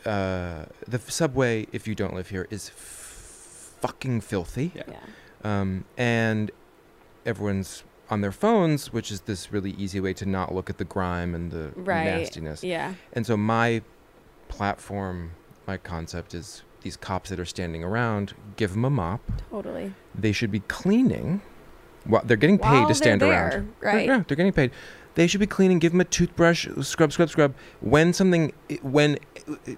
[SPEAKER 5] uh, the f- subway, if you don't live here, is f- fucking filthy.
[SPEAKER 4] Yeah.
[SPEAKER 3] Yeah.
[SPEAKER 5] Um, and everyone's on their phones, which is this really easy way to not look at the grime and the
[SPEAKER 3] Right.
[SPEAKER 5] nastiness.
[SPEAKER 3] Yeah.
[SPEAKER 5] And so my platform, my concept is these cops that are standing around, give them a mop
[SPEAKER 3] Totally.
[SPEAKER 5] they should be cleaning. Well, they're getting paid
[SPEAKER 3] While
[SPEAKER 5] to
[SPEAKER 3] they're
[SPEAKER 5] stand
[SPEAKER 3] there,
[SPEAKER 5] around. They're-
[SPEAKER 3] right.
[SPEAKER 5] Yeah, they're getting paid. They should be cleaning. Give them a toothbrush. Scrub, scrub, scrub. When something, when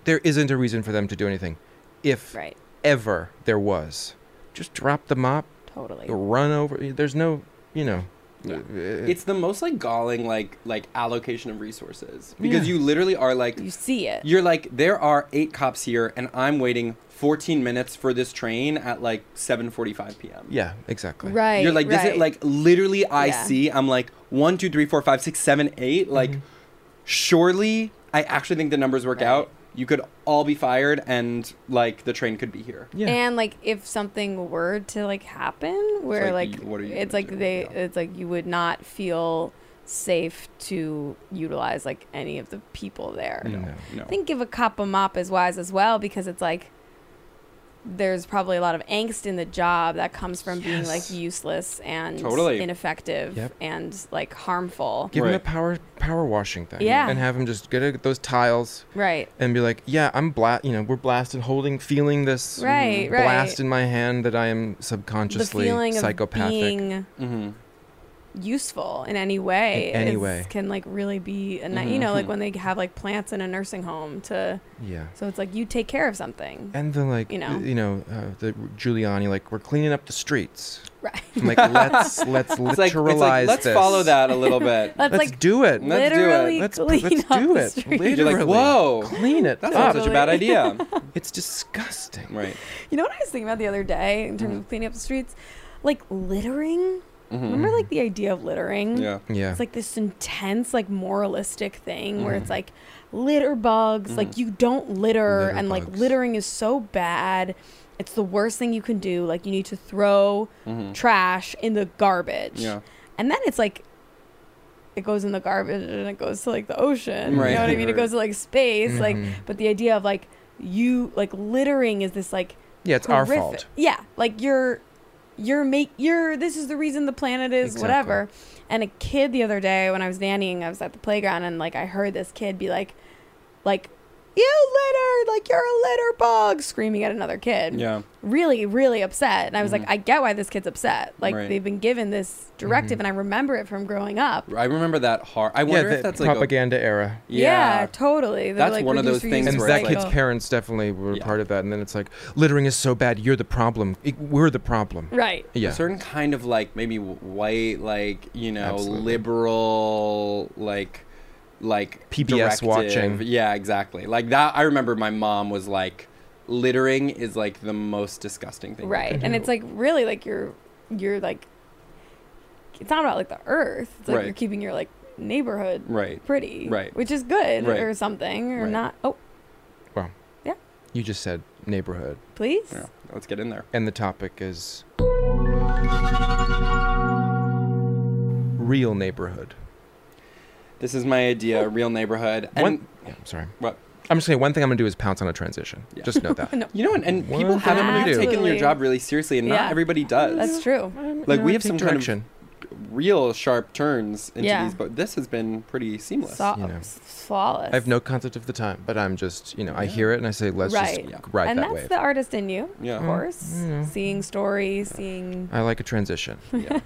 [SPEAKER 5] there isn't a reason for them to do anything, if
[SPEAKER 3] Right.
[SPEAKER 5] ever there was, just drop the mop,
[SPEAKER 3] Totally.
[SPEAKER 5] run over. There's no, you know,
[SPEAKER 4] Yeah.
[SPEAKER 5] uh,
[SPEAKER 4] it's the most like galling like like allocation of resources because
[SPEAKER 5] Yeah.
[SPEAKER 4] you literally are like
[SPEAKER 3] You see it.
[SPEAKER 4] you're like there are eight cops here and i'm waiting 14 minutes for this train at like 7.45 p.m
[SPEAKER 5] yeah, exactly.
[SPEAKER 3] Right.
[SPEAKER 4] you're like this
[SPEAKER 3] right.
[SPEAKER 4] is like literally i
[SPEAKER 3] Yeah.
[SPEAKER 4] see i'm like one two three four five six seven eight
[SPEAKER 5] Mm-hmm.
[SPEAKER 4] like surely i actually think the numbers work out you could all be fired and like the train could be here
[SPEAKER 5] Yeah.
[SPEAKER 3] And like if something were to like happen where
[SPEAKER 4] like,
[SPEAKER 3] like,
[SPEAKER 4] y- what are you
[SPEAKER 3] it's
[SPEAKER 4] gonna
[SPEAKER 3] like
[SPEAKER 4] do?
[SPEAKER 3] they
[SPEAKER 4] Yeah.
[SPEAKER 3] it's like you would not feel safe to utilize like any of the people there.
[SPEAKER 5] No.
[SPEAKER 4] no
[SPEAKER 3] I think give a cop a mop is wise as well because it's like there's probably a lot of angst in the job that comes from being like
[SPEAKER 4] Yes.
[SPEAKER 3] useless and
[SPEAKER 4] Totally.
[SPEAKER 3] ineffective
[SPEAKER 5] Yep.
[SPEAKER 3] and like harmful.
[SPEAKER 5] Give them a
[SPEAKER 4] Right.
[SPEAKER 5] power power washing thing.
[SPEAKER 3] Yeah.
[SPEAKER 5] And have them just get a, those tiles
[SPEAKER 3] Right.
[SPEAKER 5] and be like, yeah, I'm bla You know, we're blasted, holding, feeling this
[SPEAKER 3] Right, right.
[SPEAKER 5] blast in my hand that I am subconsciously
[SPEAKER 3] the feeling
[SPEAKER 5] psychopathic.
[SPEAKER 3] of being
[SPEAKER 4] hmm
[SPEAKER 3] useful in any way
[SPEAKER 5] In any
[SPEAKER 3] is-
[SPEAKER 5] way.
[SPEAKER 3] can like really be a ni- you know like when they have like plants in a nursing home to
[SPEAKER 5] yeah.
[SPEAKER 3] so it's like you take care of something
[SPEAKER 5] And the like,
[SPEAKER 3] You
[SPEAKER 5] you
[SPEAKER 3] know.
[SPEAKER 5] know, you know, uh, the Giuliani, like we're cleaning up the streets.
[SPEAKER 3] right
[SPEAKER 5] I'm like, let's let's
[SPEAKER 4] it's like, it's like,
[SPEAKER 5] literalize
[SPEAKER 4] let's
[SPEAKER 5] this.
[SPEAKER 4] follow that a little bit
[SPEAKER 3] that's
[SPEAKER 5] Let's
[SPEAKER 3] like
[SPEAKER 5] do it.
[SPEAKER 4] Let's do it.
[SPEAKER 3] literally
[SPEAKER 5] Let's
[SPEAKER 3] clean
[SPEAKER 5] let's
[SPEAKER 3] up
[SPEAKER 5] do
[SPEAKER 3] the
[SPEAKER 5] it.
[SPEAKER 3] street.
[SPEAKER 5] Literally.
[SPEAKER 4] You're like, whoa.
[SPEAKER 5] clean it
[SPEAKER 4] that's not
[SPEAKER 5] up.
[SPEAKER 4] such a bad idea
[SPEAKER 5] It's disgusting.
[SPEAKER 4] right
[SPEAKER 3] you know what i was thinking about the other day in terms
[SPEAKER 5] Mm-hmm.
[SPEAKER 3] of cleaning up the streets like littering remember like the idea of littering
[SPEAKER 4] yeah
[SPEAKER 5] Yeah.
[SPEAKER 3] It's like this intense, like moralistic thing where
[SPEAKER 5] Mm-hmm.
[SPEAKER 3] it's like litter bugs, like you don't litter,
[SPEAKER 5] Litter
[SPEAKER 3] and like
[SPEAKER 5] bugs.
[SPEAKER 3] littering is so bad. It's the worst thing you can do. Like you need to throw trash in the garbage.
[SPEAKER 4] Mm-hmm. Yeah.
[SPEAKER 3] And then it's like it goes in the garbage and it goes to like the ocean. You
[SPEAKER 4] Right.
[SPEAKER 3] know what I mean? It
[SPEAKER 4] Right.
[SPEAKER 3] goes to like space.
[SPEAKER 5] Mhm.
[SPEAKER 3] Like but the idea of like you like littering is this like
[SPEAKER 5] yeah, it's our
[SPEAKER 3] horrific-
[SPEAKER 5] fault.
[SPEAKER 3] Yeah, like you're you're make you're this is the reason the planet is
[SPEAKER 5] Exactly.
[SPEAKER 3] whatever and a kid the other day when i was nannying i was at the playground and like i heard this kid be like like you litter like you're a litter bug screaming at another kid
[SPEAKER 4] Yeah.
[SPEAKER 3] really really upset and i was like i get why this kid's upset like
[SPEAKER 4] Mm-hmm. Right. Mm-hmm.
[SPEAKER 3] they've been given this directive and i remember it from growing up
[SPEAKER 4] I remember that hard. I
[SPEAKER 5] Yeah,
[SPEAKER 4] wonder
[SPEAKER 5] the
[SPEAKER 4] if that's like a-
[SPEAKER 5] propaganda era.
[SPEAKER 3] yeah,
[SPEAKER 4] yeah.
[SPEAKER 3] totally They're
[SPEAKER 4] That's
[SPEAKER 3] like,
[SPEAKER 4] one of
[SPEAKER 3] reduce,
[SPEAKER 4] those
[SPEAKER 3] reuse,
[SPEAKER 4] things
[SPEAKER 5] And
[SPEAKER 4] where
[SPEAKER 5] that
[SPEAKER 4] it's
[SPEAKER 3] recycle.
[SPEAKER 5] kid's parents definitely were
[SPEAKER 4] Yeah.
[SPEAKER 5] part of that. And then it's like, littering is so bad. You're the problem. I- We're the problem.
[SPEAKER 3] right
[SPEAKER 5] Yeah.
[SPEAKER 4] a certain kind of like maybe w- white, like you know,
[SPEAKER 5] Absolutely.
[SPEAKER 4] liberal, like like
[SPEAKER 5] PBS
[SPEAKER 4] directive.
[SPEAKER 5] watching.
[SPEAKER 4] Yeah, exactly. Like that. I remember my mom was like, littering is like the most disgusting thing. you
[SPEAKER 3] right
[SPEAKER 4] can
[SPEAKER 3] and
[SPEAKER 4] do."
[SPEAKER 3] it's like really like you're you're like it's not about like the earth it's like you're
[SPEAKER 4] Right.
[SPEAKER 3] keeping your like neighborhood
[SPEAKER 4] right.
[SPEAKER 3] pretty
[SPEAKER 4] Right.
[SPEAKER 3] which is good
[SPEAKER 4] Right.
[SPEAKER 3] or something or
[SPEAKER 4] Right.
[SPEAKER 3] not oh
[SPEAKER 5] You just said neighborhood.
[SPEAKER 3] please
[SPEAKER 4] Yeah, let's get in there.
[SPEAKER 5] And the topic is real neighborhood.
[SPEAKER 4] This is my idea, real neighborhood. And
[SPEAKER 5] one, yeah, I'm sorry.
[SPEAKER 4] What?
[SPEAKER 5] I'm just saying one thing I'm gonna do is pounce on a transition.
[SPEAKER 4] Yeah.
[SPEAKER 5] Just note that.
[SPEAKER 3] No.
[SPEAKER 4] you know, and, and
[SPEAKER 5] One
[SPEAKER 4] people
[SPEAKER 5] thing
[SPEAKER 4] haven't
[SPEAKER 3] I'm gonna
[SPEAKER 4] really
[SPEAKER 3] do.
[SPEAKER 4] taken your
[SPEAKER 3] Absolutely.
[SPEAKER 4] job really seriously, and
[SPEAKER 3] Yeah.
[SPEAKER 4] not everybody does.
[SPEAKER 3] that's true
[SPEAKER 4] Like, we have some kind of-
[SPEAKER 5] direction.
[SPEAKER 4] real sharp turns into
[SPEAKER 3] Yeah.
[SPEAKER 4] these, but this has been pretty seamless.
[SPEAKER 3] so-
[SPEAKER 5] you know.
[SPEAKER 3] s- flawless
[SPEAKER 5] I have no concept of the time, but I'm just you know I
[SPEAKER 4] Yeah.
[SPEAKER 5] hear it and I say let's
[SPEAKER 3] Right.
[SPEAKER 5] just
[SPEAKER 4] Yeah.
[SPEAKER 5] ride
[SPEAKER 3] and
[SPEAKER 5] that
[SPEAKER 3] that's
[SPEAKER 5] wave.
[SPEAKER 3] the artist in you
[SPEAKER 4] yeah.
[SPEAKER 3] of course
[SPEAKER 5] Mm, yeah.
[SPEAKER 3] seeing stories seeing
[SPEAKER 5] I like a transition.
[SPEAKER 4] yeah.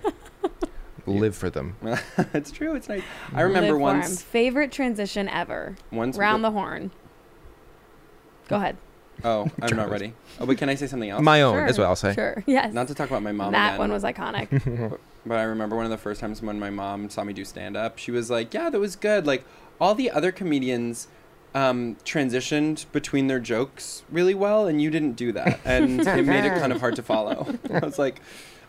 [SPEAKER 5] Live for them.
[SPEAKER 4] it's true. It's nice. I remember
[SPEAKER 3] Live Farm.
[SPEAKER 4] once,
[SPEAKER 3] favorite transition ever
[SPEAKER 4] once we
[SPEAKER 3] round
[SPEAKER 4] go-
[SPEAKER 3] the horn go ahead
[SPEAKER 4] Oh, I'm not
[SPEAKER 5] Travis.
[SPEAKER 4] ready. Oh, but can I say something else?
[SPEAKER 5] My own
[SPEAKER 3] Sure.
[SPEAKER 5] is what I'll say.
[SPEAKER 3] sure yes
[SPEAKER 4] Not to talk about my mom
[SPEAKER 3] that
[SPEAKER 4] again,
[SPEAKER 3] one was iconic
[SPEAKER 4] but I remember one of the first times when my mom saw me do stand up. She was like, "Yeah, that was good. Like all the other comedians um, transitioned between their jokes really well, and you didn't do that, and it made it kind of hard to follow." I was like,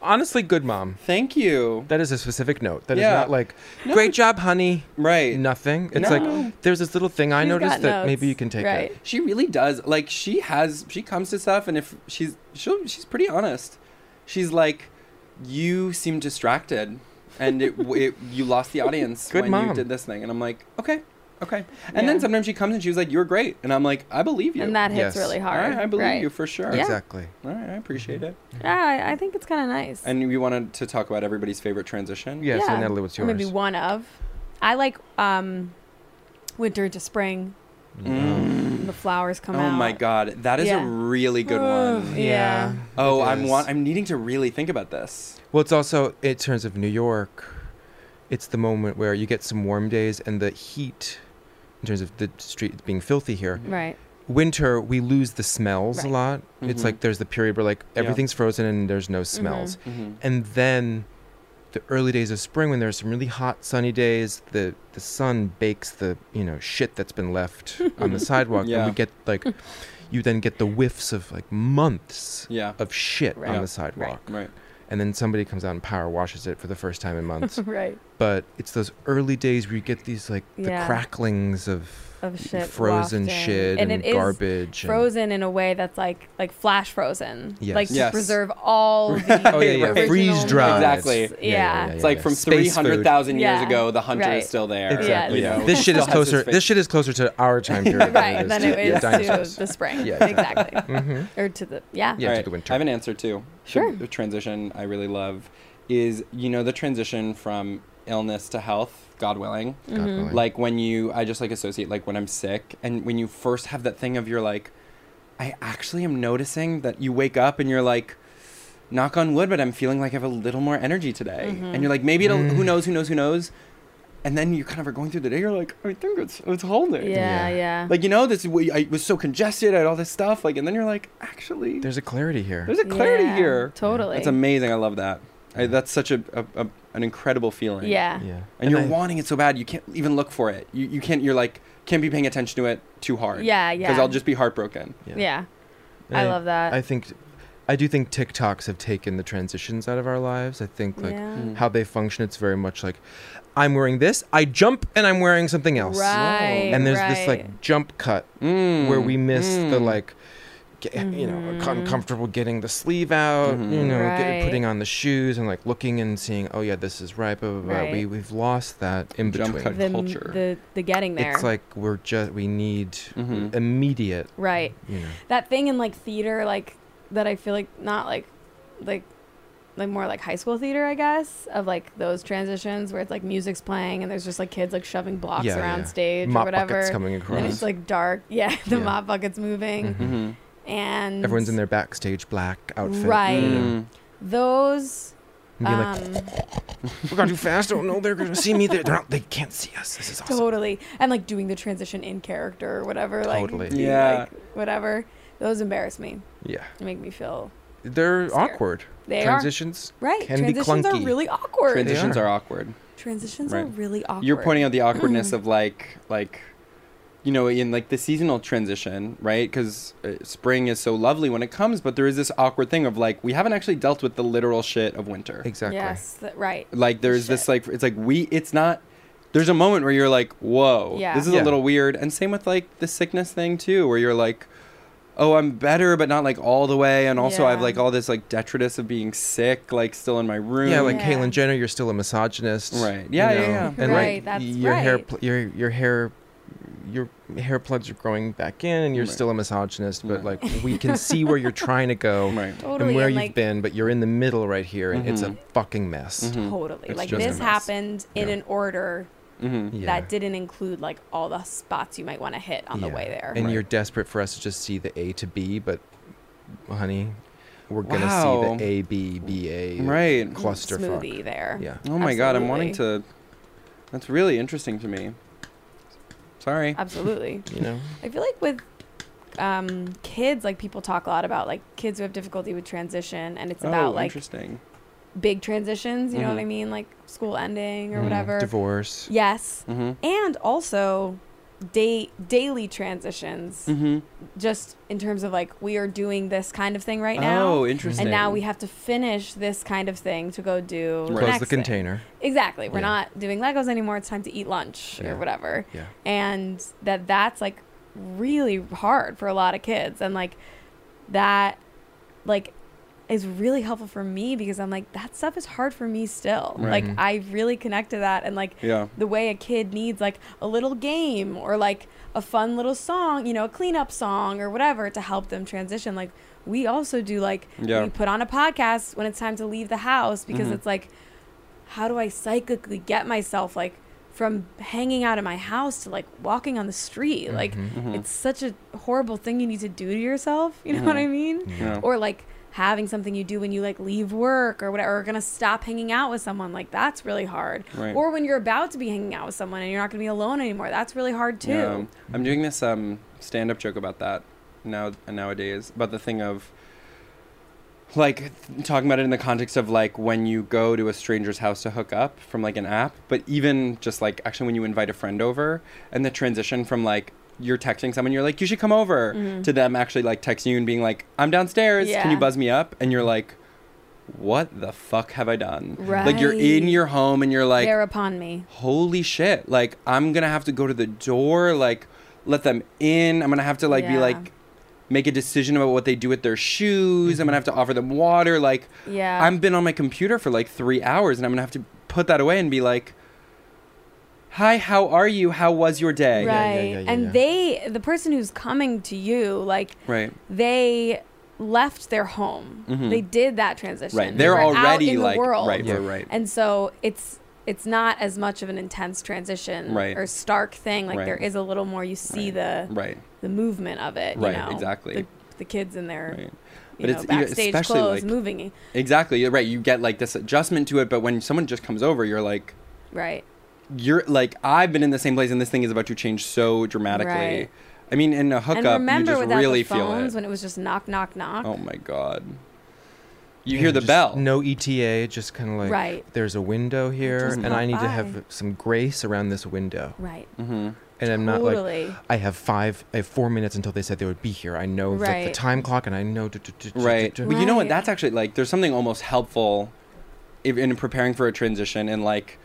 [SPEAKER 5] Honestly, good mom.
[SPEAKER 4] "Thank you."
[SPEAKER 5] That is a specific note. That is
[SPEAKER 4] Yeah.
[SPEAKER 5] not like great job, honey.
[SPEAKER 4] Right.
[SPEAKER 5] Nothing. It's
[SPEAKER 4] No.
[SPEAKER 5] like there's this little thing I
[SPEAKER 3] She's
[SPEAKER 5] noticed
[SPEAKER 3] got
[SPEAKER 5] that maybe
[SPEAKER 3] notes.
[SPEAKER 5] you can take
[SPEAKER 3] Right.
[SPEAKER 5] it.
[SPEAKER 4] She really does. Like she has she comes to stuff and if she's she'll, she's pretty honest. She's like you seem distracted and it, it you lost the audience
[SPEAKER 5] Good
[SPEAKER 4] when you
[SPEAKER 5] mom.
[SPEAKER 4] did this thing and I'm like, "Okay. Okay." And
[SPEAKER 3] Yeah.
[SPEAKER 4] then sometimes she comes and she was like, "You're great." And I'm like, "I believe you."
[SPEAKER 3] and that hits
[SPEAKER 5] Yes.
[SPEAKER 3] really
[SPEAKER 4] All
[SPEAKER 3] hard
[SPEAKER 4] right, I believe
[SPEAKER 3] right.
[SPEAKER 4] you for sure.
[SPEAKER 3] Yeah.
[SPEAKER 5] Exactly.
[SPEAKER 4] All right, I
[SPEAKER 5] Mm-hmm.
[SPEAKER 4] appreciate it.
[SPEAKER 3] yeah I, I think it's kind of nice
[SPEAKER 4] And we wanted to talk about everybody's favorite transition.
[SPEAKER 5] Yeah, so Natalie, what's
[SPEAKER 3] Or
[SPEAKER 5] yours?
[SPEAKER 3] Maybe one of. I like um, winter to spring.
[SPEAKER 5] Mm-hmm.
[SPEAKER 3] when The flowers come
[SPEAKER 4] Mm. Oh
[SPEAKER 3] out.
[SPEAKER 4] my god, that is
[SPEAKER 3] Yeah.
[SPEAKER 4] a really good one.
[SPEAKER 3] Yeah.
[SPEAKER 4] Oh,
[SPEAKER 5] it
[SPEAKER 4] I'm
[SPEAKER 5] is.
[SPEAKER 4] wa- I'm needing to really think about this.
[SPEAKER 5] Well, it's also in terms of New York, it's the moment where you get some warm days and the heat, in terms of the street being filthy here.
[SPEAKER 3] Right.
[SPEAKER 5] Winter, we lose the smells a
[SPEAKER 3] Right. Mm-hmm.
[SPEAKER 5] lot. It's
[SPEAKER 4] Mhm.
[SPEAKER 5] like there's the period where like
[SPEAKER 4] Yeah.
[SPEAKER 5] everything's frozen and there's no smells,
[SPEAKER 4] Mhm.
[SPEAKER 5] and then the early days of spring when there's some really hot sunny days the the sun bakes the you know shit that's been left on the sidewalk
[SPEAKER 4] Yeah.
[SPEAKER 5] and we get like you then get the whiffs of like months
[SPEAKER 4] Yeah.
[SPEAKER 5] of shit
[SPEAKER 3] Right.
[SPEAKER 5] on
[SPEAKER 4] Yeah.
[SPEAKER 5] the sidewalk
[SPEAKER 4] Right.
[SPEAKER 5] and then somebody comes out and power washes it for the first time in months.
[SPEAKER 3] Right.
[SPEAKER 5] but it's those early days where you get these like the
[SPEAKER 3] Yeah.
[SPEAKER 5] cracklings of,
[SPEAKER 3] Of shit
[SPEAKER 5] frozen
[SPEAKER 3] wafting.
[SPEAKER 5] shit
[SPEAKER 3] And
[SPEAKER 5] and,
[SPEAKER 3] it is
[SPEAKER 5] garbage. and-
[SPEAKER 3] Frozen in a way that's like like flash frozen.
[SPEAKER 5] Yes.
[SPEAKER 3] Like to
[SPEAKER 4] Yes.
[SPEAKER 3] preserve all the
[SPEAKER 5] oh yeah, yeah,
[SPEAKER 3] original
[SPEAKER 5] freeze dried.
[SPEAKER 4] Exactly.
[SPEAKER 3] Yeah. yeah,
[SPEAKER 4] It's like from
[SPEAKER 5] Space food.
[SPEAKER 4] 300,000 years
[SPEAKER 3] Yeah,
[SPEAKER 4] ago, the hunter
[SPEAKER 3] right.
[SPEAKER 4] is still there.
[SPEAKER 5] Exactly.
[SPEAKER 3] Yes.
[SPEAKER 4] You know,
[SPEAKER 5] This shit is
[SPEAKER 4] still has his
[SPEAKER 5] closer.
[SPEAKER 4] face.
[SPEAKER 5] This shit is closer to our time period.
[SPEAKER 3] right. Than
[SPEAKER 5] to the
[SPEAKER 3] it is
[SPEAKER 5] dinosaurs. Mm-hmm.
[SPEAKER 3] to the spring.
[SPEAKER 5] Yeah,
[SPEAKER 3] Exactly. Or to the yeah.
[SPEAKER 5] Yeah.
[SPEAKER 4] All
[SPEAKER 5] to the winter.
[SPEAKER 4] I have an answer too.
[SPEAKER 3] Sure.
[SPEAKER 4] The, the transition I really love is, you know, the transition from illness to health, God willing.
[SPEAKER 3] Mm-hmm.
[SPEAKER 5] God willing.
[SPEAKER 4] Like when you, I just like associate like when I'm sick and when you first have that thing of you're like, I actually am noticing that you wake up and you're like, knock on wood, but I'm feeling like I have a little more energy today.
[SPEAKER 3] Mm-hmm.
[SPEAKER 4] And you're like, maybe it'll,
[SPEAKER 5] Mm.
[SPEAKER 4] who knows, who knows, who knows. And then you kind of are going through the day, you're like, I think it's, it's holding.
[SPEAKER 3] Yeah.
[SPEAKER 5] Yeah.
[SPEAKER 3] Yeah.
[SPEAKER 4] like you know this we- i was so congested i had all this stuff like and then you're like actually there's,
[SPEAKER 5] there's a clarity here.
[SPEAKER 4] a clarity
[SPEAKER 3] Yeah,
[SPEAKER 4] here
[SPEAKER 3] Totally.
[SPEAKER 4] that's amazing i love that I, that's such a, a, a an incredible feeling
[SPEAKER 3] Yeah.
[SPEAKER 5] yeah.
[SPEAKER 4] and you're
[SPEAKER 5] I-
[SPEAKER 4] wanting it so bad you can't even look for it you, you can't you're like can't be paying attention to it too hard
[SPEAKER 3] Yeah,
[SPEAKER 4] because
[SPEAKER 3] yeah.
[SPEAKER 4] i'll just be heartbroken
[SPEAKER 3] Yeah.
[SPEAKER 5] Yeah.
[SPEAKER 3] I love that.
[SPEAKER 5] I think, I do think TikToks have taken the transitions out of our lives. I think like
[SPEAKER 3] Yeah.
[SPEAKER 5] how they function, it's very much like, I'm wearing this, I jump, and I'm wearing something else.
[SPEAKER 3] Right.
[SPEAKER 5] And there's
[SPEAKER 3] right.
[SPEAKER 5] this like jump cut
[SPEAKER 4] Mm,
[SPEAKER 5] where we miss the
[SPEAKER 4] mm.
[SPEAKER 5] like, ge- you know, con- comfortable getting the sleeve out, you know,
[SPEAKER 3] Mm-hmm. Right.
[SPEAKER 5] get, putting on the shoes and like looking and seeing, oh yeah, this is right, blah blah blah.
[SPEAKER 3] Right.
[SPEAKER 5] We we've lost that in
[SPEAKER 4] Jump
[SPEAKER 5] between.
[SPEAKER 4] cut.
[SPEAKER 3] the,
[SPEAKER 4] culture.
[SPEAKER 3] the the getting there.
[SPEAKER 5] It's like we're just we need
[SPEAKER 4] Mhm.
[SPEAKER 5] immediate,
[SPEAKER 3] right.
[SPEAKER 5] you know.
[SPEAKER 3] that thing in like theater like that i feel like not like like like more like high school theater, I guess, of like those transitions where it's like music's playing and there's just like kids like shoving blocks
[SPEAKER 5] Yeah,
[SPEAKER 3] around
[SPEAKER 5] yeah.
[SPEAKER 3] stage or
[SPEAKER 5] Mop
[SPEAKER 3] whatever.
[SPEAKER 5] buckets coming across.
[SPEAKER 3] And it's like dark. Yeah, the
[SPEAKER 5] Yeah.
[SPEAKER 3] mop bucket's moving,
[SPEAKER 4] Mm-hmm.
[SPEAKER 3] and
[SPEAKER 5] Everyone's in their backstage black outfit.
[SPEAKER 3] Right.
[SPEAKER 5] you know,
[SPEAKER 4] Mm.
[SPEAKER 3] Those.
[SPEAKER 5] and being like,
[SPEAKER 3] Um,
[SPEAKER 5] we're going too fast. Oh, no, they're going to see me. They're, they're not, they can't see us. This is awesome.
[SPEAKER 3] totally and like doing the transition in character or whatever
[SPEAKER 5] Totally.
[SPEAKER 3] like being,
[SPEAKER 4] Yeah.
[SPEAKER 3] like, whatever those embarrass me
[SPEAKER 5] Yeah.
[SPEAKER 3] They make me feel
[SPEAKER 5] They're
[SPEAKER 3] Scared.
[SPEAKER 5] awkward.
[SPEAKER 3] they
[SPEAKER 5] Transitions.
[SPEAKER 3] are right
[SPEAKER 5] can be
[SPEAKER 3] transitions are
[SPEAKER 5] clunky.
[SPEAKER 3] really awkward
[SPEAKER 4] Transitions
[SPEAKER 5] are.
[SPEAKER 4] are. awkward.
[SPEAKER 3] transitions are
[SPEAKER 4] Right.
[SPEAKER 3] really awkward Hmm.
[SPEAKER 4] You're pointing out the awkwardness of like like you know in like the seasonal transition, right? Cuz uh, spring is so lovely when it comes, but there is this awkward thing of like we haven't actually dealt with the literal shit of winter.
[SPEAKER 5] Exactly.
[SPEAKER 3] yes that, right
[SPEAKER 4] Like there's this like it's like we it's not there's a moment where you're like, "Whoa,
[SPEAKER 3] Yeah.
[SPEAKER 4] this is
[SPEAKER 5] Yeah.
[SPEAKER 4] a little weird." And same with like the sickness thing too, where you're like Oh, I'm better, but not like all the way. And also, I have
[SPEAKER 3] Yeah.
[SPEAKER 4] like all this like detritus of being sick, like still in my room.
[SPEAKER 5] Yeah, like
[SPEAKER 3] Yeah.
[SPEAKER 5] Caitlyn Jenner, you're still a misogynist.
[SPEAKER 4] Right. Yeah, yeah, yeah.
[SPEAKER 5] And
[SPEAKER 3] Right,
[SPEAKER 5] like,
[SPEAKER 3] that's
[SPEAKER 5] your hair,
[SPEAKER 3] right.
[SPEAKER 5] pl- your your hair, your hair plugs are growing back in, and you're
[SPEAKER 4] Right.
[SPEAKER 5] still a misogynist. But
[SPEAKER 4] Yeah.
[SPEAKER 5] like, we can see where you're trying to go
[SPEAKER 4] right.
[SPEAKER 3] totally
[SPEAKER 5] and where
[SPEAKER 3] and,
[SPEAKER 5] you've
[SPEAKER 3] like,
[SPEAKER 5] been, but you're in the middle right here, and it's a
[SPEAKER 4] Mhm.
[SPEAKER 5] fucking mess.
[SPEAKER 4] Mhm.
[SPEAKER 3] totally
[SPEAKER 5] It's
[SPEAKER 3] like
[SPEAKER 5] just a
[SPEAKER 3] this
[SPEAKER 5] mess.
[SPEAKER 3] happened in
[SPEAKER 5] Yeah.
[SPEAKER 3] an order
[SPEAKER 4] Mhm.
[SPEAKER 5] Yeah.
[SPEAKER 3] that didn't include like all the spots you might want to hit on the
[SPEAKER 5] Yeah.
[SPEAKER 3] way there
[SPEAKER 5] And
[SPEAKER 4] Right.
[SPEAKER 5] you're desperate for us to just see the A to B, but honey, we're
[SPEAKER 4] Wow.
[SPEAKER 5] gonna see the A B B A
[SPEAKER 4] Right.
[SPEAKER 5] clusterfuck.
[SPEAKER 3] smoothie there
[SPEAKER 5] Yeah.
[SPEAKER 4] Oh my god, I'm wanting to. That's really interesting to me. Sorry.
[SPEAKER 3] Uh, absolutely
[SPEAKER 5] You know.
[SPEAKER 3] I feel like with um, kids, like people talk a lot about like kids who have difficulty with transition, and it's
[SPEAKER 4] oh,
[SPEAKER 3] about like
[SPEAKER 4] interesting.
[SPEAKER 3] big transitions. You know
[SPEAKER 5] Mm-hmm.
[SPEAKER 3] what I
[SPEAKER 4] Mhm.
[SPEAKER 3] mean, like school ending or
[SPEAKER 5] Mm,
[SPEAKER 3] whatever.
[SPEAKER 5] Divorce.
[SPEAKER 3] Yes,
[SPEAKER 4] Mm-hmm.
[SPEAKER 3] and also day daily transitions,
[SPEAKER 5] Mm.
[SPEAKER 4] Mm-hmm.
[SPEAKER 3] just in terms of like we are doing this kind of thing right now.
[SPEAKER 4] oh, interesting.
[SPEAKER 3] And now we have to finish this kind of thing to go do the
[SPEAKER 4] Right.
[SPEAKER 5] Close
[SPEAKER 3] next
[SPEAKER 5] the
[SPEAKER 3] thing.
[SPEAKER 5] container.
[SPEAKER 3] Exactly. We're
[SPEAKER 5] Yeah.
[SPEAKER 3] not doing Legos anymore. It's time to eat lunch
[SPEAKER 5] Yeah.
[SPEAKER 3] or whatever
[SPEAKER 5] Yeah.
[SPEAKER 3] and that that's like really hard for a lot of kids and like that like is really helpful for me because I'm like that stuff is hard for me still. Like
[SPEAKER 4] Right.
[SPEAKER 3] I really connect to that and like
[SPEAKER 4] Yeah.
[SPEAKER 3] the way a kid needs like a little game or like a fun little song, you know, a cleanup song or whatever to help them transition. Like we also do like
[SPEAKER 4] Yeah.
[SPEAKER 3] we put on a podcast when it's time to leave the house because
[SPEAKER 4] Mhm.
[SPEAKER 3] it's like how do I psychically get myself like from hanging out in my house to like walking on the street? Like
[SPEAKER 5] Mm-hmm.
[SPEAKER 4] Mhm.
[SPEAKER 3] it's such a horrible thing you need to do to yourself, you know
[SPEAKER 4] Mm.
[SPEAKER 3] what I mean?
[SPEAKER 4] Yeah.
[SPEAKER 3] or like having something you do when you like leave work or whatever or gonna stop hanging out with someone like that's really hard
[SPEAKER 4] Right.
[SPEAKER 3] or when you're about to be hanging out with someone and you're not gonna be alone anymore that's really hard too
[SPEAKER 4] Yeah. I'm doing this um stand-up joke about that now nowadays about the thing of like th- talking about it in the context of like when you go to a stranger's house to hook up from like an app, but even just like actually when you invite a friend over and the transition from like you're texting someone you're like you should come over
[SPEAKER 3] Mm-hmm.
[SPEAKER 4] to them actually like texting you and being like I'm downstairs, can you
[SPEAKER 3] Yeah.
[SPEAKER 4] buzz me up? And you're like what the fuck have I done? Like you're in
[SPEAKER 3] Right.
[SPEAKER 4] your home and you're like
[SPEAKER 3] they're upon me
[SPEAKER 4] holy shit like i'm gonna have to go to the door like let them in i'm gonna have to like be
[SPEAKER 3] Yeah.
[SPEAKER 4] like make a decision about what they do with their shoes
[SPEAKER 5] Mm-hmm.
[SPEAKER 4] i'm gonna have to offer them water like
[SPEAKER 3] yeah
[SPEAKER 4] i've been on my computer for like three hours and i'm gonna have to put that away and be like hi how are you how was your day
[SPEAKER 3] right
[SPEAKER 5] yeah, yeah, yeah,
[SPEAKER 3] and
[SPEAKER 5] yeah.
[SPEAKER 3] they the person who's coming to you like
[SPEAKER 4] right
[SPEAKER 3] they left their home
[SPEAKER 4] Mhm.
[SPEAKER 3] they did that transition
[SPEAKER 4] right
[SPEAKER 3] They
[SPEAKER 4] they're
[SPEAKER 3] were out
[SPEAKER 4] already
[SPEAKER 3] in the
[SPEAKER 4] like
[SPEAKER 3] world.
[SPEAKER 4] right
[SPEAKER 5] Yeah.
[SPEAKER 4] right right
[SPEAKER 3] and so it's it's not as much of an intense transition
[SPEAKER 4] Right.
[SPEAKER 3] or stark thing like
[SPEAKER 4] Right.
[SPEAKER 3] there is a little more you see the
[SPEAKER 4] right
[SPEAKER 3] the movement of it.
[SPEAKER 4] Right,
[SPEAKER 3] you know,
[SPEAKER 4] exactly.
[SPEAKER 3] The, the kids in their
[SPEAKER 4] right
[SPEAKER 3] you
[SPEAKER 4] But
[SPEAKER 3] know,
[SPEAKER 4] it's even-
[SPEAKER 3] backstage
[SPEAKER 4] especially,
[SPEAKER 3] clothes
[SPEAKER 4] like-
[SPEAKER 3] moving.
[SPEAKER 4] exactly you're right you get like this adjustment to it but when someone just comes over you're like
[SPEAKER 3] Right.
[SPEAKER 4] you're like I've been in the same place and this thing is about to change so dramatically.
[SPEAKER 3] Right.
[SPEAKER 4] I mean, in a
[SPEAKER 3] and
[SPEAKER 4] hookup, you
[SPEAKER 3] remember
[SPEAKER 4] just
[SPEAKER 3] without
[SPEAKER 4] really
[SPEAKER 3] the phones
[SPEAKER 4] feel it.
[SPEAKER 3] when it was just knock, knock, knock.
[SPEAKER 4] oh my god! You
[SPEAKER 5] Yeah,
[SPEAKER 4] hear the
[SPEAKER 5] just
[SPEAKER 4] bell.
[SPEAKER 5] No ETA, just kind of like
[SPEAKER 3] Right.
[SPEAKER 5] there's a window here,
[SPEAKER 3] Just
[SPEAKER 5] and I
[SPEAKER 3] walk
[SPEAKER 5] need
[SPEAKER 3] by.
[SPEAKER 5] to have some grace around this window.
[SPEAKER 3] Right.
[SPEAKER 4] hmm
[SPEAKER 5] And I'm not like
[SPEAKER 3] Totally.
[SPEAKER 5] I have five, I have four minutes until they said they would be here. I know like, the
[SPEAKER 3] Right.
[SPEAKER 5] time clock, and I know. du- du- du- du-
[SPEAKER 4] Right.
[SPEAKER 5] du- du-
[SPEAKER 4] But you know what?
[SPEAKER 3] Right.
[SPEAKER 4] That's actually like there's something almost helpful if, in preparing for a transition and like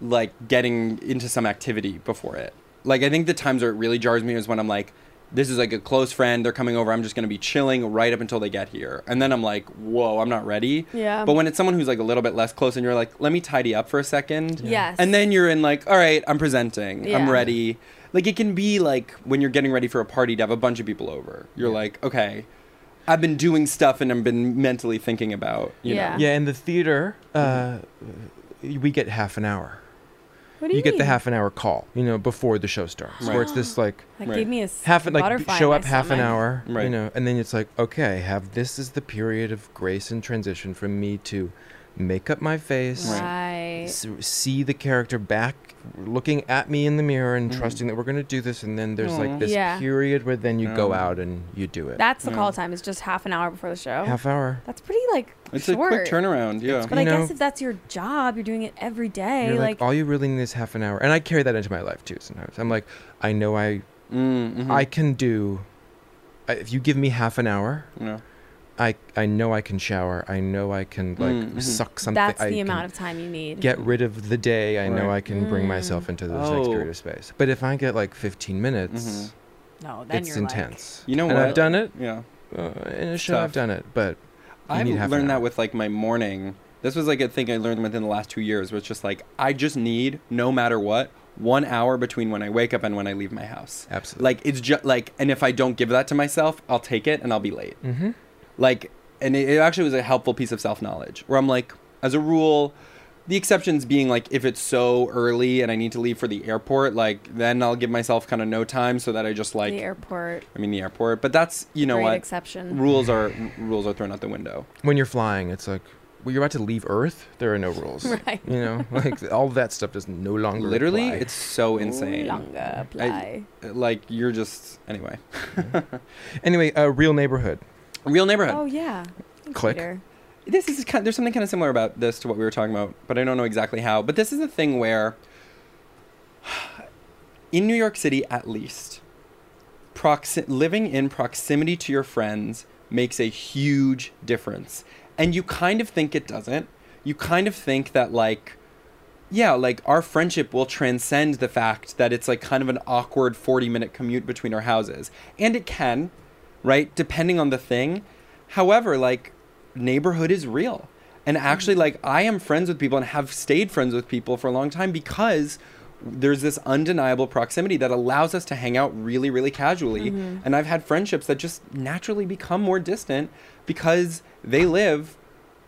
[SPEAKER 4] like getting into some activity before it. Like I think the times where it really jars me is when I'm like, this is like a close friend, they're coming over, I'm just gonna be chilling right up until they get here. And then I'm like, whoa, I'm not ready.
[SPEAKER 3] Yeah.
[SPEAKER 4] But when it's someone who's like a little bit less close and you're like, let me tidy up for a second.
[SPEAKER 3] Yes.
[SPEAKER 4] And then you're in like, all right, I'm presenting. I'm
[SPEAKER 3] Yeah.
[SPEAKER 4] ready. Like it can be like when you're getting ready for a party to have a bunch of people over. You're
[SPEAKER 5] Yeah.
[SPEAKER 4] like, okay, I've been doing stuff and I've been mentally thinking about, you
[SPEAKER 3] Yeah.
[SPEAKER 4] know.
[SPEAKER 5] Yeah, in the theater, uh,
[SPEAKER 4] Mm-hmm.
[SPEAKER 5] we get half an hour.
[SPEAKER 3] What do
[SPEAKER 5] You,
[SPEAKER 3] you,
[SPEAKER 5] get the
[SPEAKER 3] mean?
[SPEAKER 5] half an hour call, you know, before the show starts, where it's
[SPEAKER 4] Right.
[SPEAKER 5] this like
[SPEAKER 3] That
[SPEAKER 4] Right.
[SPEAKER 3] gave me a s-
[SPEAKER 5] half an like
[SPEAKER 3] butterfly
[SPEAKER 5] show
[SPEAKER 3] in my
[SPEAKER 5] up half an
[SPEAKER 3] stomach.
[SPEAKER 5] hour, you
[SPEAKER 4] Right.
[SPEAKER 5] know, and then it's like okay, I have this is the period of grace and transition for me to make up my face,
[SPEAKER 3] Right.
[SPEAKER 5] s- see the character back looking at me in the mirror and
[SPEAKER 4] Mhm.
[SPEAKER 5] trusting that we're going to do this and then there's
[SPEAKER 4] Aw.
[SPEAKER 5] like this
[SPEAKER 3] Mm. Yeah.
[SPEAKER 5] period where then you go
[SPEAKER 4] Um,
[SPEAKER 5] out and you do it
[SPEAKER 3] That's the call
[SPEAKER 4] Yeah.
[SPEAKER 3] time. Is just half an hour before the show.
[SPEAKER 5] half hour
[SPEAKER 3] That's pretty like
[SPEAKER 4] It's
[SPEAKER 3] short.
[SPEAKER 4] a quick turnaround, yeah.
[SPEAKER 3] But
[SPEAKER 5] You
[SPEAKER 3] I
[SPEAKER 5] know-
[SPEAKER 3] guess if that's your job, you're doing it every day,
[SPEAKER 5] you're
[SPEAKER 3] like,
[SPEAKER 5] like, all you really need is half an hour and i carry that into my life too sometimes i'm like i know i
[SPEAKER 4] Mm, mhm.
[SPEAKER 5] i can do I, if you give me half an hour
[SPEAKER 4] you know.
[SPEAKER 5] i i know i can shower i know i can like
[SPEAKER 4] Mm, mhm.
[SPEAKER 5] suck something
[SPEAKER 3] that's
[SPEAKER 5] I
[SPEAKER 3] the
[SPEAKER 5] can
[SPEAKER 3] amount of time you need.
[SPEAKER 5] get rid of the day i know
[SPEAKER 4] Right.
[SPEAKER 5] i can bring
[SPEAKER 3] Mm.
[SPEAKER 5] myself into this next
[SPEAKER 4] Oh.
[SPEAKER 5] period of space but if i get like 15 minutes
[SPEAKER 4] Mhm.
[SPEAKER 3] no, then
[SPEAKER 5] it's
[SPEAKER 3] you're
[SPEAKER 5] intense
[SPEAKER 4] You know
[SPEAKER 5] and
[SPEAKER 4] what?
[SPEAKER 5] i've done it
[SPEAKER 4] yeah.
[SPEAKER 5] uh, in a show I've
[SPEAKER 4] tough.
[SPEAKER 5] done it, but You
[SPEAKER 4] I
[SPEAKER 5] need half an
[SPEAKER 4] learned
[SPEAKER 5] hour.
[SPEAKER 4] that with like my morning. This was like a thing I learned within the last two years, was just like I just need, no matter what, one hour between when I wake up and when I leave my house.
[SPEAKER 5] absolutely
[SPEAKER 4] Like it's just like, and if I don't give that to myself, I'll take it and I'll be late.
[SPEAKER 5] mm-hmm.
[SPEAKER 4] Like, and it, it actually was a helpful piece of self knowledge where I'm like, as a rule, the exceptions being like if it's so early and I need to leave for the airport, like then I'll give myself kind of no time so that I just
[SPEAKER 3] Like, the
[SPEAKER 4] like,
[SPEAKER 3] airport,
[SPEAKER 4] I mean the airport, but that's you know
[SPEAKER 3] great
[SPEAKER 4] what
[SPEAKER 3] exception.
[SPEAKER 4] rules are r- rules are thrown out the window.
[SPEAKER 5] when you're flying, it's like well, you're about to leave Earth. There are no rules,
[SPEAKER 3] Right.
[SPEAKER 5] You know, like all that stuff does no longer
[SPEAKER 4] Literally,
[SPEAKER 5] apply.
[SPEAKER 4] it's so insane.
[SPEAKER 3] Longer apply.
[SPEAKER 4] Like you're just anyway.
[SPEAKER 5] anyway a real neighborhood.
[SPEAKER 4] Real neighborhood.
[SPEAKER 3] Oh yeah. Thanks,
[SPEAKER 5] Click.
[SPEAKER 3] Peter.
[SPEAKER 4] This is kind. There's something kind of similar about this to what we were talking about, but I don't know exactly how. But this is a thing where, in New York City, at least, proxi- living in proximity to your friends makes a huge difference. And you kind of think it doesn't. You kind of think that like yeah, like our friendship will transcend the fact that it's like kind of an awkward 40 minute commute between our houses. And it can, right? Depending on the thing. However, like neighborhood is real. And actually, like I am friends with people and have stayed friends with people for a long time because there's this undeniable proximity that allows us to hang out really, really casually. And I've had friendships that just naturally become more distant because they live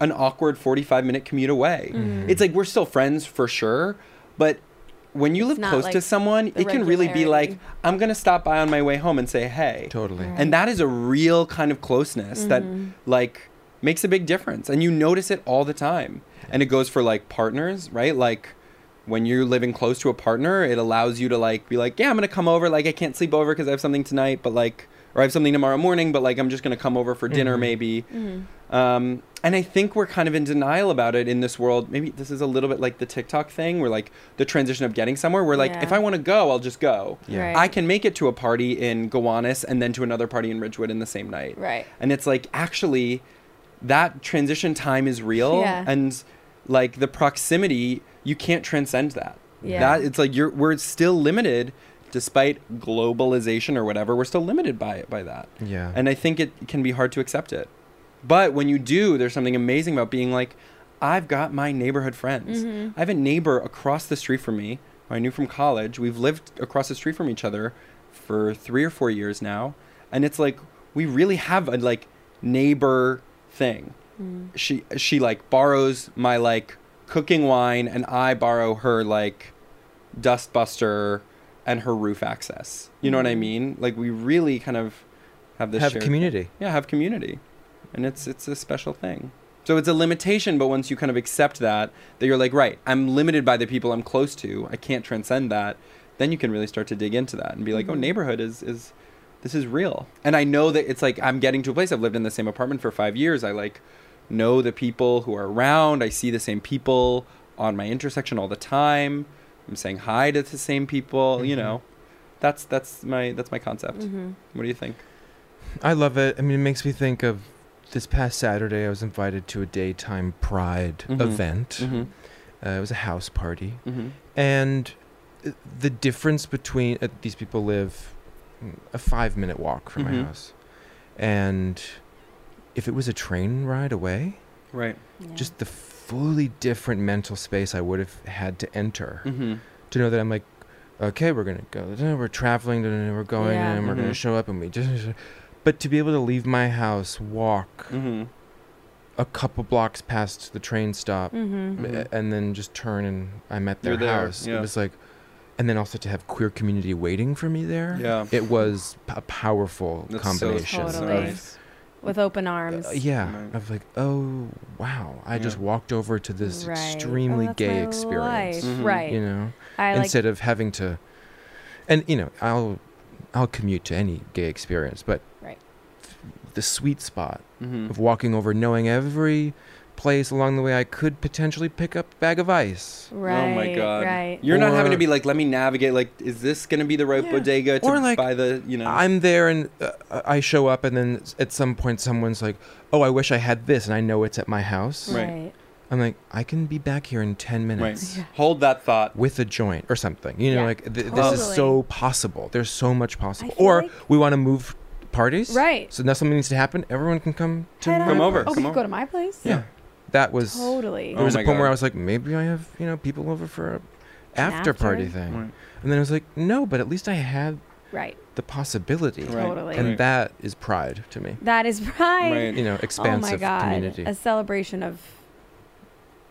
[SPEAKER 4] an awkward 45 minute commute away.
[SPEAKER 3] Mm-hmm.
[SPEAKER 4] It's like we're still friends for sure, but when you
[SPEAKER 3] It's
[SPEAKER 4] live
[SPEAKER 3] not
[SPEAKER 4] close to
[SPEAKER 3] like
[SPEAKER 4] someone,
[SPEAKER 3] the
[SPEAKER 4] it can really be like,
[SPEAKER 3] regularity.
[SPEAKER 4] I'm going to stop by on my way home and say, hey.
[SPEAKER 5] Totally.
[SPEAKER 4] And that is a real kind of closeness
[SPEAKER 3] Mm-hmm.
[SPEAKER 4] that like makes a big difference and you notice it all the time. And it goes for like partners, right? Like when you're living close to a partner, it allows you to like be like, yeah, I'm going to come over, like I can't sleep over cuz I have something tonight, but like or I have something tomorrow morning, but like I'm just going to come over for dinner maybe.
[SPEAKER 3] Mm-hmm.
[SPEAKER 4] Um, and I think we're kind of in denial about it in this world. Maybe this is a little bit like the TikTok thing, where like the transition of getting somewhere. We're like,
[SPEAKER 3] Yeah.
[SPEAKER 4] if I want to go, I'll just go.
[SPEAKER 5] Yeah.
[SPEAKER 3] Right.
[SPEAKER 4] I can make it to a party in Gowanus and then to another party in Ridgewood in the same night.
[SPEAKER 3] Right.
[SPEAKER 4] And it's like actually that transition time is real
[SPEAKER 3] Yeah.
[SPEAKER 4] and like the proximity, you can't transcend that.
[SPEAKER 3] Yeah.
[SPEAKER 4] That it's like you're we're still limited despite globalization or whatever, we're still limited by it by that.
[SPEAKER 5] Yeah.
[SPEAKER 4] And I think it can be hard to accept it. But when you do, there's something amazing about being like, I've got my neighborhood friends. I have a neighbor across the street from me who I knew from college. We've lived across the street from each other for three or four years now. And it's like, we really have a like neighbor thing. She, she like borrows my like cooking wine and I borrow her like dustbuster and her roof access. You know what I mean? Like we really kind of have this
[SPEAKER 5] have
[SPEAKER 4] shared-
[SPEAKER 5] community.
[SPEAKER 4] yeah have community and it's it's a special thing so it's a limitation but once you kind of accept that that you're like right i'm limited by the people i'm close to i can't transcend that then you can really start to dig into that and be like oh neighborhood is is this is real and i know that it's like i'm getting to a place i've lived in the same apartment for 5 years i like know the people who are around i see the same people on my intersection all the time i'm saying hi to the same people you know that's that's my that's my concept
[SPEAKER 3] Mm-hmm.
[SPEAKER 4] what do you think
[SPEAKER 5] I love it. I mean, it makes me think of this past Saturday. I was invited to a daytime Pride
[SPEAKER 4] Mhm.
[SPEAKER 5] event.
[SPEAKER 4] mhm
[SPEAKER 5] Uh, it was a house party,
[SPEAKER 4] mhm
[SPEAKER 5] and uh, the difference between uh, these people live mm, a five minute walk from my
[SPEAKER 4] Mhm.
[SPEAKER 5] house, and if it was a train ride away,
[SPEAKER 4] Right.
[SPEAKER 5] just the fully different mental space I would have had to enter
[SPEAKER 4] Mm-hmm.
[SPEAKER 5] to know that I'm like, okay, we're gonna go. We're traveling. We're going,
[SPEAKER 3] Yeah.
[SPEAKER 5] and we're gonna
[SPEAKER 4] Mhm.
[SPEAKER 5] show up, and we just. But to be able to leave my house, walk
[SPEAKER 4] Mm-hmm.
[SPEAKER 5] a couple blocks past the train stop,
[SPEAKER 3] Mm-hmm.
[SPEAKER 5] m- and then just turn and I'm at their
[SPEAKER 4] You're there,
[SPEAKER 5] house.
[SPEAKER 4] yeah.
[SPEAKER 5] It was like, and then also to have queer community waiting for me there.
[SPEAKER 4] Yeah.
[SPEAKER 5] It was p- a powerful
[SPEAKER 4] That's so
[SPEAKER 5] combination.
[SPEAKER 4] Shit's
[SPEAKER 3] Totally.
[SPEAKER 5] Of,
[SPEAKER 4] nice.
[SPEAKER 3] With open arms.
[SPEAKER 5] uh, yeah.
[SPEAKER 4] Right.
[SPEAKER 5] Of like, oh wow, I just
[SPEAKER 4] Yeah.
[SPEAKER 5] walked over to this
[SPEAKER 3] Right. Oh,
[SPEAKER 5] extremely
[SPEAKER 3] that's
[SPEAKER 5] gay
[SPEAKER 3] my
[SPEAKER 5] experience.
[SPEAKER 3] life.
[SPEAKER 4] Mhm.
[SPEAKER 3] Right.
[SPEAKER 5] You know,
[SPEAKER 3] I like
[SPEAKER 5] instead of having to, and you know, I'll, I'll commute to any gay experience, but
[SPEAKER 3] Right.
[SPEAKER 5] the sweet spot
[SPEAKER 4] Mm-hmm.
[SPEAKER 5] of walking over, knowing every place along the way I could potentially pick up a bag of ice.
[SPEAKER 3] right.
[SPEAKER 4] oh my god.
[SPEAKER 3] Right.
[SPEAKER 4] You're not having to
[SPEAKER 5] Or-
[SPEAKER 4] be like, let me navigate. Like, is this gonna be the right
[SPEAKER 5] Yeah.
[SPEAKER 4] bodega to
[SPEAKER 5] Or, like,
[SPEAKER 4] buy the? You know.
[SPEAKER 5] I'm there and uh, I show up, and then s- at some point, someone's like, Oh, I wish I had this, and I know it's at my house.
[SPEAKER 4] Right.
[SPEAKER 5] I'm like, I can be back here in 10 minutes.
[SPEAKER 4] right. Hold that thought.
[SPEAKER 5] With a joint or something, you know,
[SPEAKER 3] Yeah,
[SPEAKER 5] like th- this is
[SPEAKER 3] totally.
[SPEAKER 5] so possible. There's so much possible.
[SPEAKER 3] feel
[SPEAKER 5] Or
[SPEAKER 3] like-
[SPEAKER 5] we want to move parties,
[SPEAKER 3] Right.
[SPEAKER 5] So now something needs to happen. Everyone can come to
[SPEAKER 3] Head
[SPEAKER 5] my
[SPEAKER 4] Come
[SPEAKER 3] on.
[SPEAKER 4] over,
[SPEAKER 3] Oh, we
[SPEAKER 4] come
[SPEAKER 3] could
[SPEAKER 4] over.
[SPEAKER 3] go to my place.
[SPEAKER 5] Yeah. That was
[SPEAKER 3] Totally.
[SPEAKER 5] There was
[SPEAKER 4] Oh
[SPEAKER 5] a
[SPEAKER 4] my
[SPEAKER 5] point where
[SPEAKER 4] God.
[SPEAKER 5] I was like, maybe I have you know people over for a
[SPEAKER 3] An
[SPEAKER 5] after party
[SPEAKER 3] after?
[SPEAKER 5] thing,
[SPEAKER 4] Right.
[SPEAKER 5] and then I was like, no, but at least I had
[SPEAKER 3] Right.
[SPEAKER 5] the possibility,
[SPEAKER 4] Right.
[SPEAKER 3] Totally.
[SPEAKER 5] and
[SPEAKER 4] Right.
[SPEAKER 5] that is pride to me.
[SPEAKER 3] That is right.
[SPEAKER 4] Right.
[SPEAKER 5] You know,
[SPEAKER 3] oh my
[SPEAKER 5] expansive
[SPEAKER 3] god.
[SPEAKER 5] community.
[SPEAKER 3] A celebration of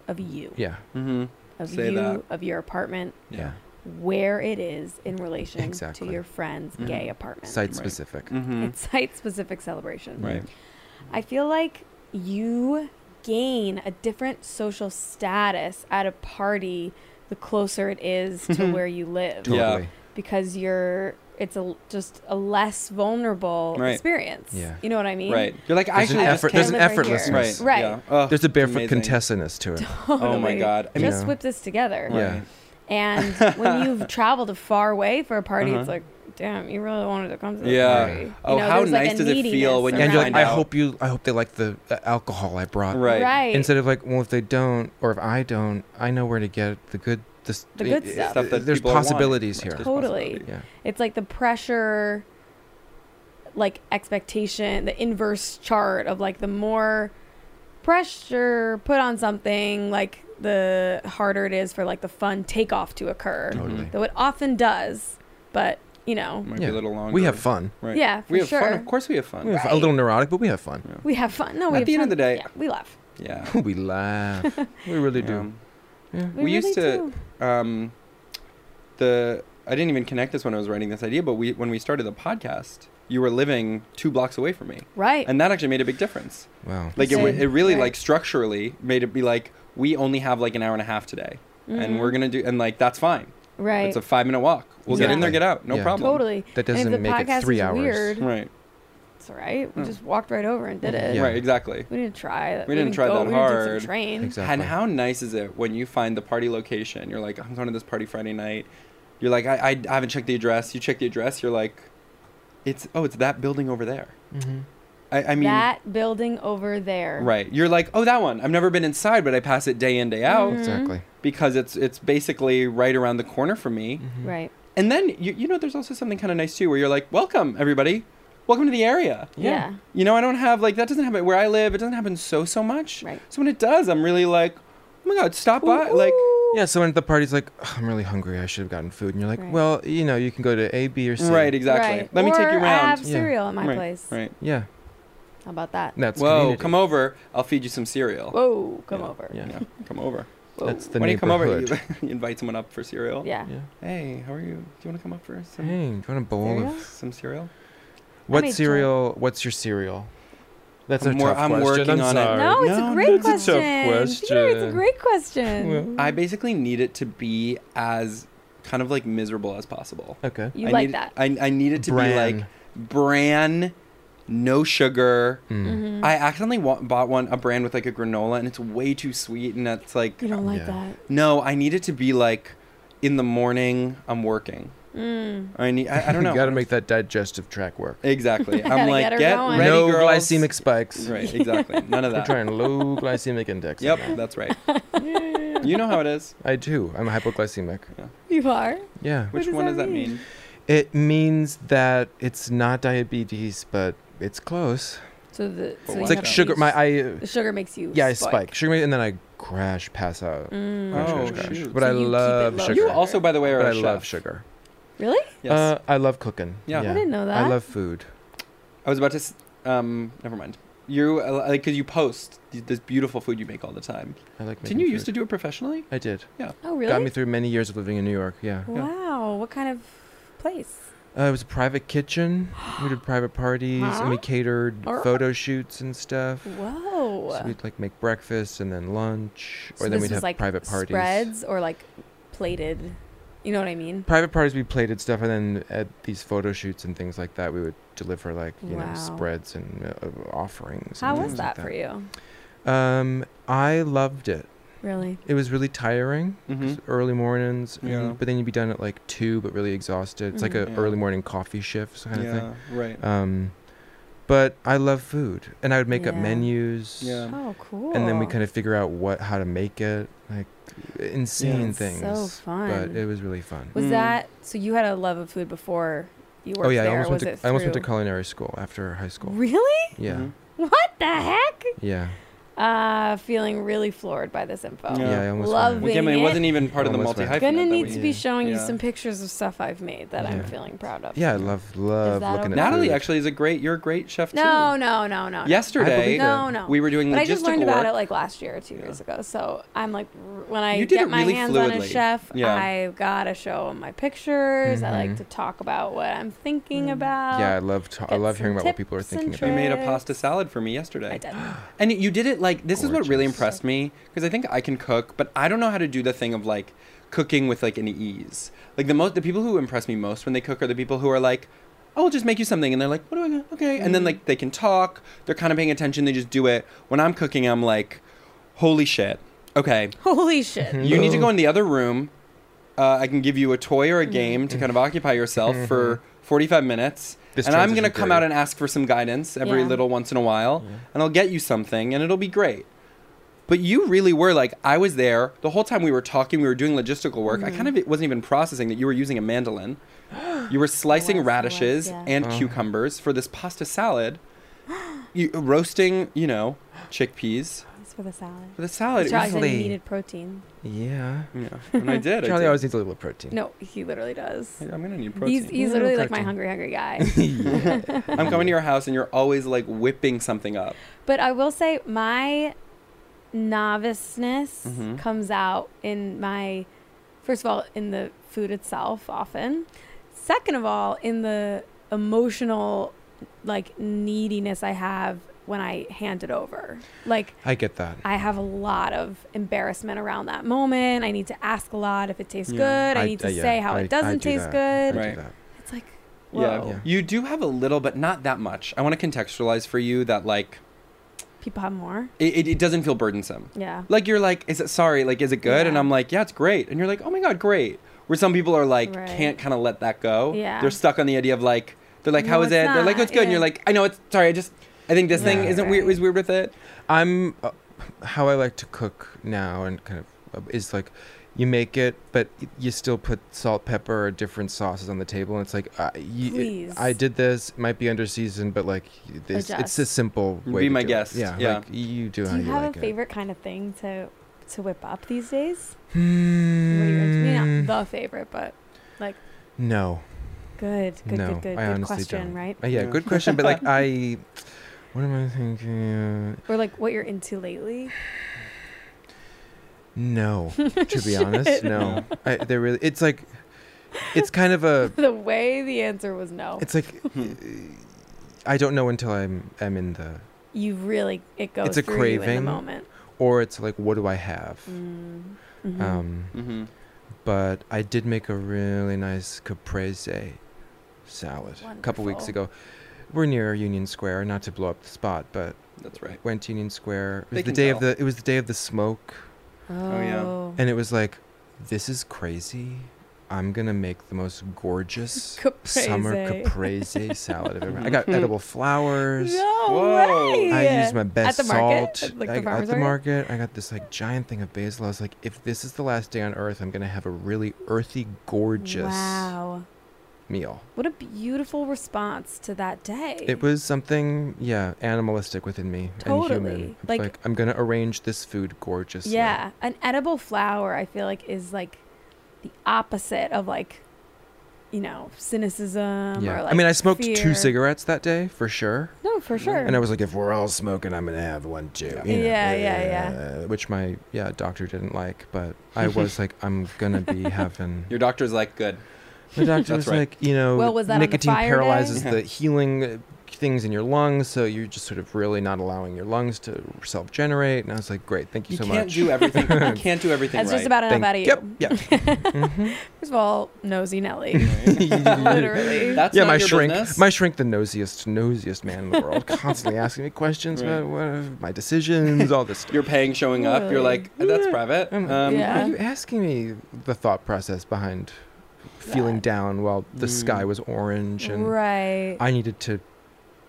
[SPEAKER 3] of you.
[SPEAKER 5] yeah,
[SPEAKER 4] Mm-hmm.
[SPEAKER 3] Of
[SPEAKER 4] Say
[SPEAKER 3] you,
[SPEAKER 4] that.
[SPEAKER 3] of your apartment,
[SPEAKER 5] yeah,
[SPEAKER 3] where it is in relation
[SPEAKER 5] Exactly.
[SPEAKER 3] to your friend's
[SPEAKER 4] Mhm.
[SPEAKER 3] gay apartment.
[SPEAKER 5] site specific.
[SPEAKER 4] Mm-hmm.
[SPEAKER 3] It's site specific celebration.
[SPEAKER 4] Right.
[SPEAKER 3] I feel like you gain a different social status at a party the closer it is to where you live
[SPEAKER 4] Yeah.
[SPEAKER 5] Totally.
[SPEAKER 3] because you're it's a just a less vulnerable
[SPEAKER 4] Right.
[SPEAKER 3] experience.
[SPEAKER 5] Yeah.
[SPEAKER 3] You know what I mean?
[SPEAKER 4] Right. You're like, I
[SPEAKER 5] There's an
[SPEAKER 4] actually
[SPEAKER 5] effort.
[SPEAKER 4] just
[SPEAKER 5] There's
[SPEAKER 4] can't.
[SPEAKER 5] an
[SPEAKER 3] live right here.
[SPEAKER 5] effortlessness.
[SPEAKER 3] Right.
[SPEAKER 4] Yeah. Ugh,
[SPEAKER 5] There's a barefoot
[SPEAKER 4] amazing.
[SPEAKER 5] contessiness to it.
[SPEAKER 4] Oh my
[SPEAKER 3] Totally.
[SPEAKER 4] god. I mean,
[SPEAKER 3] Just
[SPEAKER 5] Yeah.
[SPEAKER 3] whip this together.
[SPEAKER 4] Right.
[SPEAKER 5] Yeah.
[SPEAKER 3] And when you've traveled a far way for a party, it's
[SPEAKER 4] Uh-huh.
[SPEAKER 3] like, damn, you really wanted to come to this
[SPEAKER 4] Yeah.
[SPEAKER 3] party. You
[SPEAKER 4] Oh,
[SPEAKER 3] know,
[SPEAKER 4] how
[SPEAKER 3] there's, like,
[SPEAKER 4] nice
[SPEAKER 3] a
[SPEAKER 4] does it feel
[SPEAKER 3] neediness
[SPEAKER 4] when you
[SPEAKER 5] And you're like,
[SPEAKER 4] Find
[SPEAKER 5] I
[SPEAKER 4] out.
[SPEAKER 5] hope you, I hope they like the uh, alcohol I brought.
[SPEAKER 4] Right.
[SPEAKER 3] Right.
[SPEAKER 5] Instead of like, well, if they don't, or if I don't, I know where to get the good, the, s-
[SPEAKER 3] The good
[SPEAKER 5] i- i-
[SPEAKER 3] stuff.
[SPEAKER 4] Stuff that
[SPEAKER 5] there's
[SPEAKER 4] people are wanting.
[SPEAKER 5] possibilities
[SPEAKER 4] Right.
[SPEAKER 5] here.
[SPEAKER 4] There's
[SPEAKER 3] Totally.
[SPEAKER 4] possibility.
[SPEAKER 5] Yeah.
[SPEAKER 3] it's like the pressure like expectation the inverse chart of like the more pressure put on something like the harder it is for like the fun takeoff to occur
[SPEAKER 5] Totally.
[SPEAKER 3] though it often does but you know
[SPEAKER 4] Might
[SPEAKER 5] Yeah.
[SPEAKER 4] be a little longer.
[SPEAKER 5] We have fun.
[SPEAKER 4] Right.
[SPEAKER 3] Yeah, for
[SPEAKER 4] we have fun.
[SPEAKER 3] sure.
[SPEAKER 4] Of course, we have fun.
[SPEAKER 5] We have fun. A little neurotic, but we have fun.
[SPEAKER 3] we have fun no we
[SPEAKER 4] At
[SPEAKER 3] have
[SPEAKER 4] the end
[SPEAKER 3] fun.
[SPEAKER 4] of the day-
[SPEAKER 3] yeah, we laugh
[SPEAKER 4] Yeah.
[SPEAKER 5] we laugh. We really do.
[SPEAKER 4] Um,
[SPEAKER 5] Yeah.
[SPEAKER 3] we,
[SPEAKER 4] We
[SPEAKER 3] really
[SPEAKER 4] used to-
[SPEAKER 3] do.
[SPEAKER 4] um, the I didn't even connect this when I was writing this idea, but we when we started the podcast, you were living two blocks away from me,
[SPEAKER 3] right
[SPEAKER 4] and that actually made a big difference.
[SPEAKER 5] Wow.
[SPEAKER 4] Like it, wa-
[SPEAKER 3] Same.
[SPEAKER 4] it really
[SPEAKER 3] Right.
[SPEAKER 4] like structurally made it be like we only have like an hour and a half today, and we're gonna do and like that's fine.
[SPEAKER 3] Mm-hmm. right
[SPEAKER 4] It's a five minute walk. We'll get in there,
[SPEAKER 5] Exactly.
[SPEAKER 4] get out, no
[SPEAKER 5] Yeah.
[SPEAKER 4] problem.
[SPEAKER 3] totally
[SPEAKER 5] That
[SPEAKER 3] And if
[SPEAKER 5] doesn't
[SPEAKER 3] the
[SPEAKER 5] make it
[SPEAKER 3] podcast
[SPEAKER 5] three
[SPEAKER 3] is
[SPEAKER 5] hours.
[SPEAKER 3] weird
[SPEAKER 4] Right.
[SPEAKER 3] it's all right we
[SPEAKER 4] Yeah.
[SPEAKER 3] just walked right over and did it
[SPEAKER 5] Yeah.
[SPEAKER 4] Right. Exactly.
[SPEAKER 3] we didn't try that
[SPEAKER 4] We didn't try
[SPEAKER 3] go.
[SPEAKER 4] that
[SPEAKER 3] we didn't take some
[SPEAKER 4] hard.
[SPEAKER 3] train
[SPEAKER 5] Exactly.
[SPEAKER 4] And how nice is it when you find the party location? You're like, I'm going to this party Friday night. You're like, I, I haven't checked the address. You check the address. You're like, it's oh, it's that building over there.
[SPEAKER 3] Mm-hmm.
[SPEAKER 5] Mhm.
[SPEAKER 4] I, I mean,
[SPEAKER 3] that building over there
[SPEAKER 4] right? You're like, oh, that one. I've never been inside, but I pass it day in day
[SPEAKER 3] Mm-hmm.
[SPEAKER 4] out
[SPEAKER 5] Exactly.
[SPEAKER 4] because it's it's basically right around the corner from me.
[SPEAKER 3] Right.
[SPEAKER 4] And then you you know, there's also something kind of nice too, where you're like, welcome everybody, welcome to the area.
[SPEAKER 3] Yeah.
[SPEAKER 4] You know, I don't have like that doesn't happen where I live. It doesn't happen so so much.
[SPEAKER 3] Right.
[SPEAKER 4] So when it does, I'm really like, oh my god, stop by. Like,
[SPEAKER 5] Yeah. So when at the party's like, "Ugh, I'm really hungry. I should have gotten food, and you're like,
[SPEAKER 3] Right.
[SPEAKER 5] well, you know, you can go to A, B, or C.
[SPEAKER 4] right, exactly.
[SPEAKER 3] Right.
[SPEAKER 4] Let me take
[SPEAKER 3] Or
[SPEAKER 4] you
[SPEAKER 3] I
[SPEAKER 4] around.
[SPEAKER 3] have
[SPEAKER 5] Yeah.
[SPEAKER 3] cereal at my
[SPEAKER 4] right,
[SPEAKER 3] place.
[SPEAKER 4] Right.
[SPEAKER 5] Yeah.
[SPEAKER 3] How about that?
[SPEAKER 5] That's
[SPEAKER 4] Whoa,
[SPEAKER 5] community.
[SPEAKER 4] come over. I'll feed you some cereal.
[SPEAKER 3] Whoa, come over.
[SPEAKER 5] Yeah.
[SPEAKER 4] Yeah, come over.
[SPEAKER 5] That's the
[SPEAKER 4] when you come over, you,
[SPEAKER 5] neighborhood.
[SPEAKER 4] you invite someone up for cereal.
[SPEAKER 3] Yeah.
[SPEAKER 5] Yeah.
[SPEAKER 4] Hey, how are you? Do you want to come up for some,
[SPEAKER 5] Hey, do you want a bowl
[SPEAKER 3] Cereal?
[SPEAKER 5] of
[SPEAKER 4] some cereal?
[SPEAKER 5] what
[SPEAKER 3] made
[SPEAKER 5] cereal? What's your cereal? That's
[SPEAKER 4] I'm
[SPEAKER 5] a
[SPEAKER 4] wor-
[SPEAKER 5] tough
[SPEAKER 4] I'm
[SPEAKER 5] question.
[SPEAKER 4] working on it.
[SPEAKER 5] sorry.
[SPEAKER 3] No, it's a
[SPEAKER 4] No,
[SPEAKER 3] great
[SPEAKER 5] that's a
[SPEAKER 3] question.
[SPEAKER 5] tough
[SPEAKER 3] Peter, it's a
[SPEAKER 5] question.
[SPEAKER 3] great question.
[SPEAKER 4] I basically need it to be as kind of like miserable as possible.
[SPEAKER 5] Okay.
[SPEAKER 3] you
[SPEAKER 4] I
[SPEAKER 3] like
[SPEAKER 4] need-
[SPEAKER 3] that.
[SPEAKER 4] I, I need it to be
[SPEAKER 5] Bran.
[SPEAKER 4] like bran, no sugar.
[SPEAKER 5] Mm.
[SPEAKER 3] Mm-hmm.
[SPEAKER 4] I accidentally wa- bought one a brand with like a granola and it's way too sweet and that's like
[SPEAKER 3] you don't like
[SPEAKER 5] Yeah.
[SPEAKER 3] that.
[SPEAKER 4] no. I need it to be like in the morning. I'm working.
[SPEAKER 3] Mm.
[SPEAKER 4] I need. I, I don't know.
[SPEAKER 5] you got to make that digestive track work.
[SPEAKER 4] Exactly. I'm
[SPEAKER 3] Gotta
[SPEAKER 4] like,
[SPEAKER 3] get her
[SPEAKER 4] get,
[SPEAKER 3] going.
[SPEAKER 4] ready,
[SPEAKER 5] no
[SPEAKER 4] girls.
[SPEAKER 5] glycemic spikes.
[SPEAKER 4] Right, exactly. None of
[SPEAKER 5] We're
[SPEAKER 4] that.
[SPEAKER 5] trying low glycemic index. on
[SPEAKER 4] Yep,
[SPEAKER 5] that.
[SPEAKER 4] that's right.
[SPEAKER 3] Mm.
[SPEAKER 4] you know how it is.
[SPEAKER 5] I do. I'm a hypoglycemic.
[SPEAKER 3] You are?
[SPEAKER 5] Yeah.
[SPEAKER 4] Which
[SPEAKER 3] does
[SPEAKER 4] one
[SPEAKER 3] that
[SPEAKER 4] does that
[SPEAKER 3] mean?
[SPEAKER 4] mean?
[SPEAKER 5] It means that it's not diabetes, but it's close.
[SPEAKER 3] So the so you
[SPEAKER 4] But why
[SPEAKER 5] It's
[SPEAKER 4] not?
[SPEAKER 5] like
[SPEAKER 3] have
[SPEAKER 5] sugar.
[SPEAKER 3] these-
[SPEAKER 5] My I
[SPEAKER 3] the sugar makes you
[SPEAKER 5] yeah, I
[SPEAKER 3] spike.
[SPEAKER 5] spike sugar, and then I crash, pass out.
[SPEAKER 3] Mm.
[SPEAKER 5] Crash,
[SPEAKER 4] Oh,
[SPEAKER 5] crash, crash.
[SPEAKER 4] shoot.
[SPEAKER 5] But
[SPEAKER 3] So
[SPEAKER 5] I
[SPEAKER 3] you keep it
[SPEAKER 5] love
[SPEAKER 3] low.
[SPEAKER 5] sugar.
[SPEAKER 4] You also, by the way, are
[SPEAKER 5] but
[SPEAKER 4] a
[SPEAKER 5] I
[SPEAKER 4] chef.
[SPEAKER 5] love sugar.
[SPEAKER 3] Really?
[SPEAKER 4] Yes.
[SPEAKER 5] Uh, I love cooking.
[SPEAKER 4] Yeah. I
[SPEAKER 3] I didn't know
[SPEAKER 5] I
[SPEAKER 3] that.
[SPEAKER 5] love food.
[SPEAKER 4] I was about to. s- Um, never mind. You uh, like because you post th- this beautiful food you make all the time.
[SPEAKER 5] I like.
[SPEAKER 4] Didn't you used to do it professionally?
[SPEAKER 5] I did.
[SPEAKER 3] Oh,
[SPEAKER 5] Got
[SPEAKER 3] really?
[SPEAKER 5] me through many years of living in New York. Yeah.
[SPEAKER 3] Wow. What kind of place?
[SPEAKER 5] Uh, it was a private kitchen. We did private parties and we
[SPEAKER 3] Huh?
[SPEAKER 5] catered
[SPEAKER 3] Alright.
[SPEAKER 5] photo shoots and stuff.
[SPEAKER 3] Whoa.
[SPEAKER 5] So we'd like make breakfast and then lunch,
[SPEAKER 3] So
[SPEAKER 5] or then
[SPEAKER 3] this was,
[SPEAKER 5] we'd have
[SPEAKER 3] like
[SPEAKER 5] private parties.
[SPEAKER 3] Spreads or like plated. You know what I mean?
[SPEAKER 5] Private parties, we plated stuff, and then at these photo shoots and things like that, we would deliver like you
[SPEAKER 3] Wow.
[SPEAKER 5] know spreads and uh, uh, offerings.
[SPEAKER 3] How
[SPEAKER 5] and
[SPEAKER 3] was
[SPEAKER 5] things
[SPEAKER 3] that
[SPEAKER 5] like
[SPEAKER 3] for you?
[SPEAKER 5] you? Um, I loved it.
[SPEAKER 3] Really?
[SPEAKER 5] It was really tiring.
[SPEAKER 4] Mm-hmm.
[SPEAKER 5] Early mornings, and-
[SPEAKER 4] Yeah. Mm-hmm.
[SPEAKER 5] but then you'd be done at like two, but really exhausted. It's
[SPEAKER 3] Mhm.
[SPEAKER 5] like a
[SPEAKER 4] Yeah.
[SPEAKER 5] early morning coffee shift kind of thing.
[SPEAKER 4] Yeah. Right.
[SPEAKER 5] Um, but I love food, and I would make up
[SPEAKER 3] Yeah.
[SPEAKER 5] menus.
[SPEAKER 4] Yeah. Mm-hmm.
[SPEAKER 3] Oh, cool.
[SPEAKER 5] And then we kind of figure out what how to make it, like insane
[SPEAKER 3] That's so
[SPEAKER 5] things.
[SPEAKER 3] fun.
[SPEAKER 5] But it was really fun.
[SPEAKER 3] was
[SPEAKER 4] Mm.
[SPEAKER 3] that so? You had a love of food before you worked
[SPEAKER 5] Oh yeah, I
[SPEAKER 3] there.
[SPEAKER 5] almost,
[SPEAKER 3] was
[SPEAKER 5] went
[SPEAKER 3] it
[SPEAKER 5] to, I almost went to
[SPEAKER 3] through-
[SPEAKER 5] culinary school after high school.
[SPEAKER 3] Really? Mm-hmm.
[SPEAKER 5] Yeah,
[SPEAKER 4] Mhm.
[SPEAKER 3] What the heck?
[SPEAKER 5] yeah,
[SPEAKER 3] Uh, feeling really floored by this info.
[SPEAKER 4] Yeah.
[SPEAKER 5] yeah. I almost
[SPEAKER 3] Love
[SPEAKER 5] went.
[SPEAKER 4] Well, Kim, it
[SPEAKER 3] it.
[SPEAKER 4] wasn't even part of the
[SPEAKER 5] Almost
[SPEAKER 4] multi
[SPEAKER 5] went.
[SPEAKER 4] hyphen.
[SPEAKER 3] Gonna need to be
[SPEAKER 5] Yeah.
[SPEAKER 3] showing you
[SPEAKER 4] Yeah.
[SPEAKER 3] some pictures of stuff I've made that I'm
[SPEAKER 5] Yeah.
[SPEAKER 3] feeling proud of.
[SPEAKER 5] Yeah, I love love
[SPEAKER 3] that okay?
[SPEAKER 5] looking at
[SPEAKER 4] Natalie
[SPEAKER 5] food.
[SPEAKER 4] actually is a great. You're a great chef
[SPEAKER 3] No,
[SPEAKER 4] too.
[SPEAKER 3] no, no, no. no.
[SPEAKER 4] Yesterday,
[SPEAKER 3] No, no.
[SPEAKER 4] we were doing
[SPEAKER 3] But
[SPEAKER 4] logistical
[SPEAKER 3] I just learned about
[SPEAKER 4] work.
[SPEAKER 3] it like last year or two years ago. So I'm like, r- when I
[SPEAKER 4] You did
[SPEAKER 3] get
[SPEAKER 4] it
[SPEAKER 3] my
[SPEAKER 4] really
[SPEAKER 3] hands on a
[SPEAKER 4] fluidly.
[SPEAKER 3] chef,
[SPEAKER 4] Yeah.
[SPEAKER 3] I gotta show 'em my pictures. I like
[SPEAKER 5] Mhm.
[SPEAKER 3] to talk about what I'm thinking about.
[SPEAKER 5] Yeah, I love ta- I
[SPEAKER 3] Get
[SPEAKER 5] love
[SPEAKER 3] some
[SPEAKER 5] hearing about what people are
[SPEAKER 3] tips and
[SPEAKER 5] thinking about.
[SPEAKER 4] You made a
[SPEAKER 3] Right.
[SPEAKER 4] pasta salad for me yesterday.
[SPEAKER 3] I did.
[SPEAKER 4] And you did it like this is what really
[SPEAKER 5] Gorgeous.
[SPEAKER 4] impressed me because I think I can cook, but I don't know how to do the thing of like cooking with like an ease. Like the most the people who impress me most when they cook are the people who are like, "Oh, I'll just make you something," and they're like, "What do I do?" Okay, and then like they can talk, they're kind of paying attention, they just do it. When I'm cooking, I'm like, "Holy shit!" Okay,
[SPEAKER 3] Holy shit.
[SPEAKER 4] you need to go in the other room. Uh, I can give you a toy or a game to kind of occupy yourself for 45 minutes.
[SPEAKER 5] This
[SPEAKER 4] and I'm
[SPEAKER 5] transition
[SPEAKER 4] going to come
[SPEAKER 5] period.
[SPEAKER 4] out and ask for some guidance every
[SPEAKER 3] Yeah.
[SPEAKER 4] little once in a while. And I'll get you something and it'll be great. But you really were like, I was there the whole time we were talking, we were doing logistical work.
[SPEAKER 7] Mm-hmm.
[SPEAKER 4] I kind of wasn't even processing that you were using a mandolin. You were slicing
[SPEAKER 7] was, I was,
[SPEAKER 4] radishes
[SPEAKER 7] yeah.
[SPEAKER 4] and
[SPEAKER 5] Uh-huh.
[SPEAKER 4] cucumbers for this pasta salad, you, roasting, you know, chickpeas
[SPEAKER 3] It's for the salad.
[SPEAKER 4] for the salad. It
[SPEAKER 3] Charlie
[SPEAKER 4] was-
[SPEAKER 3] said he
[SPEAKER 5] Lovely.
[SPEAKER 3] needed protein.
[SPEAKER 5] Yeah,
[SPEAKER 4] yeah, and I did. I
[SPEAKER 5] Charlie
[SPEAKER 4] did.
[SPEAKER 5] always needs a little protein.
[SPEAKER 3] No, he literally does.
[SPEAKER 4] I'm gonna need protein.
[SPEAKER 3] He's, he's
[SPEAKER 5] Yeah,
[SPEAKER 3] literally like my
[SPEAKER 5] protein.
[SPEAKER 3] hungry, hungry guy.
[SPEAKER 4] I'm coming to your house and you're always like whipping something up.
[SPEAKER 3] But I will say my noviceness
[SPEAKER 5] Mm-hmm.
[SPEAKER 4] Mhm.
[SPEAKER 3] comes out in my first of all in the food itself often. Second of all in the emotional like neediness I have when I hand it over. Like
[SPEAKER 5] I get that.
[SPEAKER 3] I have a lot of embarrassment around that moment. I need to ask a lot if it tastes
[SPEAKER 4] Yeah.
[SPEAKER 3] good. I, need to
[SPEAKER 5] yeah,
[SPEAKER 3] say how
[SPEAKER 5] I- I
[SPEAKER 3] it doesn't
[SPEAKER 5] do
[SPEAKER 3] taste
[SPEAKER 5] that.
[SPEAKER 3] good.
[SPEAKER 5] I do
[SPEAKER 4] Right.
[SPEAKER 5] that.
[SPEAKER 3] It's like whoa.
[SPEAKER 4] Yeah.
[SPEAKER 5] Yeah.
[SPEAKER 4] You do have a little, but not that much. I want to contextualize for you that like
[SPEAKER 3] People have more.
[SPEAKER 4] it, it, it doesn't feel burdensome.
[SPEAKER 3] Yeah.
[SPEAKER 4] Like you're like, is it sorry? Like, is it good? And
[SPEAKER 3] Yeah.
[SPEAKER 4] I'm like, yeah, it's great. And you're like, oh my god, great. Where some people are like,
[SPEAKER 3] Right.
[SPEAKER 4] can't kind of let that go.
[SPEAKER 3] Yeah.
[SPEAKER 4] They're stuck on the idea of like, they're like,
[SPEAKER 3] No,
[SPEAKER 4] how is
[SPEAKER 3] it's
[SPEAKER 4] it? They're like,
[SPEAKER 3] not.
[SPEAKER 4] it's good. And
[SPEAKER 3] Yeah.
[SPEAKER 4] you're like, I know it's sorry. I just, I think this thing
[SPEAKER 5] Right,
[SPEAKER 4] isn't weird.
[SPEAKER 3] right.
[SPEAKER 4] Is weird with it.
[SPEAKER 5] I'm uh, how I like to cook now and kind of uh, is like you make it, but y- you still put salt, pepper, or different sauces on the table, and it's like uh, you, it-
[SPEAKER 3] Please.
[SPEAKER 5] I did this. It might be under seasoned, but like y- this, it's
[SPEAKER 3] Adjust.
[SPEAKER 5] a simple
[SPEAKER 4] Be
[SPEAKER 5] way. to
[SPEAKER 4] my
[SPEAKER 5] do it.
[SPEAKER 4] guest,
[SPEAKER 5] Yeah,
[SPEAKER 4] yeah.
[SPEAKER 5] Like, you do, how
[SPEAKER 3] Do you have
[SPEAKER 5] like
[SPEAKER 3] a
[SPEAKER 5] it.
[SPEAKER 3] favorite kind of thing to to whip up these days?
[SPEAKER 5] Hmm,
[SPEAKER 3] What are your, maybe not the favorite, but
[SPEAKER 5] no.
[SPEAKER 3] good, good,
[SPEAKER 5] No,
[SPEAKER 3] good, good,
[SPEAKER 5] I
[SPEAKER 3] good
[SPEAKER 5] honestly
[SPEAKER 3] question,
[SPEAKER 5] don't.
[SPEAKER 3] right?
[SPEAKER 5] Uh, yeah,
[SPEAKER 4] Yeah.
[SPEAKER 5] good question, but like I, what am I thinking? Uh,
[SPEAKER 3] Or like what you're into lately?
[SPEAKER 5] no, to be honest, no. I, they're really. It's like, it's kind of a.
[SPEAKER 3] The way the answer was no.
[SPEAKER 5] It's like
[SPEAKER 4] Mm-hmm.
[SPEAKER 5] I don't know until I'm I'm in the
[SPEAKER 3] you really it goes.
[SPEAKER 5] It's a
[SPEAKER 3] through you in
[SPEAKER 5] craving.
[SPEAKER 3] the moment.
[SPEAKER 5] or it's like what do I have?
[SPEAKER 3] Mm. Mhm.
[SPEAKER 5] Um,
[SPEAKER 4] Mm-hmm.
[SPEAKER 5] but I did make a really nice caprese salad a couple weeks
[SPEAKER 3] Wonderful.
[SPEAKER 5] ago. We're near Union Square, not to blow up the spot, but
[SPEAKER 4] That's right.
[SPEAKER 5] went to Union Square. It
[SPEAKER 4] They
[SPEAKER 5] was the
[SPEAKER 4] can
[SPEAKER 5] day of
[SPEAKER 4] tell.
[SPEAKER 5] the it was the day of the smoke,
[SPEAKER 4] yeah.
[SPEAKER 3] Oh.
[SPEAKER 5] and it was like this is crazy. I'm gonna make the most gorgeous summer
[SPEAKER 3] Caprese.
[SPEAKER 5] caprese salad I've ever. had. I got edible flowers.
[SPEAKER 3] No
[SPEAKER 4] Whoa.
[SPEAKER 3] way.
[SPEAKER 5] I used my best
[SPEAKER 3] the market?
[SPEAKER 5] salt
[SPEAKER 3] At, like, the
[SPEAKER 5] I- at
[SPEAKER 3] farmer's
[SPEAKER 5] the
[SPEAKER 3] market?
[SPEAKER 5] market. I got this like giant thing of basil. I was like, if this is the last day on earth, I'm gonna have a really earthy, gorgeous
[SPEAKER 3] Wow.
[SPEAKER 5] meal.
[SPEAKER 3] What a beautiful response to that day.
[SPEAKER 5] It was something, yeah, animalistic within me and
[SPEAKER 3] Totally.
[SPEAKER 5] human.
[SPEAKER 3] Like-
[SPEAKER 5] Like, like I'm gonna arrange this food gorgeously.
[SPEAKER 3] Yeah, an edible flower I feel like is like the opposite of like you know, cynicism
[SPEAKER 5] Yeah.
[SPEAKER 3] or like
[SPEAKER 5] I mean, I smoked two
[SPEAKER 3] fear.
[SPEAKER 5] cigarettes that day for sure.
[SPEAKER 3] No, for sure.
[SPEAKER 5] And I was like, if we're all smoking, I'm gonna have one too. you know,
[SPEAKER 3] Yeah, yeah, yeah.
[SPEAKER 5] uh, Which my yeah doctor didn't like, but I was like, I'm gonna be having.
[SPEAKER 4] Your doctor's like, good.
[SPEAKER 5] The doctor
[SPEAKER 4] That's
[SPEAKER 5] was
[SPEAKER 4] right.
[SPEAKER 5] like, you know,
[SPEAKER 3] Well, was that on the
[SPEAKER 5] nicotine
[SPEAKER 3] fire day?
[SPEAKER 5] paralyzes
[SPEAKER 4] Yeah.
[SPEAKER 5] the healing uh, things in your lungs, so you're just sort of really not allowing your lungs to self-generate. And I was like, great, thank you,
[SPEAKER 4] You
[SPEAKER 5] so
[SPEAKER 4] can't
[SPEAKER 5] much.
[SPEAKER 4] do everything. you can't do everything
[SPEAKER 3] That's
[SPEAKER 4] right.
[SPEAKER 3] just about enough
[SPEAKER 5] Thank-
[SPEAKER 3] out of you.
[SPEAKER 5] Yep. Yeah.
[SPEAKER 3] First of all, nosy Nelly. Literally.
[SPEAKER 4] That's
[SPEAKER 5] yeah,
[SPEAKER 4] not
[SPEAKER 5] my
[SPEAKER 4] your
[SPEAKER 5] shrink,
[SPEAKER 4] business.
[SPEAKER 5] my shrink, the nosiest, nosiest man in the world, constantly asking me questions
[SPEAKER 4] Right.
[SPEAKER 5] about what, are my decisions, all this stuff.
[SPEAKER 4] You're paying showing up.
[SPEAKER 3] Really?
[SPEAKER 4] You're
[SPEAKER 3] Mm-hmm.
[SPEAKER 4] like, that's private.
[SPEAKER 5] I'm-
[SPEAKER 4] Um,
[SPEAKER 3] Yeah.
[SPEAKER 5] Why are you asking me the thought process behind feeling
[SPEAKER 3] That.
[SPEAKER 5] down while the
[SPEAKER 4] Mm.
[SPEAKER 5] sky was orange and
[SPEAKER 3] Right.
[SPEAKER 5] I needed to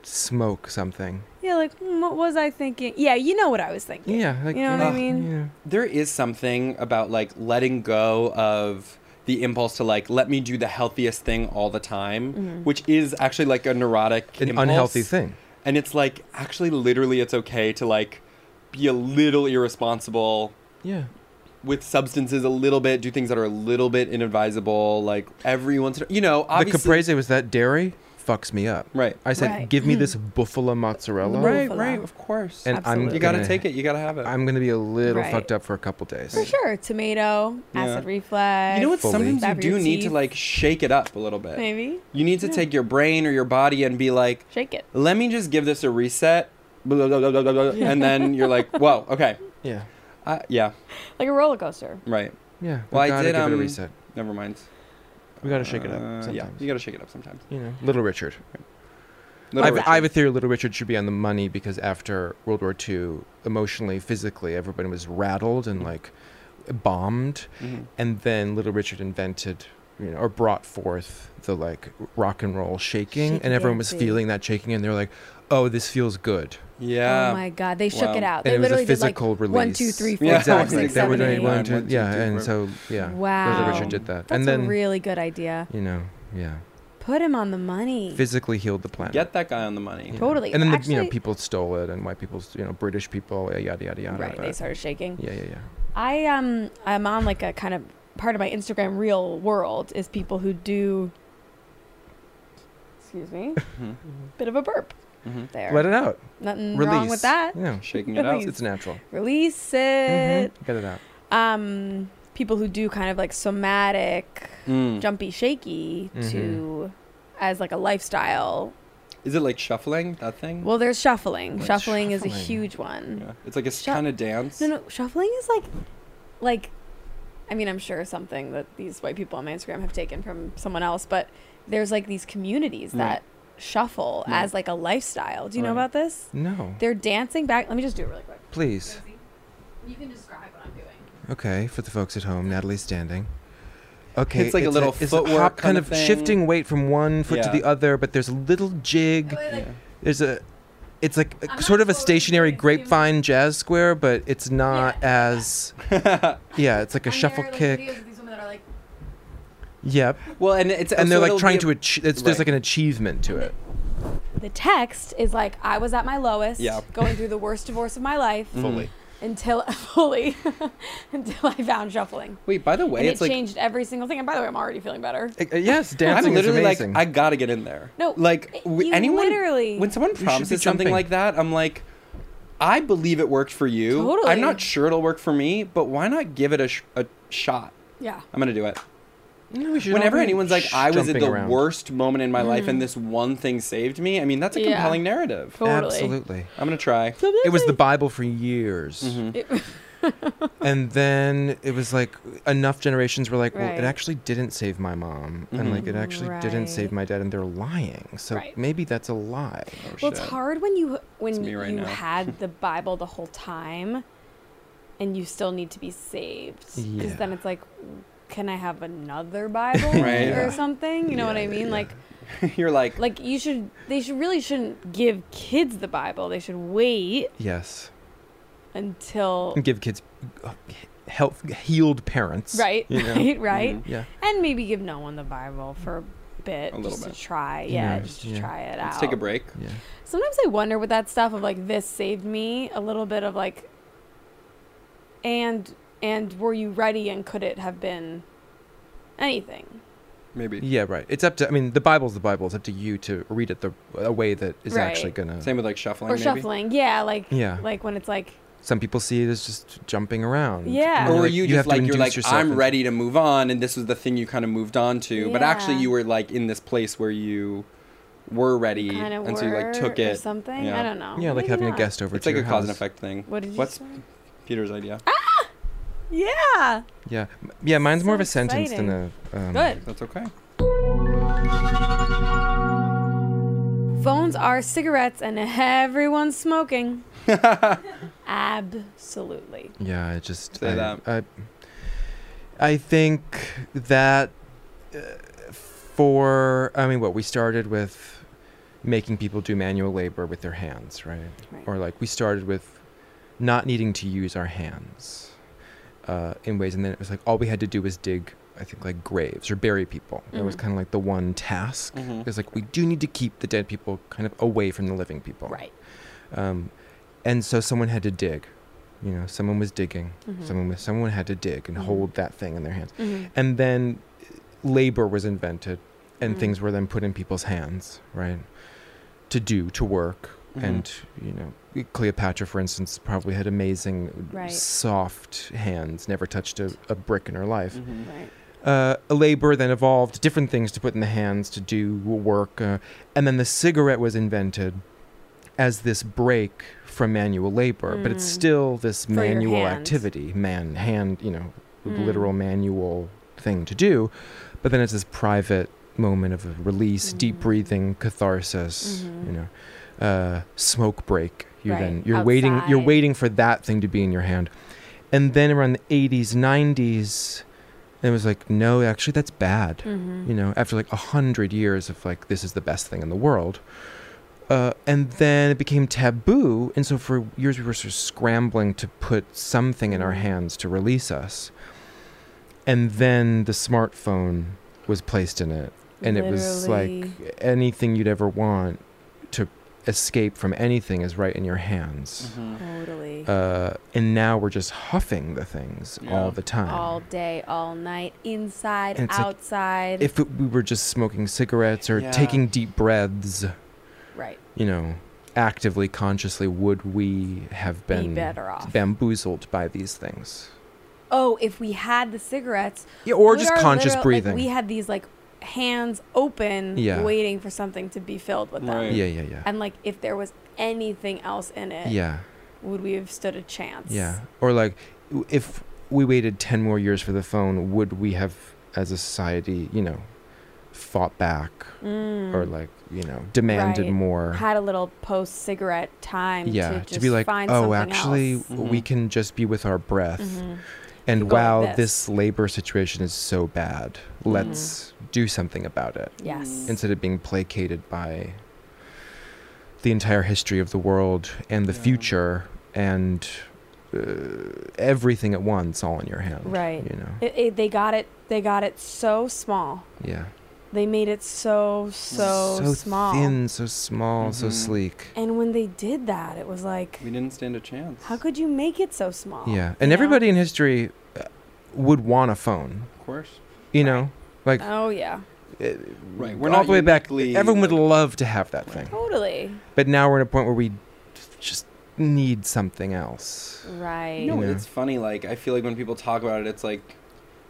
[SPEAKER 5] smoke something?
[SPEAKER 3] yeah, like, mm, what was I thinking? Yeah, you know what I was thinking.
[SPEAKER 5] Yeah, like,
[SPEAKER 3] You know what I
[SPEAKER 5] ugh,
[SPEAKER 3] mean?
[SPEAKER 5] yeah.
[SPEAKER 4] There is something about like letting go of the impulse to like let me do the healthiest thing all the time,
[SPEAKER 3] Mm-hmm.
[SPEAKER 4] which is actually like a neurotic
[SPEAKER 5] an
[SPEAKER 4] impulse.
[SPEAKER 5] unhealthy thing.
[SPEAKER 4] And it's like actually literally it's okay to like be a little irresponsible
[SPEAKER 5] Yeah.
[SPEAKER 4] with substances a little bit, do things that are a little bit inadvisable, like every once in a you know, obviously
[SPEAKER 5] the caprese was that dairy fucks me up.
[SPEAKER 4] Right.
[SPEAKER 5] I said,
[SPEAKER 3] Right. Hmm.
[SPEAKER 5] give me this buffalo mozzarella.
[SPEAKER 4] Right,
[SPEAKER 3] Buffalo.
[SPEAKER 4] right, of course.
[SPEAKER 5] And I'm
[SPEAKER 3] Absolutely.
[SPEAKER 4] you gotta
[SPEAKER 5] gonna-
[SPEAKER 4] take it, you gotta have it.
[SPEAKER 5] I'm gonna be a little
[SPEAKER 3] Right.
[SPEAKER 5] fucked up for a couple days.
[SPEAKER 3] For sure. Tomato,
[SPEAKER 4] Yeah.
[SPEAKER 3] acid reflux.
[SPEAKER 4] you know what?
[SPEAKER 5] fully-
[SPEAKER 4] Sometimes you
[SPEAKER 3] Back of your
[SPEAKER 4] do need to
[SPEAKER 3] teeth.
[SPEAKER 4] like shake it up a little bit.
[SPEAKER 3] Maybe.
[SPEAKER 4] You need to take your brain or your body and be like,
[SPEAKER 3] Shake it.
[SPEAKER 4] let me just give this a reset. blah, blah, blah, blah, blah, blah, And then you're like, whoa, okay.
[SPEAKER 5] Yeah.
[SPEAKER 4] Uh, yeah,
[SPEAKER 3] Like a roller coaster.
[SPEAKER 4] right.
[SPEAKER 5] Yeah. We
[SPEAKER 4] Well, I
[SPEAKER 5] gotta
[SPEAKER 4] did,
[SPEAKER 5] give it a
[SPEAKER 4] um,
[SPEAKER 5] reset.
[SPEAKER 4] Never mind.
[SPEAKER 5] We gotta shake it up.
[SPEAKER 4] Uh,
[SPEAKER 5] Sometimes.
[SPEAKER 4] yeah, you gotta shake it up sometimes.
[SPEAKER 5] you know, Little Richard.
[SPEAKER 4] Little
[SPEAKER 5] I've-
[SPEAKER 4] Richard.
[SPEAKER 5] I have a theory Little Richard should be on the money because after World War II, emotionally, physically, everybody was rattled and like bombed.
[SPEAKER 4] Mhm.
[SPEAKER 5] And then Little Richard invented, you know, or brought forth the like rock and roll shaking.
[SPEAKER 3] Shaky
[SPEAKER 5] and everyone was
[SPEAKER 3] dancy.
[SPEAKER 5] feeling that shaking and they're like, oh, this feels good.
[SPEAKER 4] Yeah.
[SPEAKER 3] oh my God. They shook
[SPEAKER 4] Wow.
[SPEAKER 3] it out.
[SPEAKER 5] And
[SPEAKER 3] They
[SPEAKER 5] it was
[SPEAKER 3] literally
[SPEAKER 5] a physical
[SPEAKER 3] did like
[SPEAKER 5] release.
[SPEAKER 3] one, two, three, four,
[SPEAKER 4] Yeah,
[SPEAKER 3] five,
[SPEAKER 5] exactly.
[SPEAKER 3] six,
[SPEAKER 5] they were
[SPEAKER 3] seven,
[SPEAKER 5] doing
[SPEAKER 3] eight.
[SPEAKER 5] one,
[SPEAKER 4] One,
[SPEAKER 5] two,
[SPEAKER 4] two,
[SPEAKER 5] yeah.
[SPEAKER 4] three,
[SPEAKER 5] and
[SPEAKER 4] four.
[SPEAKER 5] so, yeah.
[SPEAKER 3] Wow.
[SPEAKER 5] Little Richard did that.
[SPEAKER 3] That's
[SPEAKER 5] and then,
[SPEAKER 3] a really good idea.
[SPEAKER 5] you know, yeah.
[SPEAKER 3] Put him on the money.
[SPEAKER 5] Physically healed the planet.
[SPEAKER 4] Get that guy on the money.
[SPEAKER 5] Yeah.
[SPEAKER 3] Totally.
[SPEAKER 5] And then, the, you know,
[SPEAKER 3] Actually-
[SPEAKER 5] people stole it and white people, st- you know, British people, yada, yada, yada. yada,
[SPEAKER 3] Right. They
[SPEAKER 5] but-
[SPEAKER 3] started shaking.
[SPEAKER 5] Yeah, yeah, yeah.
[SPEAKER 3] I um I'm on like a kind of part of my Instagram real world is people who do excuse me
[SPEAKER 4] Mm-hmm.
[SPEAKER 3] bit of a burp
[SPEAKER 4] Mhm.
[SPEAKER 3] there.
[SPEAKER 5] Let it out.
[SPEAKER 3] Nothing
[SPEAKER 5] Release.
[SPEAKER 3] wrong with that.
[SPEAKER 5] Yeah.
[SPEAKER 4] Shaking it out.
[SPEAKER 3] Please.
[SPEAKER 5] It's natural.
[SPEAKER 3] Release
[SPEAKER 5] Mhm.
[SPEAKER 3] it.
[SPEAKER 5] Get it out.
[SPEAKER 3] Um people who do kind of like somatic
[SPEAKER 4] Mm.
[SPEAKER 3] jumpy shaky
[SPEAKER 5] Mm-hmm.
[SPEAKER 3] to as like a lifestyle.
[SPEAKER 4] Is it like shuffling, that thing?
[SPEAKER 3] Well, there's shuffling.
[SPEAKER 5] What's
[SPEAKER 3] shuffling, is a
[SPEAKER 5] shuffling?
[SPEAKER 3] huge one.
[SPEAKER 4] yeah. It's like a
[SPEAKER 3] Shu-
[SPEAKER 4] kind of dance.
[SPEAKER 3] No, no, shuffling is like, like, I mean, I'm sure something that these white people on my Instagram have taken from someone else, but there's like these communities that shuffle
[SPEAKER 4] Right.
[SPEAKER 3] as like a lifestyle. Do you know
[SPEAKER 4] Right.
[SPEAKER 3] about this?
[SPEAKER 5] No.
[SPEAKER 3] They're dancing back. Let me just do it really quick.
[SPEAKER 5] Please.
[SPEAKER 3] You can describe what I'm doing.
[SPEAKER 5] Okay, for the folks at home, Natalie's standing. Okay,
[SPEAKER 4] It's like a little footwork
[SPEAKER 5] hop,
[SPEAKER 4] kind
[SPEAKER 5] kind
[SPEAKER 4] of
[SPEAKER 5] of
[SPEAKER 4] thing.
[SPEAKER 5] shifting weight from one foot to
[SPEAKER 4] Yeah.
[SPEAKER 5] the other, but there's a little jig.
[SPEAKER 4] Yeah.
[SPEAKER 5] There's a, it's like a,
[SPEAKER 3] I'm
[SPEAKER 5] sort
[SPEAKER 3] not
[SPEAKER 5] of a
[SPEAKER 3] slowly
[SPEAKER 5] stationary
[SPEAKER 3] moving, so you-
[SPEAKER 5] grapevine jazz square, but it's not as, yeah, it's like a shuffle kick.
[SPEAKER 3] these women that are like,
[SPEAKER 5] Yep,
[SPEAKER 4] well, and it's
[SPEAKER 5] and
[SPEAKER 4] so
[SPEAKER 5] they're like
[SPEAKER 4] it'll
[SPEAKER 5] trying
[SPEAKER 4] be
[SPEAKER 5] to
[SPEAKER 4] a-
[SPEAKER 5] achieve. It's there's
[SPEAKER 4] Right.
[SPEAKER 5] like an achievement to it.
[SPEAKER 3] the text is like, I was at my lowest,
[SPEAKER 4] Yeah.
[SPEAKER 3] going through the worst divorce of my life.
[SPEAKER 5] Fully.
[SPEAKER 3] Until fully, until I found shuffling,
[SPEAKER 4] Wait, by the way,
[SPEAKER 3] and it
[SPEAKER 4] it's like
[SPEAKER 3] changed every single thing. And by the way, I'm already feeling better.
[SPEAKER 5] Uh, uh, yes,
[SPEAKER 4] I'm
[SPEAKER 5] dancing
[SPEAKER 4] literally
[SPEAKER 5] is
[SPEAKER 4] like,
[SPEAKER 5] amazing.
[SPEAKER 4] I gotta get in there.
[SPEAKER 3] No,
[SPEAKER 4] like
[SPEAKER 3] it-
[SPEAKER 4] w-
[SPEAKER 3] you
[SPEAKER 4] anyone.
[SPEAKER 3] literally-
[SPEAKER 4] when someone
[SPEAKER 5] should be
[SPEAKER 4] promises something
[SPEAKER 5] jumping.
[SPEAKER 4] like that, I'm like, I believe it worked for you.
[SPEAKER 3] Totally.
[SPEAKER 4] I'm not sure it'll work for me, but why not give it a, sh- a shot?
[SPEAKER 3] Yeah.
[SPEAKER 4] I'm gonna do it.
[SPEAKER 5] No, we should all
[SPEAKER 4] Whenever
[SPEAKER 5] be
[SPEAKER 4] anyone's like, I was at
[SPEAKER 5] jumping
[SPEAKER 4] the
[SPEAKER 5] around.
[SPEAKER 4] worst moment in my life, and this one thing saved me. I mean, that's a
[SPEAKER 3] Mm. Yeah.
[SPEAKER 4] compelling narrative.
[SPEAKER 3] Totally.
[SPEAKER 5] Absolutely.
[SPEAKER 4] I'm gonna try.
[SPEAKER 5] It was the Bible for years.
[SPEAKER 4] Mm-hmm.
[SPEAKER 5] and then it was like enough generations were like, well,
[SPEAKER 3] Right. Mm-hmm.
[SPEAKER 5] it actually didn't save my mom. And like, it actually didn't save my dad. And they're lying. So
[SPEAKER 3] Right.
[SPEAKER 5] maybe that's a lie.
[SPEAKER 4] Oh,
[SPEAKER 3] Well, it's
[SPEAKER 4] shit.
[SPEAKER 3] hard when you when
[SPEAKER 4] me right
[SPEAKER 3] you
[SPEAKER 4] now.
[SPEAKER 3] had the Bible the whole time, and you still need to be saved. Because
[SPEAKER 5] Yeah.
[SPEAKER 3] then it's like, can I have another Bible
[SPEAKER 4] Right.
[SPEAKER 3] or
[SPEAKER 4] Yeah.
[SPEAKER 3] something? You know what I mean? Like,
[SPEAKER 4] You're like,
[SPEAKER 3] like you should. They should really shouldn't give kids the Bible. They should wait
[SPEAKER 5] Yes.
[SPEAKER 3] until
[SPEAKER 5] And give kids uh, health, healed parents.
[SPEAKER 3] right,
[SPEAKER 5] You know?
[SPEAKER 3] right, right,
[SPEAKER 4] mm-hmm.
[SPEAKER 5] Yeah.
[SPEAKER 3] and maybe give no one the Bible for a bit,
[SPEAKER 4] A little
[SPEAKER 3] just
[SPEAKER 4] bit.
[SPEAKER 3] to try. Yeah,
[SPEAKER 5] Yeah.
[SPEAKER 3] just to
[SPEAKER 5] Yeah.
[SPEAKER 3] try it out.
[SPEAKER 4] let's take a break.
[SPEAKER 5] Yeah.
[SPEAKER 3] Sometimes I wonder with that stuff of like this saved me a little bit of like and and were you ready and could it have been anything?
[SPEAKER 4] maybe.
[SPEAKER 5] Yeah, right. It's up to. I mean, the Bible's the Bible. It's up to you to read it the a way that is actually
[SPEAKER 3] Right.
[SPEAKER 5] gonna.
[SPEAKER 4] Same with like shuffling.
[SPEAKER 3] or
[SPEAKER 4] maybe.
[SPEAKER 3] shuffling. Yeah, like
[SPEAKER 5] Yeah.
[SPEAKER 3] like when it's like
[SPEAKER 5] Some people see it as just jumping around.
[SPEAKER 3] Yeah.
[SPEAKER 5] And
[SPEAKER 4] Or
[SPEAKER 5] you're
[SPEAKER 4] were
[SPEAKER 5] like-
[SPEAKER 4] you,
[SPEAKER 5] have
[SPEAKER 4] just
[SPEAKER 5] to
[SPEAKER 4] like you're
[SPEAKER 5] induce
[SPEAKER 4] like
[SPEAKER 5] yourself
[SPEAKER 4] I'm
[SPEAKER 5] in-
[SPEAKER 4] ready to move on, and this was the thing you kind of moved on to, but actually
[SPEAKER 3] Yeah.
[SPEAKER 4] you were like in this place where you were ready,
[SPEAKER 3] kind of
[SPEAKER 4] and
[SPEAKER 3] word
[SPEAKER 4] so you like took
[SPEAKER 3] or
[SPEAKER 4] it.
[SPEAKER 3] something.
[SPEAKER 4] Yeah.
[SPEAKER 3] I don't know.
[SPEAKER 5] Yeah, like
[SPEAKER 3] Maybe
[SPEAKER 5] having a
[SPEAKER 3] not.
[SPEAKER 5] guest over.
[SPEAKER 4] It's
[SPEAKER 5] to
[SPEAKER 4] like a
[SPEAKER 5] your
[SPEAKER 4] cause and
[SPEAKER 5] house.
[SPEAKER 4] effect thing.
[SPEAKER 3] What did you
[SPEAKER 4] What's
[SPEAKER 3] say? Ah!
[SPEAKER 4] Peter's idea?
[SPEAKER 3] Yeah.
[SPEAKER 5] Yeah, M- yeah. Mine's more of a
[SPEAKER 3] So
[SPEAKER 5] sentence than a. Um,
[SPEAKER 3] Good.
[SPEAKER 4] That's okay.
[SPEAKER 3] Phones are cigarettes and everyone's smoking. Absolutely.
[SPEAKER 5] Yeah, I just
[SPEAKER 4] Say
[SPEAKER 5] I,
[SPEAKER 4] that.
[SPEAKER 5] I, I think that uh, for I mean, what we started with making people do manual labor with their hands, right?
[SPEAKER 3] Right.
[SPEAKER 5] Or like we started with not needing to use our hands uh, in ways, and then it was like all we had to do was dig. I think like graves or bury people. That was
[SPEAKER 3] Mhm.
[SPEAKER 5] kind of like the one task.
[SPEAKER 4] Mhm.
[SPEAKER 5] It's like we do need to keep the dead people kind of away from the living people.
[SPEAKER 3] Right.
[SPEAKER 5] Um, and so someone had to dig. You know, someone was digging.
[SPEAKER 3] Mhm.
[SPEAKER 5] Someone was, someone had to dig and
[SPEAKER 3] Mhm.
[SPEAKER 5] hold that thing in their hands.
[SPEAKER 3] Mhm.
[SPEAKER 5] And then uh, labor was invented, and
[SPEAKER 3] Mhm.
[SPEAKER 5] things were then put in people's hands, right? To do, to work,
[SPEAKER 4] Mhm.
[SPEAKER 5] and you know, Cleopatra, for instance, probably had amazing,
[SPEAKER 3] Right.
[SPEAKER 5] soft hands, never touched a, a brick in her life
[SPEAKER 4] Mhm.
[SPEAKER 3] Mm-hmm. Right.
[SPEAKER 5] uh, labor then evolved different things to put in the hands to do work. Uh, and then the cigarette was invented as this break from manual labor, but it's
[SPEAKER 3] Mm.
[SPEAKER 5] still this
[SPEAKER 3] your
[SPEAKER 5] manual
[SPEAKER 3] hands.
[SPEAKER 5] activity, man, hand, you know,
[SPEAKER 3] Mm.
[SPEAKER 5] literal manual thing to do. But then it's this private moment of a release, deep
[SPEAKER 3] Mm.
[SPEAKER 5] breathing, catharsis,
[SPEAKER 3] Mhm.
[SPEAKER 5] you know, uh, smoke break. You
[SPEAKER 3] Right,
[SPEAKER 5] then you're waiting you're
[SPEAKER 3] outside.
[SPEAKER 5] waiting for that thing to be in your hand. And then around the 80s, 90s, it was like, no, actually, that's bad.
[SPEAKER 3] Mhm.
[SPEAKER 5] You know, after like a hundred years of like, this is the best thing in the world. Uh, and then it became taboo. And so for years, we were sort of scrambling to put something in our hands to release us. And then the smartphone was placed in it. And it was like
[SPEAKER 3] Literally.
[SPEAKER 5] anything you'd ever want to escape from anything is right in your hands
[SPEAKER 4] Mhm.
[SPEAKER 3] Totally.
[SPEAKER 5] uh, and now we're just huffing the things
[SPEAKER 4] Yeah.
[SPEAKER 5] all the time.
[SPEAKER 3] all day, all night, inside,
[SPEAKER 5] And it's like,
[SPEAKER 3] outside.
[SPEAKER 5] if it, we were just smoking cigarettes or
[SPEAKER 4] Yeah.
[SPEAKER 5] taking deep breaths,
[SPEAKER 3] right.
[SPEAKER 5] you know, actively, consciously, would we have been
[SPEAKER 3] Be better off.
[SPEAKER 5] bamboozled by these things?
[SPEAKER 3] oh, if we had the cigarettes,
[SPEAKER 5] Yeah, or
[SPEAKER 3] would
[SPEAKER 5] just
[SPEAKER 3] our
[SPEAKER 5] conscious
[SPEAKER 3] literal- like,
[SPEAKER 5] breathing.
[SPEAKER 3] we had these like hands open,
[SPEAKER 5] Yeah.
[SPEAKER 3] waiting for something to be filled with them.
[SPEAKER 4] Right.
[SPEAKER 5] yeah, yeah, yeah.
[SPEAKER 3] And like, if there was anything else in it,
[SPEAKER 5] yeah,
[SPEAKER 3] would we have stood a chance?
[SPEAKER 5] yeah. Or like, w- if we waited 10 more years for the phone, would we have, as a society, you know, fought back
[SPEAKER 3] Mm.
[SPEAKER 5] or like, you know, demanded
[SPEAKER 3] Right.
[SPEAKER 5] more?
[SPEAKER 3] had a little post cigarette time to,
[SPEAKER 5] yeah
[SPEAKER 3] just
[SPEAKER 5] to, be like
[SPEAKER 3] find
[SPEAKER 5] oh
[SPEAKER 3] something
[SPEAKER 5] actually
[SPEAKER 3] else.
[SPEAKER 5] w- we
[SPEAKER 4] Mhm.
[SPEAKER 5] can just be with our breath
[SPEAKER 3] Mhm.
[SPEAKER 5] and
[SPEAKER 3] Could go like
[SPEAKER 5] wow
[SPEAKER 3] this. Mm-hmm.
[SPEAKER 5] this. labor situation is so bad let's do something about it
[SPEAKER 3] yes
[SPEAKER 5] instead of being placated by the entire history of the world and the
[SPEAKER 4] Yeah.
[SPEAKER 5] future and uh, everything at once all in your hand
[SPEAKER 3] Right.
[SPEAKER 5] you know
[SPEAKER 3] It- it- they got it they got it so small
[SPEAKER 5] yeah
[SPEAKER 3] they made it so so, small
[SPEAKER 5] thin so small so
[SPEAKER 4] Mhm.
[SPEAKER 5] sleek
[SPEAKER 3] and when they did that it was like
[SPEAKER 4] We didn't stand a chance.
[SPEAKER 3] how could you make it so small
[SPEAKER 5] yeah
[SPEAKER 3] You
[SPEAKER 5] and
[SPEAKER 3] know?
[SPEAKER 5] everybody in history uh, would want a phone
[SPEAKER 4] Of course.
[SPEAKER 5] you know like
[SPEAKER 3] oh yeah
[SPEAKER 4] Right. We're
[SPEAKER 5] all
[SPEAKER 4] not
[SPEAKER 5] the way back.
[SPEAKER 4] uniquely,
[SPEAKER 5] Everyone would
[SPEAKER 4] like-
[SPEAKER 5] love to have that thing,
[SPEAKER 3] totally
[SPEAKER 5] but now we're at a point where we just need something else.
[SPEAKER 3] right
[SPEAKER 4] No,
[SPEAKER 5] Yeah.
[SPEAKER 4] it's funny. Like I feel like when people talk about it, it's like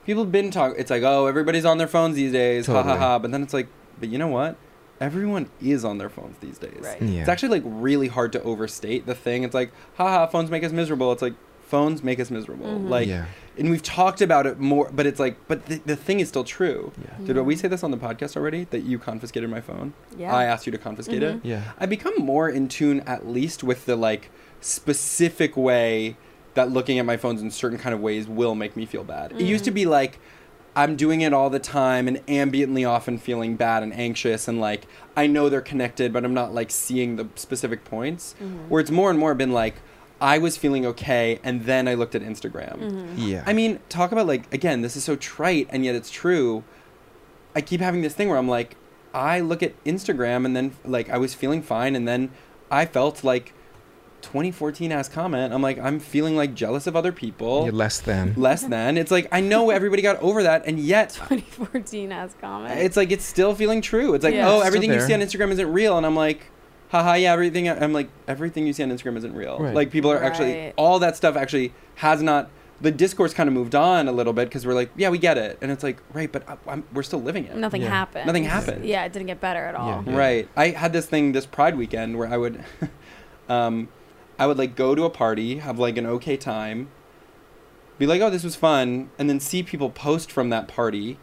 [SPEAKER 4] people have been talking. It's like oh, everybody's on their phones these days. Ha
[SPEAKER 5] Totally.
[SPEAKER 4] ha ha. But then it's like, but you know what? Everyone is on their phones these days.
[SPEAKER 3] Right.
[SPEAKER 5] Yeah,
[SPEAKER 4] It's actually like really hard to overstate the thing. It's like ha ha, phones make us miserable. It's like phones make us miserable.
[SPEAKER 3] Mhm.
[SPEAKER 4] Like,
[SPEAKER 5] yeah,
[SPEAKER 4] and we've talked about it more, but it's like, but the, the thing is still true.
[SPEAKER 5] yeah,
[SPEAKER 4] Did we say this on the podcast already? That you confiscated my phone.
[SPEAKER 3] yeah
[SPEAKER 4] I uh, asked you to confiscate it.
[SPEAKER 3] Mhm.
[SPEAKER 5] yeah.
[SPEAKER 4] I become more in tune at least with the like specific way that looking at my phones in certain kind of ways will make me feel bad. It used to be like I'm doing it all the time and ambiently often feeling bad and anxious and like I know they're connected but I'm not like seeing the specific points. Where it's more and more been like I was feeling okay and then I looked at Instagram.
[SPEAKER 5] yeah.
[SPEAKER 4] I mean, talk about like again, this is so trite and yet it's true. I keep having this thing where I'm like, I look at Instagram and then like I was feeling fine and then I felt like 2014 ass comment. I'm like, I'm feeling like jealous of other people.
[SPEAKER 5] You're less than.
[SPEAKER 4] less than. It's like I know everybody got over that, and yet
[SPEAKER 3] 2014 as comment.
[SPEAKER 4] it's like it's still feeling true. It's like
[SPEAKER 3] Yeah.
[SPEAKER 4] oh,
[SPEAKER 5] It's still
[SPEAKER 4] everything you
[SPEAKER 5] there.
[SPEAKER 4] see on Instagram isn't real, and I'm like, haha, yeah, everything. I'm like everything you see on Instagram isn't real.
[SPEAKER 5] Right.
[SPEAKER 4] Like people are actually
[SPEAKER 3] Right.
[SPEAKER 4] all that stuff actually has not. The discourse kind of moved on a little bit because we're like, yeah, we get it, and it's like right, but I, I'm, we're still living it.
[SPEAKER 3] nothing
[SPEAKER 5] Yeah.
[SPEAKER 3] happened.
[SPEAKER 4] Nothing happened.
[SPEAKER 3] Yeah, it didn't get better at all.
[SPEAKER 5] Yeah.
[SPEAKER 4] Right. I had this thing this Pride weekend where I would, um, I would like go to a party, have like an okay time, be like, oh, this was fun, and then see people post from that party,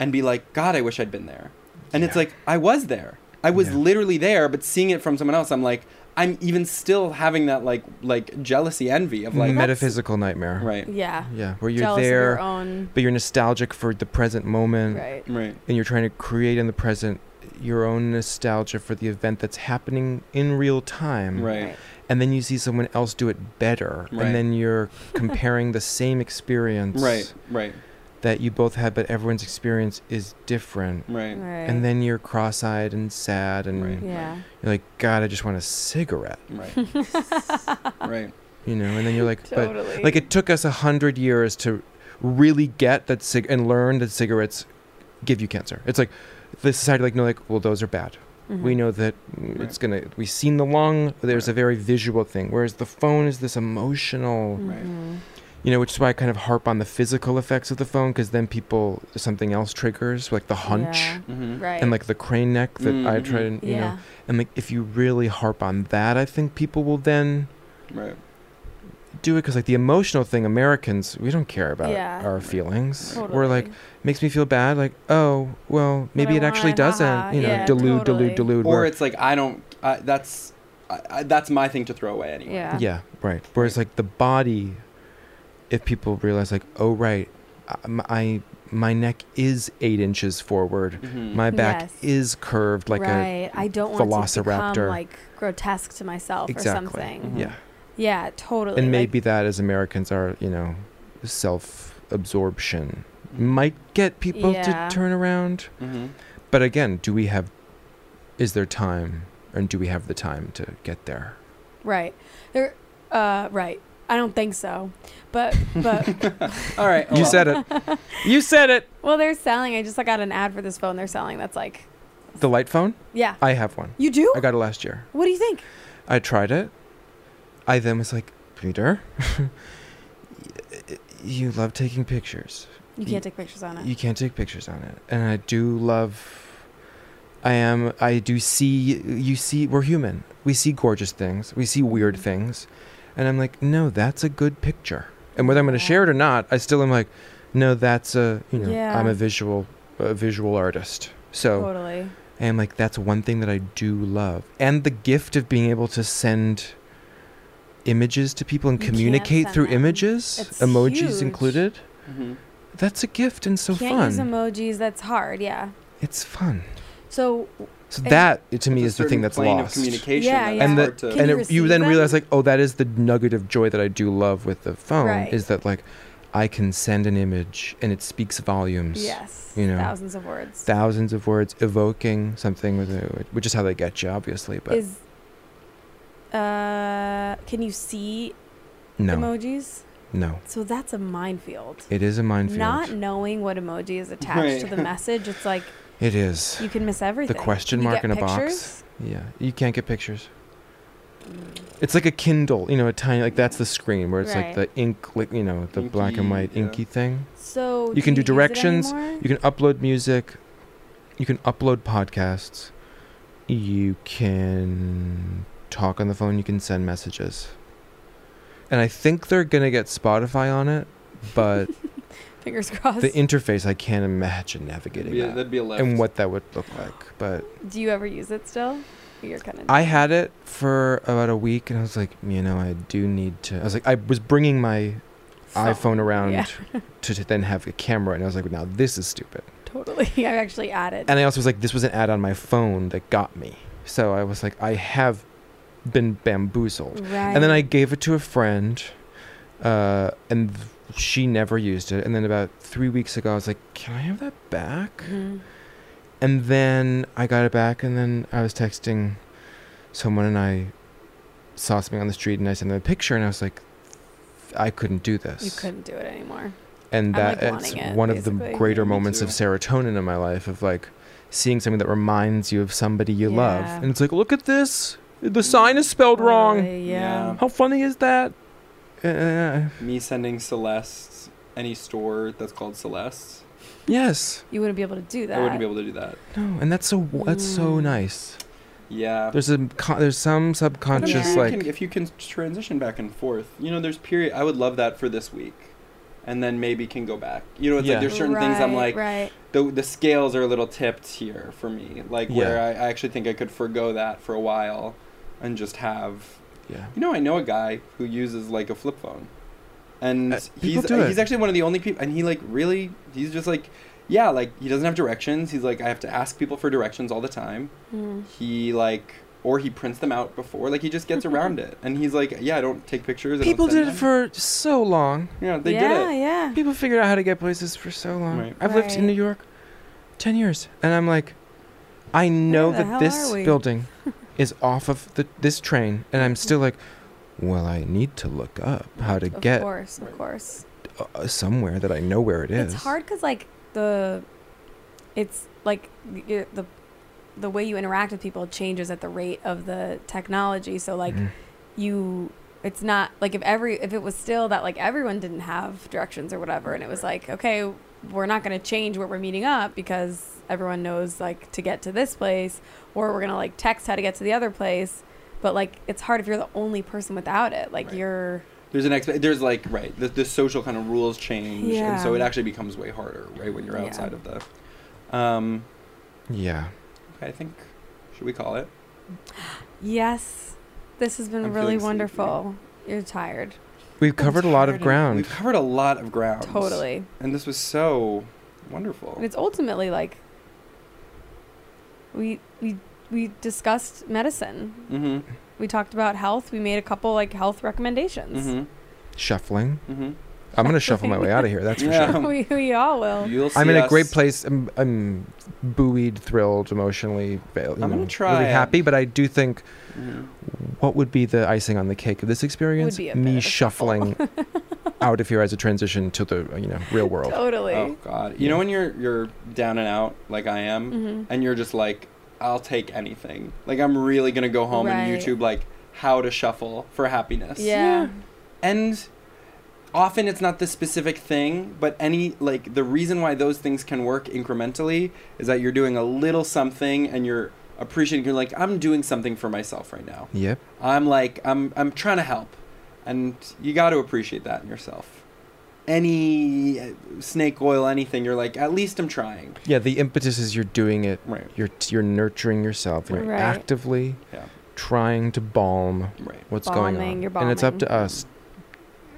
[SPEAKER 4] and be like, God, I wish I'd been there. And it's
[SPEAKER 5] Yeah.
[SPEAKER 4] like I was there. I was
[SPEAKER 5] Yeah.
[SPEAKER 4] literally there, but seeing it from someone else, I'm like, I'm even still having that like like jealousy envy of like
[SPEAKER 5] Mm-hmm. Metaphysical nightmare.
[SPEAKER 4] right,
[SPEAKER 3] Yeah.
[SPEAKER 5] Yeah, where you're
[SPEAKER 3] Jealous of
[SPEAKER 5] there,
[SPEAKER 3] your own.
[SPEAKER 5] but you're nostalgic for the present moment,
[SPEAKER 3] Right.
[SPEAKER 4] right,
[SPEAKER 5] and you're trying to create in the present your own nostalgia for the event that's happening in real time.
[SPEAKER 4] right,
[SPEAKER 5] And then you see someone else do it better,
[SPEAKER 4] Right.
[SPEAKER 5] and then you're comparing the same experience
[SPEAKER 4] right, right,
[SPEAKER 5] that you both had, but everyone's experience is different.
[SPEAKER 3] Right.
[SPEAKER 4] right, right,
[SPEAKER 5] And then you're cross-eyed and sad, and
[SPEAKER 4] Right.
[SPEAKER 3] Yeah.
[SPEAKER 5] you're like, God, I just want a cigarette,
[SPEAKER 4] right, right,
[SPEAKER 5] you know. And then you're like, but
[SPEAKER 3] totally.
[SPEAKER 5] Like it took us a hundred years to really get that cig- and learn that cigarettes give you cancer. It's like the society like no like well those are bad.
[SPEAKER 3] Mm-hmm.
[SPEAKER 5] We know that mm,
[SPEAKER 4] Mm-hmm. Right.
[SPEAKER 5] it's gonna. We've seen the lung. There's a
[SPEAKER 4] Right.
[SPEAKER 5] very visual thing, whereas the phone is this emotional.
[SPEAKER 3] Mm-hmm.
[SPEAKER 4] right. Mm-hmm.
[SPEAKER 5] You know, which is why I kind of harp on the physical effects of the phone because then people something else triggers like the hunch
[SPEAKER 3] Yeah.
[SPEAKER 4] Mm-hmm.
[SPEAKER 3] Right.
[SPEAKER 5] and like the crane neck that I
[SPEAKER 4] Mhm.
[SPEAKER 5] try and you
[SPEAKER 3] yeah.
[SPEAKER 5] know and like if you really harp on that, I think people will then
[SPEAKER 4] right.
[SPEAKER 5] do it because like the emotional thing americans we don't care about
[SPEAKER 3] Yeah.
[SPEAKER 5] our feelings we're
[SPEAKER 3] Totally.
[SPEAKER 5] like makes me feel bad like oh well maybe it
[SPEAKER 3] I
[SPEAKER 5] actually
[SPEAKER 3] want,
[SPEAKER 5] doesn't
[SPEAKER 3] haha,
[SPEAKER 5] you know
[SPEAKER 3] yeah,
[SPEAKER 5] delude
[SPEAKER 3] totally.
[SPEAKER 5] delude delude
[SPEAKER 4] or
[SPEAKER 5] where-
[SPEAKER 4] it's like I don't. I that's I, I, that's my thing to throw away anyway.
[SPEAKER 3] Yeah.
[SPEAKER 5] yeah right whereas like the body if people realize like oh right I, m- I- my neck is eight inches forward
[SPEAKER 4] Mhm.
[SPEAKER 5] my back
[SPEAKER 3] Yes.
[SPEAKER 5] is curved like
[SPEAKER 3] right. I don't want to become
[SPEAKER 5] velociraptor.
[SPEAKER 3] like grotesque to myself
[SPEAKER 5] Exactly.
[SPEAKER 3] or something.
[SPEAKER 5] a yeah
[SPEAKER 3] Yeah, totally.
[SPEAKER 5] and
[SPEAKER 3] Like,
[SPEAKER 5] maybe that as americans our you know self absorption might get people
[SPEAKER 3] Yeah.
[SPEAKER 5] to turn around
[SPEAKER 4] Mm-hmm.
[SPEAKER 5] But again, do we have? Is there time, and do we have the time to get there?
[SPEAKER 3] right. There. Uh, right. I don't think so, but but
[SPEAKER 4] All right.
[SPEAKER 5] You said it. You said it.
[SPEAKER 3] well, they're selling. I just like, got an ad for this phone. They're selling. That's like,
[SPEAKER 5] The light phone.
[SPEAKER 3] yeah.
[SPEAKER 5] I have one.
[SPEAKER 3] You do?
[SPEAKER 5] I got it last year.
[SPEAKER 3] What do you think?
[SPEAKER 5] I tried it. I then was like, Peter, you love taking pictures.
[SPEAKER 3] You can't take pictures on it.
[SPEAKER 5] You can't take pictures on it, and I do love. I am. I do see. You see. We're human. We see gorgeous things. We see weird
[SPEAKER 3] Mm-hmm.
[SPEAKER 5] things, and I'm like, no, that's a good picture. And whether I'm going to
[SPEAKER 3] Yeah.
[SPEAKER 5] share it or not, I still am like, no, that's a. You know,
[SPEAKER 3] Yeah.
[SPEAKER 5] I'm a visual, a visual artist. So
[SPEAKER 3] totally.
[SPEAKER 5] I am like, that's one thing that I do love, and the gift of being able to send images to people and
[SPEAKER 3] You can't
[SPEAKER 5] communicate
[SPEAKER 3] send
[SPEAKER 5] through
[SPEAKER 3] them.
[SPEAKER 5] images,
[SPEAKER 3] It's
[SPEAKER 5] emojis
[SPEAKER 3] huge.
[SPEAKER 5] included.
[SPEAKER 4] Mm-hmm.
[SPEAKER 5] That's a gift and so
[SPEAKER 3] can't
[SPEAKER 5] fun.
[SPEAKER 3] use emojis. That's hard. Yeah.
[SPEAKER 5] it's fun.
[SPEAKER 3] So
[SPEAKER 5] So
[SPEAKER 3] And-
[SPEAKER 5] that i- to me is the thing that's
[SPEAKER 4] plane
[SPEAKER 5] lost.
[SPEAKER 4] Of communication
[SPEAKER 3] Yeah, yeah.
[SPEAKER 4] that it's
[SPEAKER 5] And the-
[SPEAKER 4] hard to-
[SPEAKER 3] Can
[SPEAKER 5] and
[SPEAKER 3] you
[SPEAKER 5] it, you
[SPEAKER 3] receive
[SPEAKER 5] then
[SPEAKER 3] them?
[SPEAKER 5] realize like, oh, that is the nugget of joy that I do love with the phone
[SPEAKER 3] Right.
[SPEAKER 5] is that like I can send an image and it speaks volumes.
[SPEAKER 3] yes,
[SPEAKER 5] You know,
[SPEAKER 3] thousands of words.
[SPEAKER 5] Thousands of words evoking something with it, which is how they get you, obviously. But
[SPEAKER 3] Is uh, can you see
[SPEAKER 5] no,
[SPEAKER 3] emojis?
[SPEAKER 5] no,
[SPEAKER 3] So that's a minefield.
[SPEAKER 5] it is a minefield.
[SPEAKER 3] Not knowing what emoji is attached
[SPEAKER 4] Right.
[SPEAKER 3] to the message, it's like
[SPEAKER 5] it is.
[SPEAKER 3] you can miss everything.
[SPEAKER 5] question
[SPEAKER 3] Can you
[SPEAKER 5] mark
[SPEAKER 3] get
[SPEAKER 5] in a box?
[SPEAKER 3] pictures?
[SPEAKER 5] yeah, you can't get pictures. It's like a Kindle, you know, a tiny like that's the screen where it's like
[SPEAKER 3] Right.
[SPEAKER 5] the ink, like you know, the black and
[SPEAKER 4] Inky,
[SPEAKER 5] white
[SPEAKER 4] yeah.
[SPEAKER 5] inky thing.
[SPEAKER 3] So
[SPEAKER 5] You can do
[SPEAKER 3] use it
[SPEAKER 5] directions,
[SPEAKER 3] anymore?
[SPEAKER 5] You can upload music. You can upload podcasts. You can talk on the phone. You can send messages. And I think they're going to get Spotify on it, but
[SPEAKER 3] Fingers crossed.
[SPEAKER 5] the interface, I can't imagine navigating
[SPEAKER 4] Yeah,
[SPEAKER 5] that
[SPEAKER 4] that'd be a left.
[SPEAKER 5] and what that would look like. But
[SPEAKER 3] do you ever use it still? You're kind of.
[SPEAKER 5] I had it for about a week and I was like, you know, I do need to. I was like, I was bringing my iPhone around
[SPEAKER 3] Yeah.
[SPEAKER 5] to, to then have a camera. And I was like, now this is stupid.
[SPEAKER 3] totally. I actually added.
[SPEAKER 5] And I also was like, this was an ad on my phone that got me. So I was like, I have been bamboozled.
[SPEAKER 3] right.
[SPEAKER 5] And then I gave it to a friend, uh, and th- she never used it. And then about three weeks ago, I was like, can I have that back?
[SPEAKER 3] Mhm.
[SPEAKER 5] And then I got it back, and then I was texting someone, and I saw something on the street and I sent them a picture and I was like, I couldn't do this.
[SPEAKER 3] You couldn't do it anymore.
[SPEAKER 5] And
[SPEAKER 3] I'm, like,
[SPEAKER 5] that it's
[SPEAKER 3] wanting it,
[SPEAKER 5] one of
[SPEAKER 3] basically.
[SPEAKER 5] the greater
[SPEAKER 4] Me
[SPEAKER 5] moments of
[SPEAKER 4] too.
[SPEAKER 5] serotonin in my life of like seeing something that reminds you of somebody you love.
[SPEAKER 3] Yeah. Mm.
[SPEAKER 5] And it's like, look at this. The sign is spelled
[SPEAKER 3] Uh,
[SPEAKER 5] wrong.
[SPEAKER 3] yeah.
[SPEAKER 5] How funny is that? Uh,
[SPEAKER 4] Me sending Celeste any store that's called Celeste.
[SPEAKER 5] yes.
[SPEAKER 3] You wouldn't be able to do that.
[SPEAKER 4] I wouldn't be able to do that.
[SPEAKER 5] No. And that's so wa- that's so
[SPEAKER 3] Mm.
[SPEAKER 5] nice.
[SPEAKER 4] Yeah.
[SPEAKER 5] There's a con- there's
[SPEAKER 3] Yeah.
[SPEAKER 4] But I'm
[SPEAKER 5] some
[SPEAKER 4] sure
[SPEAKER 5] subconscious
[SPEAKER 4] you
[SPEAKER 5] like
[SPEAKER 4] can- if you can transition back and forth, you know, there's period. I would love that for this week, and then maybe can go back. You know, it's
[SPEAKER 5] Yeah.
[SPEAKER 4] like there's certain things I'm
[SPEAKER 3] Right,
[SPEAKER 4] like
[SPEAKER 3] right.
[SPEAKER 4] the the scales are a little tipped here for me, like where
[SPEAKER 5] Yeah.
[SPEAKER 4] I, I actually think I could forego that for a while, and just have.
[SPEAKER 5] yeah.
[SPEAKER 4] You know, I know a guy who uses like a flip phone, and
[SPEAKER 5] Uh,
[SPEAKER 4] he's
[SPEAKER 5] people do
[SPEAKER 4] he's
[SPEAKER 5] it.
[SPEAKER 4] actually one of the only people, and he like really he's just like. Yeah, like he doesn't have directions. He's like I have to ask people for directions all the time
[SPEAKER 3] Mm.
[SPEAKER 4] he like or he prints them out before like he just gets around it and he's like yeah i don't take pictures I don't
[SPEAKER 5] People
[SPEAKER 4] send
[SPEAKER 5] did it
[SPEAKER 4] them."
[SPEAKER 5] for so long.
[SPEAKER 4] yeah they
[SPEAKER 3] yeah,
[SPEAKER 4] did it
[SPEAKER 3] yeah.
[SPEAKER 5] People figured out how to get places for so long.
[SPEAKER 4] Right.
[SPEAKER 5] I've lived in
[SPEAKER 3] Right.
[SPEAKER 5] New York 10 years and I'm like I know
[SPEAKER 3] the hell
[SPEAKER 5] that this
[SPEAKER 3] are we?
[SPEAKER 5] building is off of the, this train and I'm still like well I need to look up how to
[SPEAKER 3] Of
[SPEAKER 5] get
[SPEAKER 3] course, of
[SPEAKER 4] Right.
[SPEAKER 3] course.
[SPEAKER 5] uh, somewhere that I know where it is.
[SPEAKER 3] It's hard because like the, it's like the, the, the way you interact with people changes at the rate of the technology. So like
[SPEAKER 5] Mhm.
[SPEAKER 4] Mm-hmm.
[SPEAKER 3] you, it's not like if every if it was still that like everyone didn't have directions or whatever, and it was like okay, we're not going to change where we're meeting up because everyone knows like to get to this place, or we're going to like text how to get to the other place. But like it's hard if you're the only person without it. Like
[SPEAKER 4] Right.
[SPEAKER 3] you're
[SPEAKER 4] there's an exp- there's like right the, the social kind of rules change and so
[SPEAKER 3] Yeah.
[SPEAKER 4] it actually becomes way harder right when you're
[SPEAKER 3] Yeah.
[SPEAKER 4] outside of the um
[SPEAKER 5] Yeah.
[SPEAKER 4] okay, i think should we call it
[SPEAKER 3] Yes. This has been
[SPEAKER 4] I'm
[SPEAKER 3] really
[SPEAKER 4] feeling sleepy.
[SPEAKER 3] wonderful. You're tired.
[SPEAKER 5] We've covered a lot of ground.
[SPEAKER 4] we've covered a lot of ground
[SPEAKER 3] Totally.
[SPEAKER 4] and this was so wonderful
[SPEAKER 3] And it's ultimately like we we we discussed medicine.
[SPEAKER 4] mm-hmm
[SPEAKER 3] We talked about health. We made a couple like health recommendations.
[SPEAKER 4] mm-hmm
[SPEAKER 5] Shuffling.
[SPEAKER 4] mm-hmm
[SPEAKER 5] I'm going to shuffle my way out of here, that's for
[SPEAKER 4] Yeah.
[SPEAKER 5] sure.
[SPEAKER 3] we, we all will.
[SPEAKER 4] you'll see
[SPEAKER 5] I'm in a great
[SPEAKER 4] us-
[SPEAKER 5] place. I'm, I'm buoyed, thrilled, emotionally. You know,
[SPEAKER 4] gonna try
[SPEAKER 5] Really
[SPEAKER 4] it.
[SPEAKER 5] happy, but I do think
[SPEAKER 4] Mhm.
[SPEAKER 5] what would be the icing on the cake of this experience?
[SPEAKER 3] be a bit of
[SPEAKER 5] Me
[SPEAKER 3] a
[SPEAKER 5] shuffling out of here as a transition to the you know real world.
[SPEAKER 3] Totally.
[SPEAKER 4] oh god you know when you're you're down and out like i am
[SPEAKER 3] hmm
[SPEAKER 4] and you're just like, I'll take anything. Like I'm really gonna go home
[SPEAKER 3] Right.
[SPEAKER 4] and YouTube like how to shuffle for happiness.
[SPEAKER 3] Yeah.
[SPEAKER 4] And often it's not the specific thing, but any like the reason why those things can work incrementally is that you're doing a little something and you're appreciating you're like, I'm doing something for myself right now.
[SPEAKER 5] Yep.
[SPEAKER 4] I'm like I'm I'm trying to help. And you got to appreciate that in yourself. Any uh, snake oil, anything, you're like, at least I'm trying.
[SPEAKER 5] Yeah. The impetus is you're doing it.
[SPEAKER 4] Right,
[SPEAKER 5] You're you're nurturing yourself. and You're
[SPEAKER 3] Right.
[SPEAKER 5] actively
[SPEAKER 4] Yeah.
[SPEAKER 5] trying to balm
[SPEAKER 4] right.
[SPEAKER 5] what's going
[SPEAKER 3] Balming,
[SPEAKER 5] on,
[SPEAKER 3] you're
[SPEAKER 5] and it's up to
[SPEAKER 3] balming.
[SPEAKER 5] us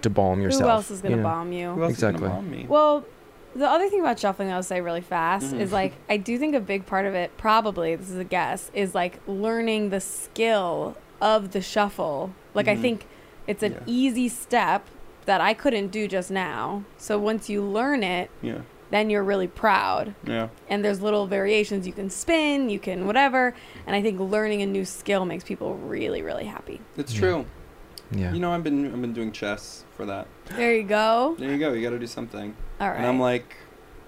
[SPEAKER 5] to balm yourself.
[SPEAKER 3] Who else is
[SPEAKER 5] you
[SPEAKER 3] gonna
[SPEAKER 5] know?
[SPEAKER 3] bomb you?
[SPEAKER 4] Who else is
[SPEAKER 5] Exactly.
[SPEAKER 4] gonna bomb me?
[SPEAKER 3] Well, the other thing about shuffling that I'll say really fast
[SPEAKER 4] Mhm.
[SPEAKER 3] is like I do think a big part of it, probably this is a guess, is like learning the skill of the shuffle. Like I
[SPEAKER 4] Mhm.
[SPEAKER 3] think it's an
[SPEAKER 4] Yeah.
[SPEAKER 3] easy step that I couldn't do just now. So once you learn it,
[SPEAKER 4] Yeah,
[SPEAKER 3] then you're really proud.
[SPEAKER 4] yeah,
[SPEAKER 3] And there's little variations you can spin, you can whatever. And I think learning a new skill makes people really, really happy.
[SPEAKER 4] it's
[SPEAKER 5] Yeah.
[SPEAKER 4] true.
[SPEAKER 5] Yeah.
[SPEAKER 4] You know, I've been I've been doing chess for that.
[SPEAKER 3] There you go.
[SPEAKER 4] There you go. You got to do something.
[SPEAKER 3] All right.
[SPEAKER 4] And I'm like,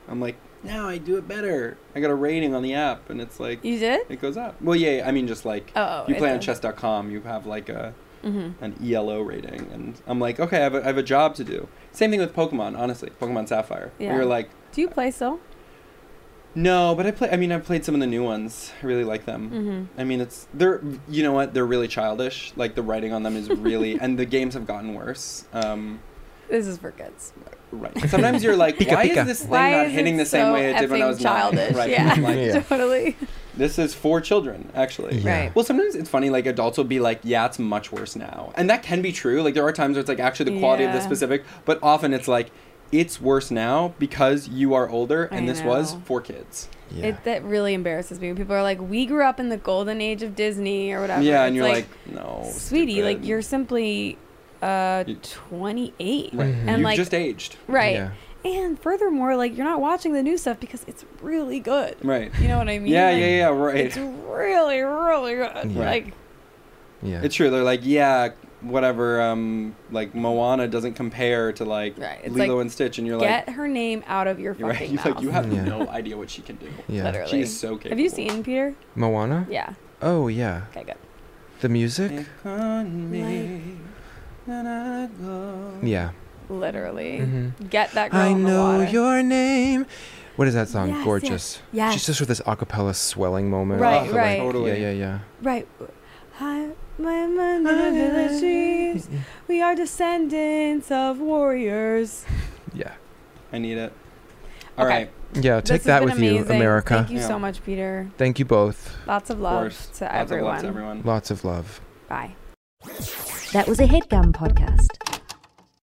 [SPEAKER 4] I'm like, now I do it better. I got a rating on the app, and it's like
[SPEAKER 3] you did?
[SPEAKER 4] it goes up. Well, yeah, I mean, just like
[SPEAKER 3] Oh,
[SPEAKER 4] you play on chess.com, you have like a
[SPEAKER 3] Mm-hmm.
[SPEAKER 4] an ELO rating, and I'm like, okay, I have a, I have a job to do. Same thing with Pokemon, honestly. Pokemon Sapphire.
[SPEAKER 3] Yeah.
[SPEAKER 4] We were like,
[SPEAKER 3] Do you play still?
[SPEAKER 4] no, but I play. I mean, I played some of the new ones. I really like them.
[SPEAKER 3] Mm-hmm.
[SPEAKER 4] I mean, it's they're you know what they're really childish. Like the writing on them is really, and the games have gotten worse. Um,
[SPEAKER 3] This is for kids.
[SPEAKER 4] right. Sometimes you're like, why
[SPEAKER 5] pika.
[SPEAKER 4] is this thing
[SPEAKER 3] Why
[SPEAKER 4] not
[SPEAKER 3] is
[SPEAKER 4] hitting
[SPEAKER 3] it
[SPEAKER 4] the same
[SPEAKER 3] so
[SPEAKER 4] way it did when I
[SPEAKER 3] effing
[SPEAKER 4] was
[SPEAKER 3] childish?
[SPEAKER 4] Nine? Right.
[SPEAKER 3] Yeah.
[SPEAKER 4] I'm like,
[SPEAKER 5] Yeah.
[SPEAKER 3] totally.
[SPEAKER 4] This is for children, actually.
[SPEAKER 5] Yeah.
[SPEAKER 3] Right.
[SPEAKER 4] Well, sometimes it's funny. Like adults will be like, "Yeah, it's much worse now," and that can be true. Like there are times where it's like actually the quality of the
[SPEAKER 3] Yeah.
[SPEAKER 4] specific, but often it's like, "It's worse now because you are older and
[SPEAKER 3] I
[SPEAKER 4] this was
[SPEAKER 3] know.
[SPEAKER 4] for kids."
[SPEAKER 5] Yeah.
[SPEAKER 3] It, that really embarrasses me. when People are like, "We grew up in the golden age of Disney or whatever."
[SPEAKER 4] yeah,
[SPEAKER 3] It's
[SPEAKER 4] and you're like, "No,
[SPEAKER 3] "Sweetie, like
[SPEAKER 4] stupid."
[SPEAKER 3] you're simply uh,
[SPEAKER 4] You-
[SPEAKER 3] 28,
[SPEAKER 4] right.
[SPEAKER 5] Mhm.
[SPEAKER 3] and
[SPEAKER 4] You've
[SPEAKER 3] like-
[SPEAKER 4] just aged."
[SPEAKER 3] right?"
[SPEAKER 5] Yeah.
[SPEAKER 3] And furthermore, like you're not watching the new stuff because it's really good.
[SPEAKER 4] Right.
[SPEAKER 3] You know what I mean?
[SPEAKER 4] Yeah,
[SPEAKER 3] Like,
[SPEAKER 4] yeah, yeah. Right.
[SPEAKER 3] It's really, really good.
[SPEAKER 5] Yeah.
[SPEAKER 3] Like,
[SPEAKER 5] Yeah.
[SPEAKER 4] It's true. They're like, yeah, whatever. Um, like Moana doesn't compare to like
[SPEAKER 3] Right, it's
[SPEAKER 4] Lilo
[SPEAKER 3] like,
[SPEAKER 4] and Stitch, and you're
[SPEAKER 3] Get
[SPEAKER 4] like,
[SPEAKER 3] her name out of your
[SPEAKER 4] you're right.
[SPEAKER 3] fucking
[SPEAKER 4] You're like,
[SPEAKER 3] mouth.
[SPEAKER 4] you have
[SPEAKER 5] Yeah.
[SPEAKER 4] no idea what she can do.
[SPEAKER 5] yeah.
[SPEAKER 3] Literally.
[SPEAKER 4] She is so capable.
[SPEAKER 3] Have you seen Peter?
[SPEAKER 5] Moana?
[SPEAKER 3] Yeah.
[SPEAKER 5] Oh yeah.
[SPEAKER 3] Okay, good.
[SPEAKER 5] The music? Yeah.
[SPEAKER 3] Literally.
[SPEAKER 5] hmm
[SPEAKER 3] Get that girl
[SPEAKER 5] I
[SPEAKER 3] in the
[SPEAKER 5] know
[SPEAKER 3] water.
[SPEAKER 5] your name. What is that song?
[SPEAKER 3] Yes, yes,
[SPEAKER 5] Gorgeous.
[SPEAKER 3] yes.
[SPEAKER 5] She's just with this acapella swelling moment.
[SPEAKER 3] Right,
[SPEAKER 5] of,
[SPEAKER 3] right.
[SPEAKER 5] Like, yeah,
[SPEAKER 4] Totally.
[SPEAKER 5] yeah, yeah.
[SPEAKER 3] Right. Hi, my, my, my village trees. We are descendants of warriors.
[SPEAKER 5] Yeah.
[SPEAKER 4] I need it. All
[SPEAKER 3] Okay.
[SPEAKER 4] right.
[SPEAKER 5] Yeah,
[SPEAKER 3] This
[SPEAKER 5] take
[SPEAKER 3] has
[SPEAKER 5] that
[SPEAKER 3] been
[SPEAKER 5] with you,
[SPEAKER 3] amazing.
[SPEAKER 5] America.
[SPEAKER 3] Thank you
[SPEAKER 4] Yeah.
[SPEAKER 3] so much, Peter.
[SPEAKER 5] Thank you both.
[SPEAKER 3] Lots of
[SPEAKER 4] Of
[SPEAKER 3] love
[SPEAKER 4] course.
[SPEAKER 3] to
[SPEAKER 4] Lots of love to
[SPEAKER 3] everyone.
[SPEAKER 4] everyone.
[SPEAKER 5] Lots of love.
[SPEAKER 3] Bye.
[SPEAKER 8] That was a headgum podcast.